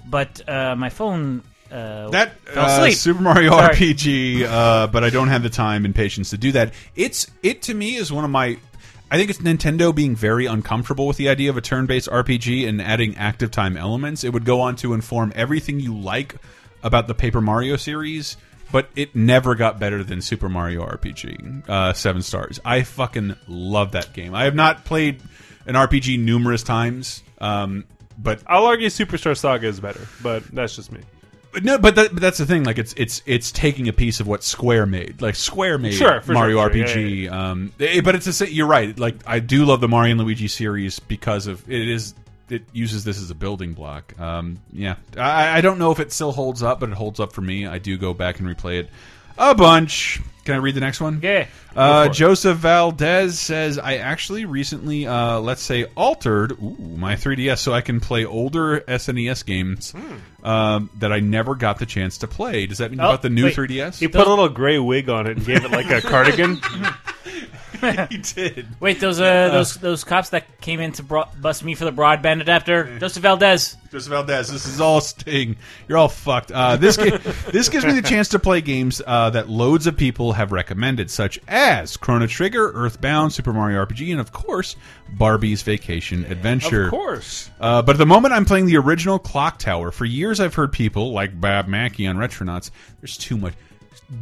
D: but uh, my phone uh,
A: that
D: fell
A: uh,
D: asleep.
A: Super Mario
D: Sorry.
A: RPG, uh, but I don't have the time and patience to do that. It's it to me is one of my. I think it's Nintendo being very uncomfortable with the idea of a turn-based RPG and adding active time elements. It would go on to inform everything you like about the Paper Mario series, but it never got better than Super Mario RPG. Uh, seven stars. I fucking love that game. I have not played an RPG numerous times, um, but
E: I'll argue Superstar Saga is better, but that's just me.
A: but no, but, that, but that's the thing. Like it's it's it's taking a piece of what Square made. Like Square made
E: Sure, for
A: Mario
E: sure, sure.
A: RPG. Um, eh, but it's a, sa- you're right. Like I do love the Mario and Luigi series because of it is it uses this as a building block. Um, yeah, I, I don't know if it still holds up, but it holds up for me. I do go back and replay it a bunch. Can I read the next one?
D: Yeah.
A: Uh,
D: Go for it.
A: Joseph Valdez says, I actually recently, uh, let's say, altered ooh, my 3DS so I can play older SNES games um, that I never got the chance to play. Does that mean you
E: Oh,
A: got the new
E: wait.
A: 3DS?
E: He put a little gray wig on it and gave it like a cardigan.
A: he did.
D: Wait, those uh, those those cops that came in to bro- bust me for the broadband adapter, Joseph Valdez.
A: Joseph Valdez, this is all Sting. You're all fucked. Uh, this gi- this gives me the chance to play games uh, that loads of people have recommended, such as Chrono Trigger, Earthbound, Super Mario RPG, and of course Barbie's Vacation Adventure.
B: Of course.
A: Uh, but at the moment, I'm playing the original Clock Tower. For years, I've heard people like Bob Mackey on Retronauts. There's too much.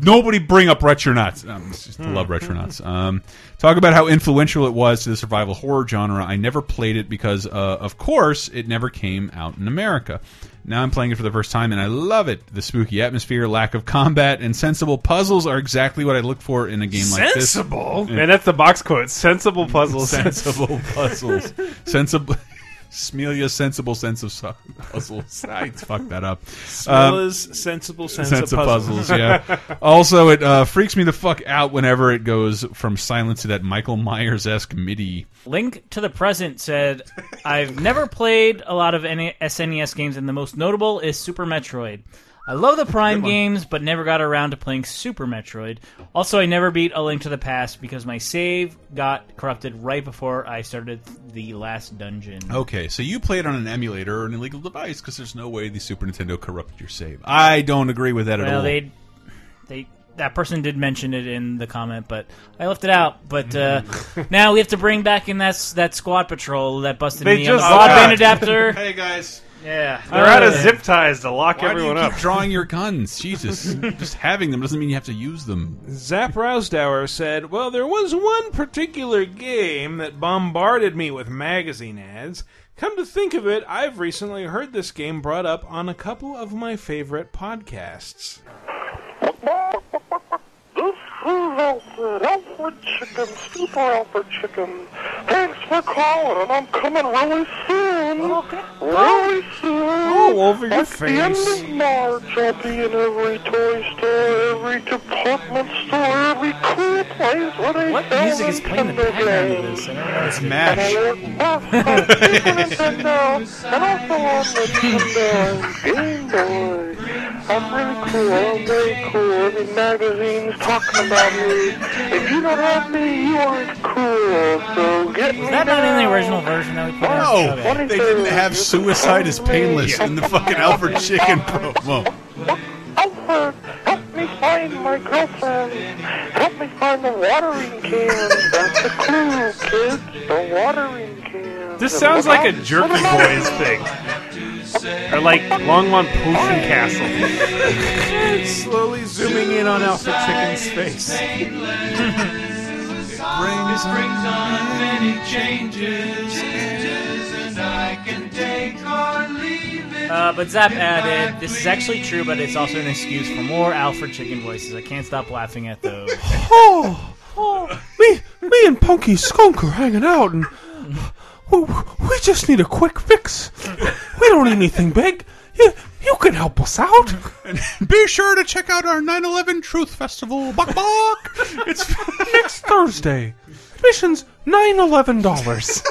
A: Nobody bring up Retronauts. Um, it's just- I love Retronauts. Um, talk about how influential it was to the survival horror genre. I never played it because, uh, of course, it never came out in America. Now I'm playing it for the first time and I love it. The spooky atmosphere, lack of combat, and sensible puzzles are exactly what I look for in a game like this.
E: Sensible?
A: Yeah.
E: Man, that's the box quote. Sensible puzzles.
A: sensible puzzles. Sensible. Smelia's sensible sense of su- puzzles. I fucked that up.
E: Um,
B: Smelia's sensible sense of puzzles.
A: yeah. also, it uh, freaks me the fuck out whenever it goes from silence to that Michael Myers esque MIDI.
D: Link to the Present said, I've never played a lot of N- SNES games, and the most notable is Super Metroid. I love the Prime games, but never got around to playing Super Metroid. Also, I never beat A Link to the Past because my save got corrupted right before I started the last dungeon.
A: Okay, so you played on an emulator or an illegal device because there's no way the Super Nintendo corrupted your save. I don't agree with that at all.
D: well, they, they, that person did mention it in the comment, but I left it out. But uh, now we have to bring back in that s- that squad patrol that busted
E: They
D: me
E: just-
D: on the broadband
E: Oh, God.
D: adapter.
A: hey guys,
D: yeah, Uh,
E: They're out of zip ties to lock
A: Why
E: everyone
A: do you
E: up.
A: keep drawing your guns? Jesus. Just having them doesn't mean you have to use them.
B: Zap Rousdower said, Well, there was one particular game that bombarded me with magazine ads. Come to think of it, I've recently heard this game brought up on a couple of my favorite podcasts.
J: Who's out there? Alfred Chicken, Super Alfred Chicken. Thanks for calling, and I'm coming really soon. Really soon.
B: All over your
J: At the end
B: face.
J: of March, I'll be in every toy store, every department store, every cool place where they
D: What
J: sell
D: music is playing in the
J: Nintendo
D: background of
J: games.
D: this? I don't know. It's
J: and also on Nintendo Game Boy. I'm really cool. I'm very cool. Every magazine's talking about me. If you don't have me, you aren't cool. So get me
D: Is that not in the original version that we put out?
A: No,
D: Okay.
A: they didn't have suicide is painless in the fucking Alfred Chicken promo.
J: Alfred, help me find my girlfriend. Help me find the watering can. That's the clue, kids. The watering can.
E: This sounds like a Jerky Boys thing. Or like Longmont Potion Castle.
B: Slowly zooming in on Alpha Chicken's face.
J: This brings on many changes, and I can take or leave it.
D: Uh, but Zap added, "This is actually true, but it's also an excuse for more Alfred Chicken voices. I can't stop laughing at those."
O: Oh, oh, me, me and Punky Skunk are hanging out, and we, we just need a quick fix. We don't need anything big. You, you can help us out.
A: Be sure to check out our 9 11 Truth Festival. Buck, buck! It's
O: next Thursday. Admissions nine eleven dollars.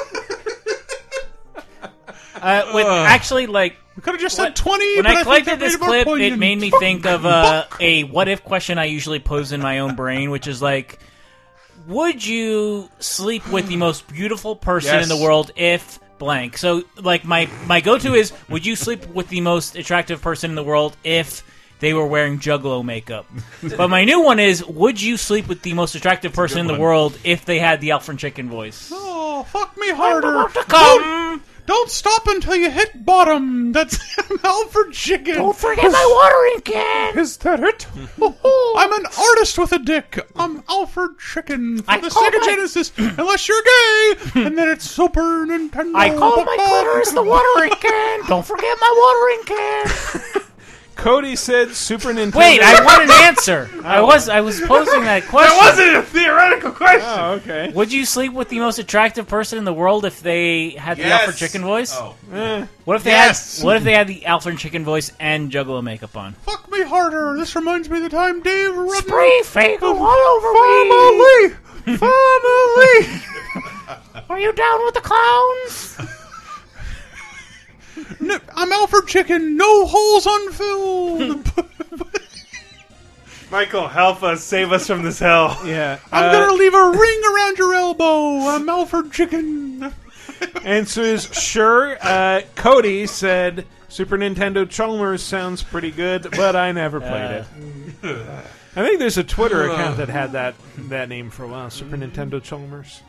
D: Uh, with actually, like,
A: we could have just said twenty.
D: When
A: but I
D: I
A: think that
D: collected this
A: made it more
D: clip, it
A: poignant.
D: made me think of uh, a what if question I usually pose in my own brain, which is like, would you sleep with the most beautiful person
N: Yes.
D: in the world if blank? So, like, my my go to is, would you sleep with the most attractive person in the world if they were wearing juggalo makeup? but my new one is, would you sleep with the most attractive person in the
A: one.
D: world if they had the Alfred Chicken voice?
A: Oh, fuck me harder.
D: Don't,
A: don't stop until you hit bottom. That's Alfred Chicken.
J: Don't forget my watering can.
A: Is that it? I'm an artist with a dick. I'm Alfred Chicken for
J: I
A: the
J: call
A: Sega
J: my-
A: Genesis. Unless you're gay, and then it's Super Nintendo.
J: I call my
A: Buck, buck.
J: clitoris the watering can. Don't forget my watering can.
B: Cody said Super Nintendo.
D: Wait, I want an answer. I was I was posing that question.
E: a theoretical question.
B: Oh, okay.
D: Would you sleep with the most attractive person in the world if they had the
B: Yes.
D: Alfred Chicken voice?
B: Oh. Eh.
D: What if they
A: Yes.
D: had What if they had the Alfred Chicken voice and Juggalo makeup on?
A: Fuck me harder. This reminds me of the time Dave Rudden.
J: Spray Fagel all
A: over Family! Family!
J: Are you down with the clowns?
A: N- I'm Alfred Chicken. No holes unfilled.
E: Michael, help us. Save us from this hell.
B: Yeah.
A: I'm gonna leave a ring around your elbow. I'm Alfred Chicken.
B: Answers sure. Uh, Cody said Super Nintendo Chalmers sounds pretty good, but I never played it. I think there's a Twitter account that had that that name for a while. Super Nintendo Chalmers.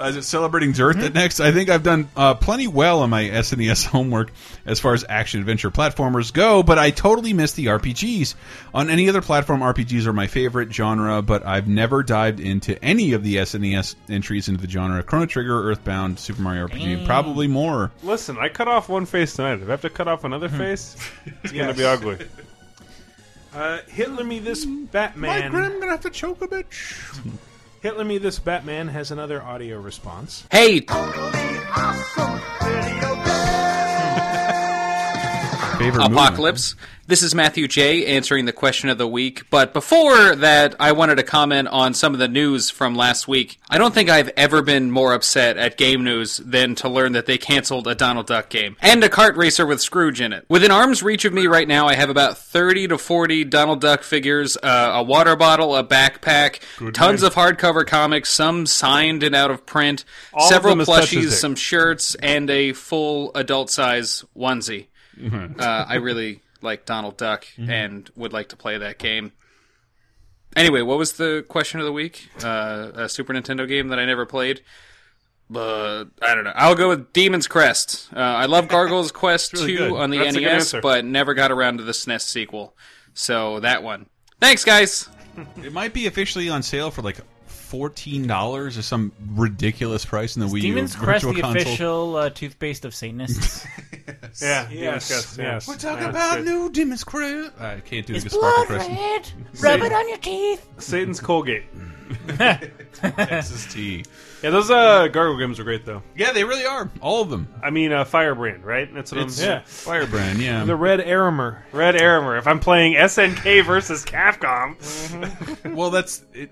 A: Uh, is it celebrating Dearth at next? I think I've done uh, plenty well on my SNES homework as far as action adventure platformers go, but I totally miss the RPGs. On any other platform, RPGs are my favorite genre, but I've never dived into any of the SNES entries into the genre: Chrono Trigger, Earthbound, Super Mario RPG, and probably more.
E: Listen, I cut off one face tonight. If I have to cut off another face, it's gonna be
A: Yes.
E: ugly.
B: Uh, Hitler me this Batman.
E: Mike,
B: I'm
A: gonna have to choke a bitch.
B: Hitler me this Batman has another audio response.
I: Hey, Apocalypse. This is Matthew J. answering the question of the week. But before that, I wanted to comment on some of the news from last week. I don't think I've ever been more upset at game news than to learn that they canceled a Donald Duck game and a kart racer with Scrooge in it. Within arm's reach of me right now, I have about 30 to 40 Donald Duck figures, uh, a water bottle, a backpack,
E: Good
I: tons
E: man.
I: of hardcover comics, some signed and out of print,
E: All of
I: several
E: them as touch as
I: plushies,
E: dick.
I: some shirts, and a full adult size onesie
E: Mhm.
I: uh, I really like Donald Duck
E: Mm-hmm.
I: and would like to play that game. Anyway, what was the question of the week? Uh, a Super Nintendo game that I never played. But I don't know. I'll go with Demon's Crest. Uh, I love Gargoyle's Quest
E: Really
I: 2
E: good.
I: on the
E: That's a good
I: NES,
E: answer.
I: but never got around to the SNES sequel. So that one. Thanks, guys.
A: It might be officially on sale for like fourteen dollars or some ridiculous price in the Wii U
D: Demon's
A: Virtual
D: Crest, the
A: console.
D: official uh, toothpaste of Satanists.
E: Yeah, Yes. yes, yes.
A: We're talking
E: Yeah,
A: about
E: good.
A: new Demon's Crest. I can't do
D: Is
A: the Sparkle
D: blood
A: Crest.
D: red? Rub it on your teeth.
E: Satan's Colgate.
A: Texas tea.
E: Yeah, those uh, gargoyle games are great though.
A: Yeah, they really are. All of them.
E: I mean, uh, Firebrand, right? That's what
A: It's
E: I'm. Yeah,
A: Firebrand. Yeah.
E: The Red Aramer. Red Aramer. If I'm playing SNK versus Capcom,
A: well, that's it.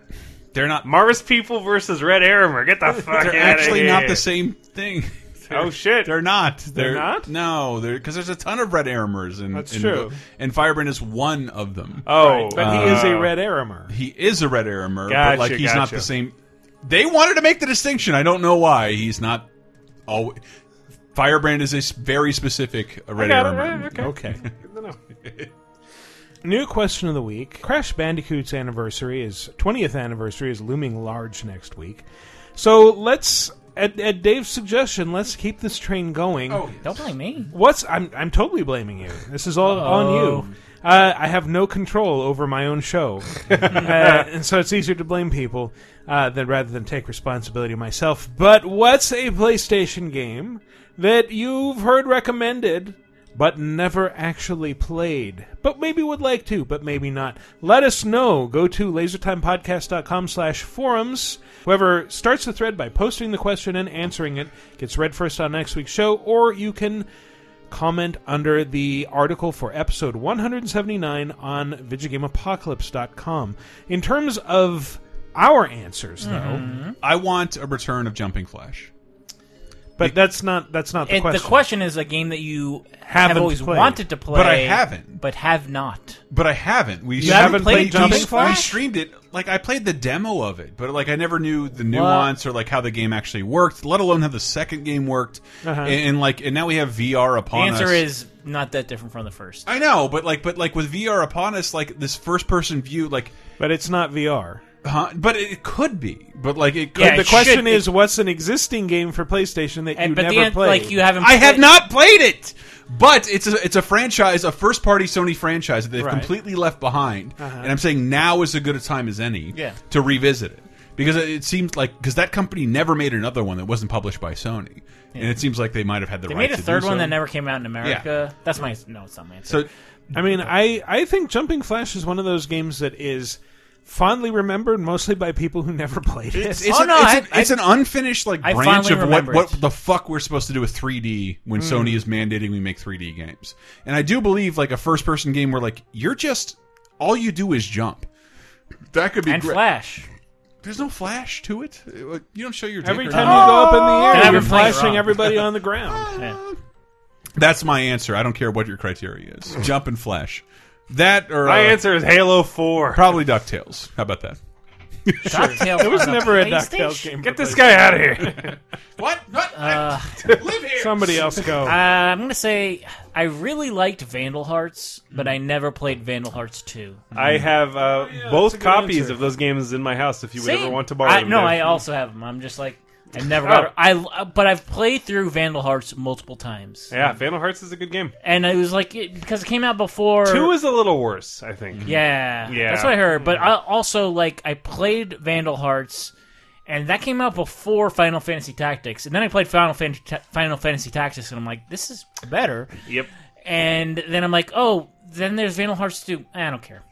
A: They're not
E: Mars people versus Red Aramer. Get the fuck
A: They're
E: outta
A: actually
E: here.
A: not the same thing.
E: Oh, shit!
A: They're not.
E: They're not?
A: No, they're because there's a ton of red Aramers and
E: That's
A: and,
E: true.
A: And Firebrand is one of them.
E: Oh, Right, but he is a
B: Red Aramer.
A: He is a red Aramer,
E: Gotcha,
A: but like he's not
E: gotcha.
A: the same. They wanted to make the distinction. I don't know why he's not. Always, Firebrand is a s- very specific uh, red
B: got it,
A: Aramer.
B: right, okay. Okay. New question of the week. Crash Bandicoot's anniversary is 20th anniversary is looming large next week. So let's at, at Dave's suggestion, let's keep this train going. Oh,
D: Don't blame me.
B: What's I'm I'm totally blaming you. This is all
D: Uh-oh.
B: on you. Uh, I have no control over my own show, uh, and so it's easier to blame people uh, than rather than take responsibility myself. But what's a PlayStation game that you've heard recommended but never actually played, but maybe would like to, but maybe not? Let us know. Go to lasertimepodcast.com/forums. Whoever starts the thread by posting the question and answering it gets read first on next week's show, or you can comment under the article for episode 179 on VideoGameApocalypse.com. In terms of our answers, though,
A: I want a return of Jumping Flash.
B: but that's not that's not the
D: And
B: question.
D: the question is a game that you have
B: Haven't
D: always
B: played.
D: wanted to play,
A: But I haven't.
D: but have not.
A: But I haven't. We
D: You haven't
A: we-
D: played
A: we-
D: Jumping
A: We
D: Flash?
A: streamed it. Like I played the demo of it, but like I never knew the nuance or like how the game actually worked, let alone how the second game worked.
D: Uh-huh.
A: and, and, like and now we have VR
D: The
A: upon us.
D: answer is not that different from the first.
A: I know, but like but like with VR upon us, like this first person view, like
B: But it's not VR.
A: Huh? But it could be. But like it could.
B: the question is, what's an existing game for PlayStation that you
D: but the
B: never
D: an-
B: played?
D: like, you haven't
A: I have not played it. But it's a it's a franchise, a first party Sony franchise that they've
B: Right.
A: completely left behind,
B: Uh-huh.
A: and I'm saying now is as good a time as any
B: Yeah.
A: to revisit it because it, it seems like because that company never made another one that wasn't published by Sony, and
D: Yeah.
A: it seems like they might have had the
D: they
A: right
D: made a
A: to do
D: third one
A: so.
D: that never came out in America. That's my no, it's not my answer.
A: So
B: I mean, I, I think Jumping Flash is one of those games that is fondly remembered mostly by people who never played it.
A: It's, it's, an, it's, an- it's an unfinished like
B: I
A: branch
B: finally
A: of what,
B: remember
A: what
B: it.
A: the fuck we're supposed to do with 3D when
B: Mm.
A: Sony is mandating we make 3D games. And I do believe like a first person game where like you're just all you do is jump. That could be
D: and
A: great.
D: Flash.
A: There's no flash to it. You don't show your dick
B: Every
A: or
B: time
A: anything.
B: you go up in the air,
D: Never
B: you're
D: played it
B: flashing
D: wrong.
B: everybody on the ground.
A: That's my answer. I don't care what your criteria is. jump and flash. That or uh,
E: My answer is Halo 4.
A: Probably DuckTales. How about that?
D: DuckTales
B: There was
D: on
B: never a DuckTales
D: PlayStation?
B: game.
D: Get
B: for
D: this
B: PlayStation.
D: guy outta here.
A: What? What?
D: Uh,
A: Live here.
B: Somebody else go.
D: Uh, I'm gonna say I really liked Vandal Hearts, but I never played Vandal Hearts two.
E: I have uh,
D: that's a
E: both
D: good
E: copies
D: answer.
E: of those games in my house. If you would
D: Same.
E: ever want to borrow
D: I,
E: them,
D: no,
E: Dave.
D: I also have them. I'm just like I never
E: Oh.
D: got. I but I've played through Vandal Hearts multiple times.
E: Yeah, Vandal Hearts is a good game.
D: and it was like it, because it came out before
E: Two is a little worse, I think.
D: Yeah,
E: yeah.
D: That's what I heard. But I also like I played Vandal Hearts, and that came out before Final Fantasy Tactics, and then I played Final Fantasy Final Fantasy Tactics, and I'm like, this is better.
E: Yep.
D: And then I'm like, oh, then there's Vandal Hearts too. I don't care.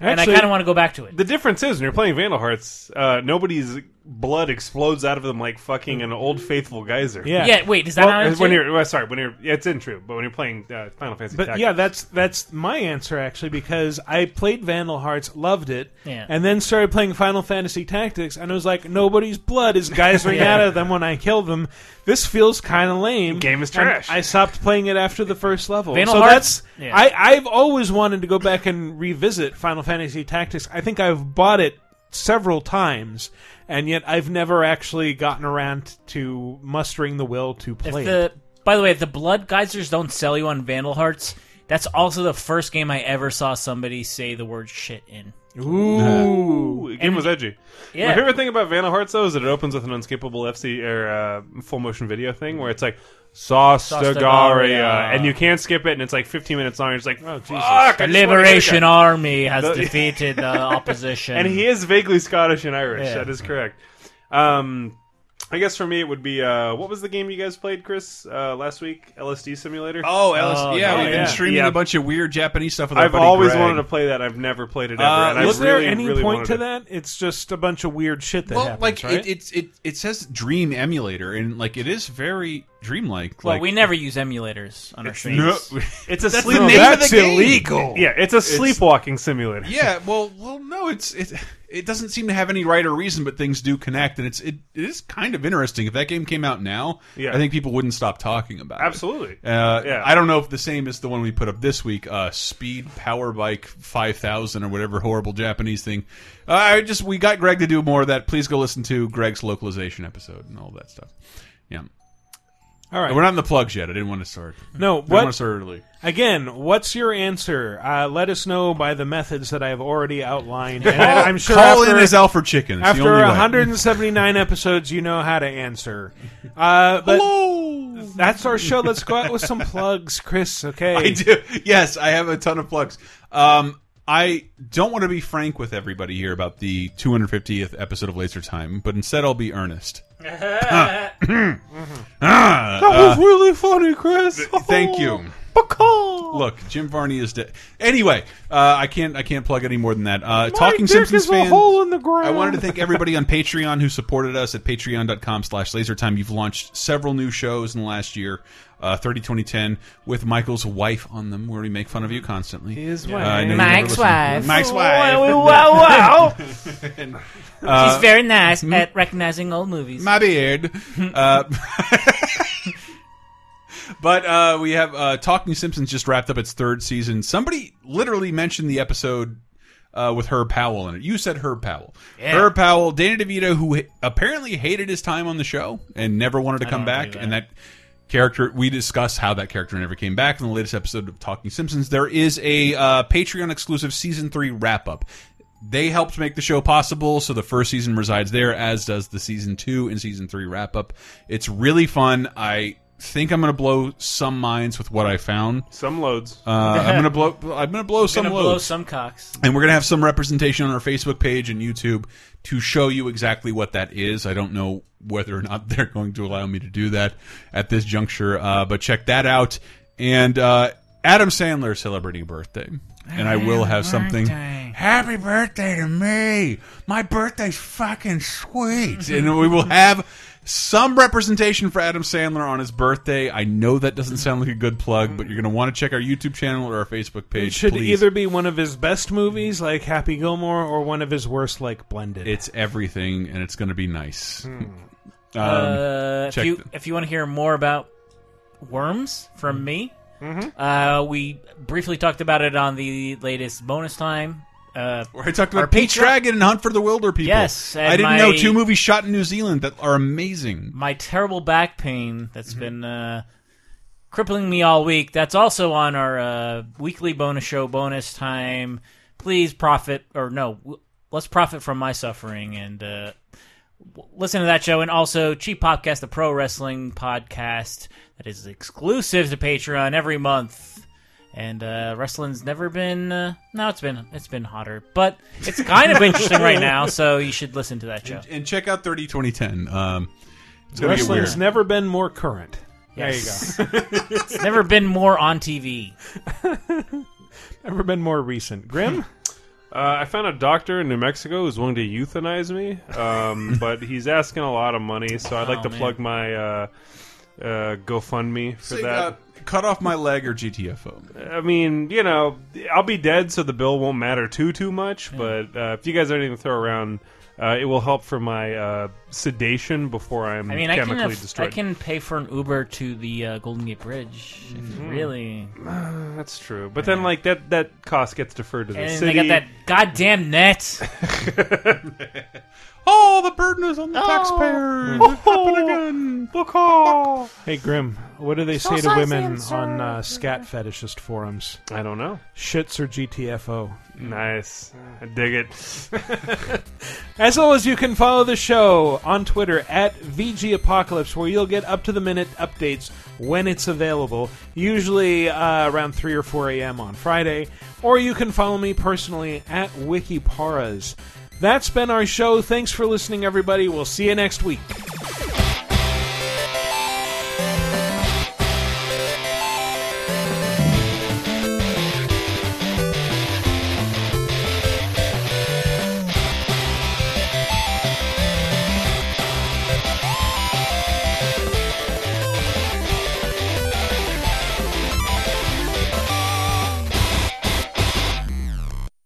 D: and I
E: Actually,
D: kind of want to go back to it.
E: The difference is when you're playing Vandal Hearts, uh, nobody's blood explodes out of them like fucking an old faithful geyser.
B: Yeah. Yeah, wait, is that
E: Well,
B: not in
E: when
B: two?
E: you're well, sorry when you're yeah, it's in true, but when you're playing uh, Final Fantasy,
B: But
E: Tactics.
B: yeah, that's that's my answer actually because I played Vandal Hearts, loved it,
E: Yeah.
B: and then started playing Final Fantasy Tactics, and I was like, nobody's blood is geysering
E: Yeah.
B: out of them when I kill them. This feels kind of lame. game is
E: trash.
B: I stopped playing it after the first level.
D: Vandal
B: so
D: Hearts-
B: that's
D: Yeah.
B: I I've always wanted to go back and revisit Final Fantasy Tactics. I think I've bought it several times. And yet, I've never actually gotten around to mustering the will to
D: If
B: play
D: the-
B: it.
D: by the way, if the blood geysers don't sell you on Vandal Hearts, that's also the first game I ever saw somebody say the word shit in.
E: Ooh, the game
D: And-
E: was edgy.
D: Yeah.
E: My favorite thing about Vandal Hearts though is that it opens with an unskippable FC or uh, full motion video thing where it's like Sostagaria,
D: Sostagaria.
E: and you can't skip it, and it's like 15 minutes long. And it's like, oh Jesus,
D: The Liberation Army has defeated the opposition.
E: and he is vaguely Scottish and Irish.
D: Yeah.
E: That is correct. Um, I guess for me it would be uh, what was the game you guys played, Chris, uh, last week? LSD Simulator.
A: Oh, LS yeah, we've been streaming
E: Yeah.
A: a bunch of weird Japanese stuff with our
E: I've
A: buddy
E: always
A: Greg.
E: wanted to play that. I've never played it ever.
A: Uh,
E: and I
B: was
E: really,
B: there any
E: really
B: point
E: wanted
B: to
E: it.
B: that? It's just a bunch of weird shit that
A: well,
B: happens,
A: like
B: right?
A: it, it's it it says Dream Emulator, and like it is very dreamlike.
D: well,
A: like,
D: we never use emulators on our
A: It's-
D: streams.
A: no-
E: It's a
A: That's
E: sleep.
A: the name of the game.
E: Yeah, it's a sleepwalking simulator.
A: yeah, well, well, no, it's it. It doesn't seem to have any right or reason, but things do connect, and it's it, it is kind of interesting. If that game came out now,
E: Yeah.
A: I think people wouldn't stop talking about
E: Absolutely.
A: it. Uh,
E: Yeah.
A: I don't know if the same is the one we put up this week, uh, Speed Power Bike Five Thousand or whatever horrible Japanese thing. Uh, I just we got Greg to do more of that. Please go listen to Greg's localization episode and all that stuff. Yeah.
B: All right.
A: we're not in the plugs yet. I didn't want to start.
B: No,
A: I didn't
B: what-
A: want to start early.
B: Again, what's your answer? Uh, let us know by the methods that I've already outlined. And I'm sure
A: Call
B: after,
A: in as Alfred Chicken. It's the
B: After
A: only way.
B: 179 episodes, you know how to answer. Uh, but That's our show. Let's go out with some plugs, Chris. Okay.
A: I do. Yes, I have a ton of plugs. Um, I don't want to be frank with everybody here about the 250th episode of Laser Time, but instead I'll be earnest. Ah,
O: That was
A: uh,
O: really funny, Chris.
A: thank you. Look, Jim Varney is dead. Anyway, uh, I can't. I can't plug any more than that. Uh, Talking
O: dick
A: Simpsons
O: is a
A: fans.
O: hole in the ground.
A: I wanted to thank everybody on Patreon who supported us at patreon.com slash lasertime. You've launched several new shows in the last year, uh, 30 2010, with Michael's wife on them, where we make fun of you constantly. His
D: wife. Mike's wife.
A: Mike's
D: Wow,
A: wife.
D: wow, wow.
A: Uh,
D: She's very nice at recognizing old movies.
A: My beard. uh, but uh, we have uh, Talking Simpsons just wrapped up its third season. Somebody literally mentioned the episode uh, with Herb Powell in it. You said Herb Powell.
E: Yeah.
A: Herb Powell, Danny DeVito, who h- apparently hated his time on the show and never wanted to come back, and that character we discuss how that character never came back in the latest episode of Talking Simpsons. There is a uh, Patreon exclusive season three wrap up. They helped make the show possible, so the first season resides there, as does the season two and season three wrap up. It's really fun. I think I'm going to blow some minds with what I found.
E: Some loads.
A: Uh, I'm going to blow. I'm going to blow some
D: gonna
A: loads.
D: blow some cocks.
A: And we're going to have some representation on our Facebook page and YouTube to show you exactly what that is. I don't know whether or not they're going to allow me to do that at this juncture, uh, but check that out. And uh, Adam Sandler is celebrating a birthday. And I will have something. Happy birthday to me! My birthday's fucking sweet! And we will have some representation for Adam Sandler on his birthday. I know that doesn't sound like a good plug, but you're going to want to check our YouTube channel or our Facebook page.
B: It should
A: please.
B: either be one of his best movies, like Happy Gilmore, or one of his worst, like Blended.
A: It's everything, and it's going to be nice.
D: Hmm.
A: Um,
D: uh, if
A: check
D: you
A: th-
D: if you want to hear more about worms from me,
A: Mm-hmm.
D: uh, we briefly talked about it on the latest bonus time. Uh,
A: I talked about Peach Dragon and Hunt for the Wilder People.
D: Yes, and
A: I didn't
D: my-
A: know two movies shot in New Zealand that are amazing.
D: my terrible back pain that's been uh, crippling me all week. That's also on our uh, weekly bonus show, bonus time. Please profit or no, w- let's profit from my suffering and uh, w- listen to that show and also Cheap Podcast, the pro wrestling podcast that is exclusive to Patreon every month. And uh, wrestling's never been. Uh, no, it's been it's been hotter, but it's kind of interesting right now. So you should listen to that show.
A: And check out 30 2010. Um, it's gonna get
B: Wrestling's
A: weird.
B: never been more current.
D: Yes.
B: There you go.
D: it's never been more on TV.
B: never been more recent. Grim?
A: Hmm.
E: Uh, I found a doctor in New Mexico who's willing to euthanize me, um, but he's asking a lot of money, so I'd like
A: Oh,
E: to
A: man.
E: plug my uh, uh, GoFundMe for
A: Say,
E: that.
A: uh, cut off my leg or GTFO.
E: I mean, you know, I'll be dead, so the bill won't matter too too much. But uh, if you guys are anything to throw around, uh, it will help for my uh, sedation before I'm
D: I mean, I can
E: chemically
D: aff- I
E: destroyed.
D: can pay for an Uber to the uh, Golden Gate Bridge. if you
E: Mm-hmm.
D: Really?
E: Uh, that's true, but then like that that cost gets deferred to the
D: And
E: city.
D: they got that goddamn net.
A: oh, the burden is on the taxpayer. It happened again.
E: Book haul.
B: Hey, Grim, what do they
E: So
B: say to
E: sorry,
B: women
E: sir.
B: on uh, scat fetishist forums?
E: I don't know.
B: Shits or GTFO?
E: Nice, I dig it.
B: As always, you can follow the show on Twitter at VG Apocalypse, where you'll get up to the minute updates when it's available, usually uh, around 3 or 4 a.m. on Friday. Or you can follow me personally at Wikiparas. That's been our show. Thanks for listening, everybody. We'll see you next week.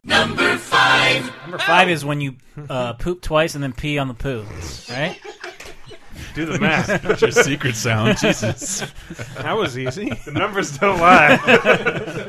J: Number five.
D: Number five is when you uh, poop twice and then pee on the poo, right?
E: Do the math.
A: That's your secret sound. Jesus.
B: That was easy.
E: The numbers don't lie.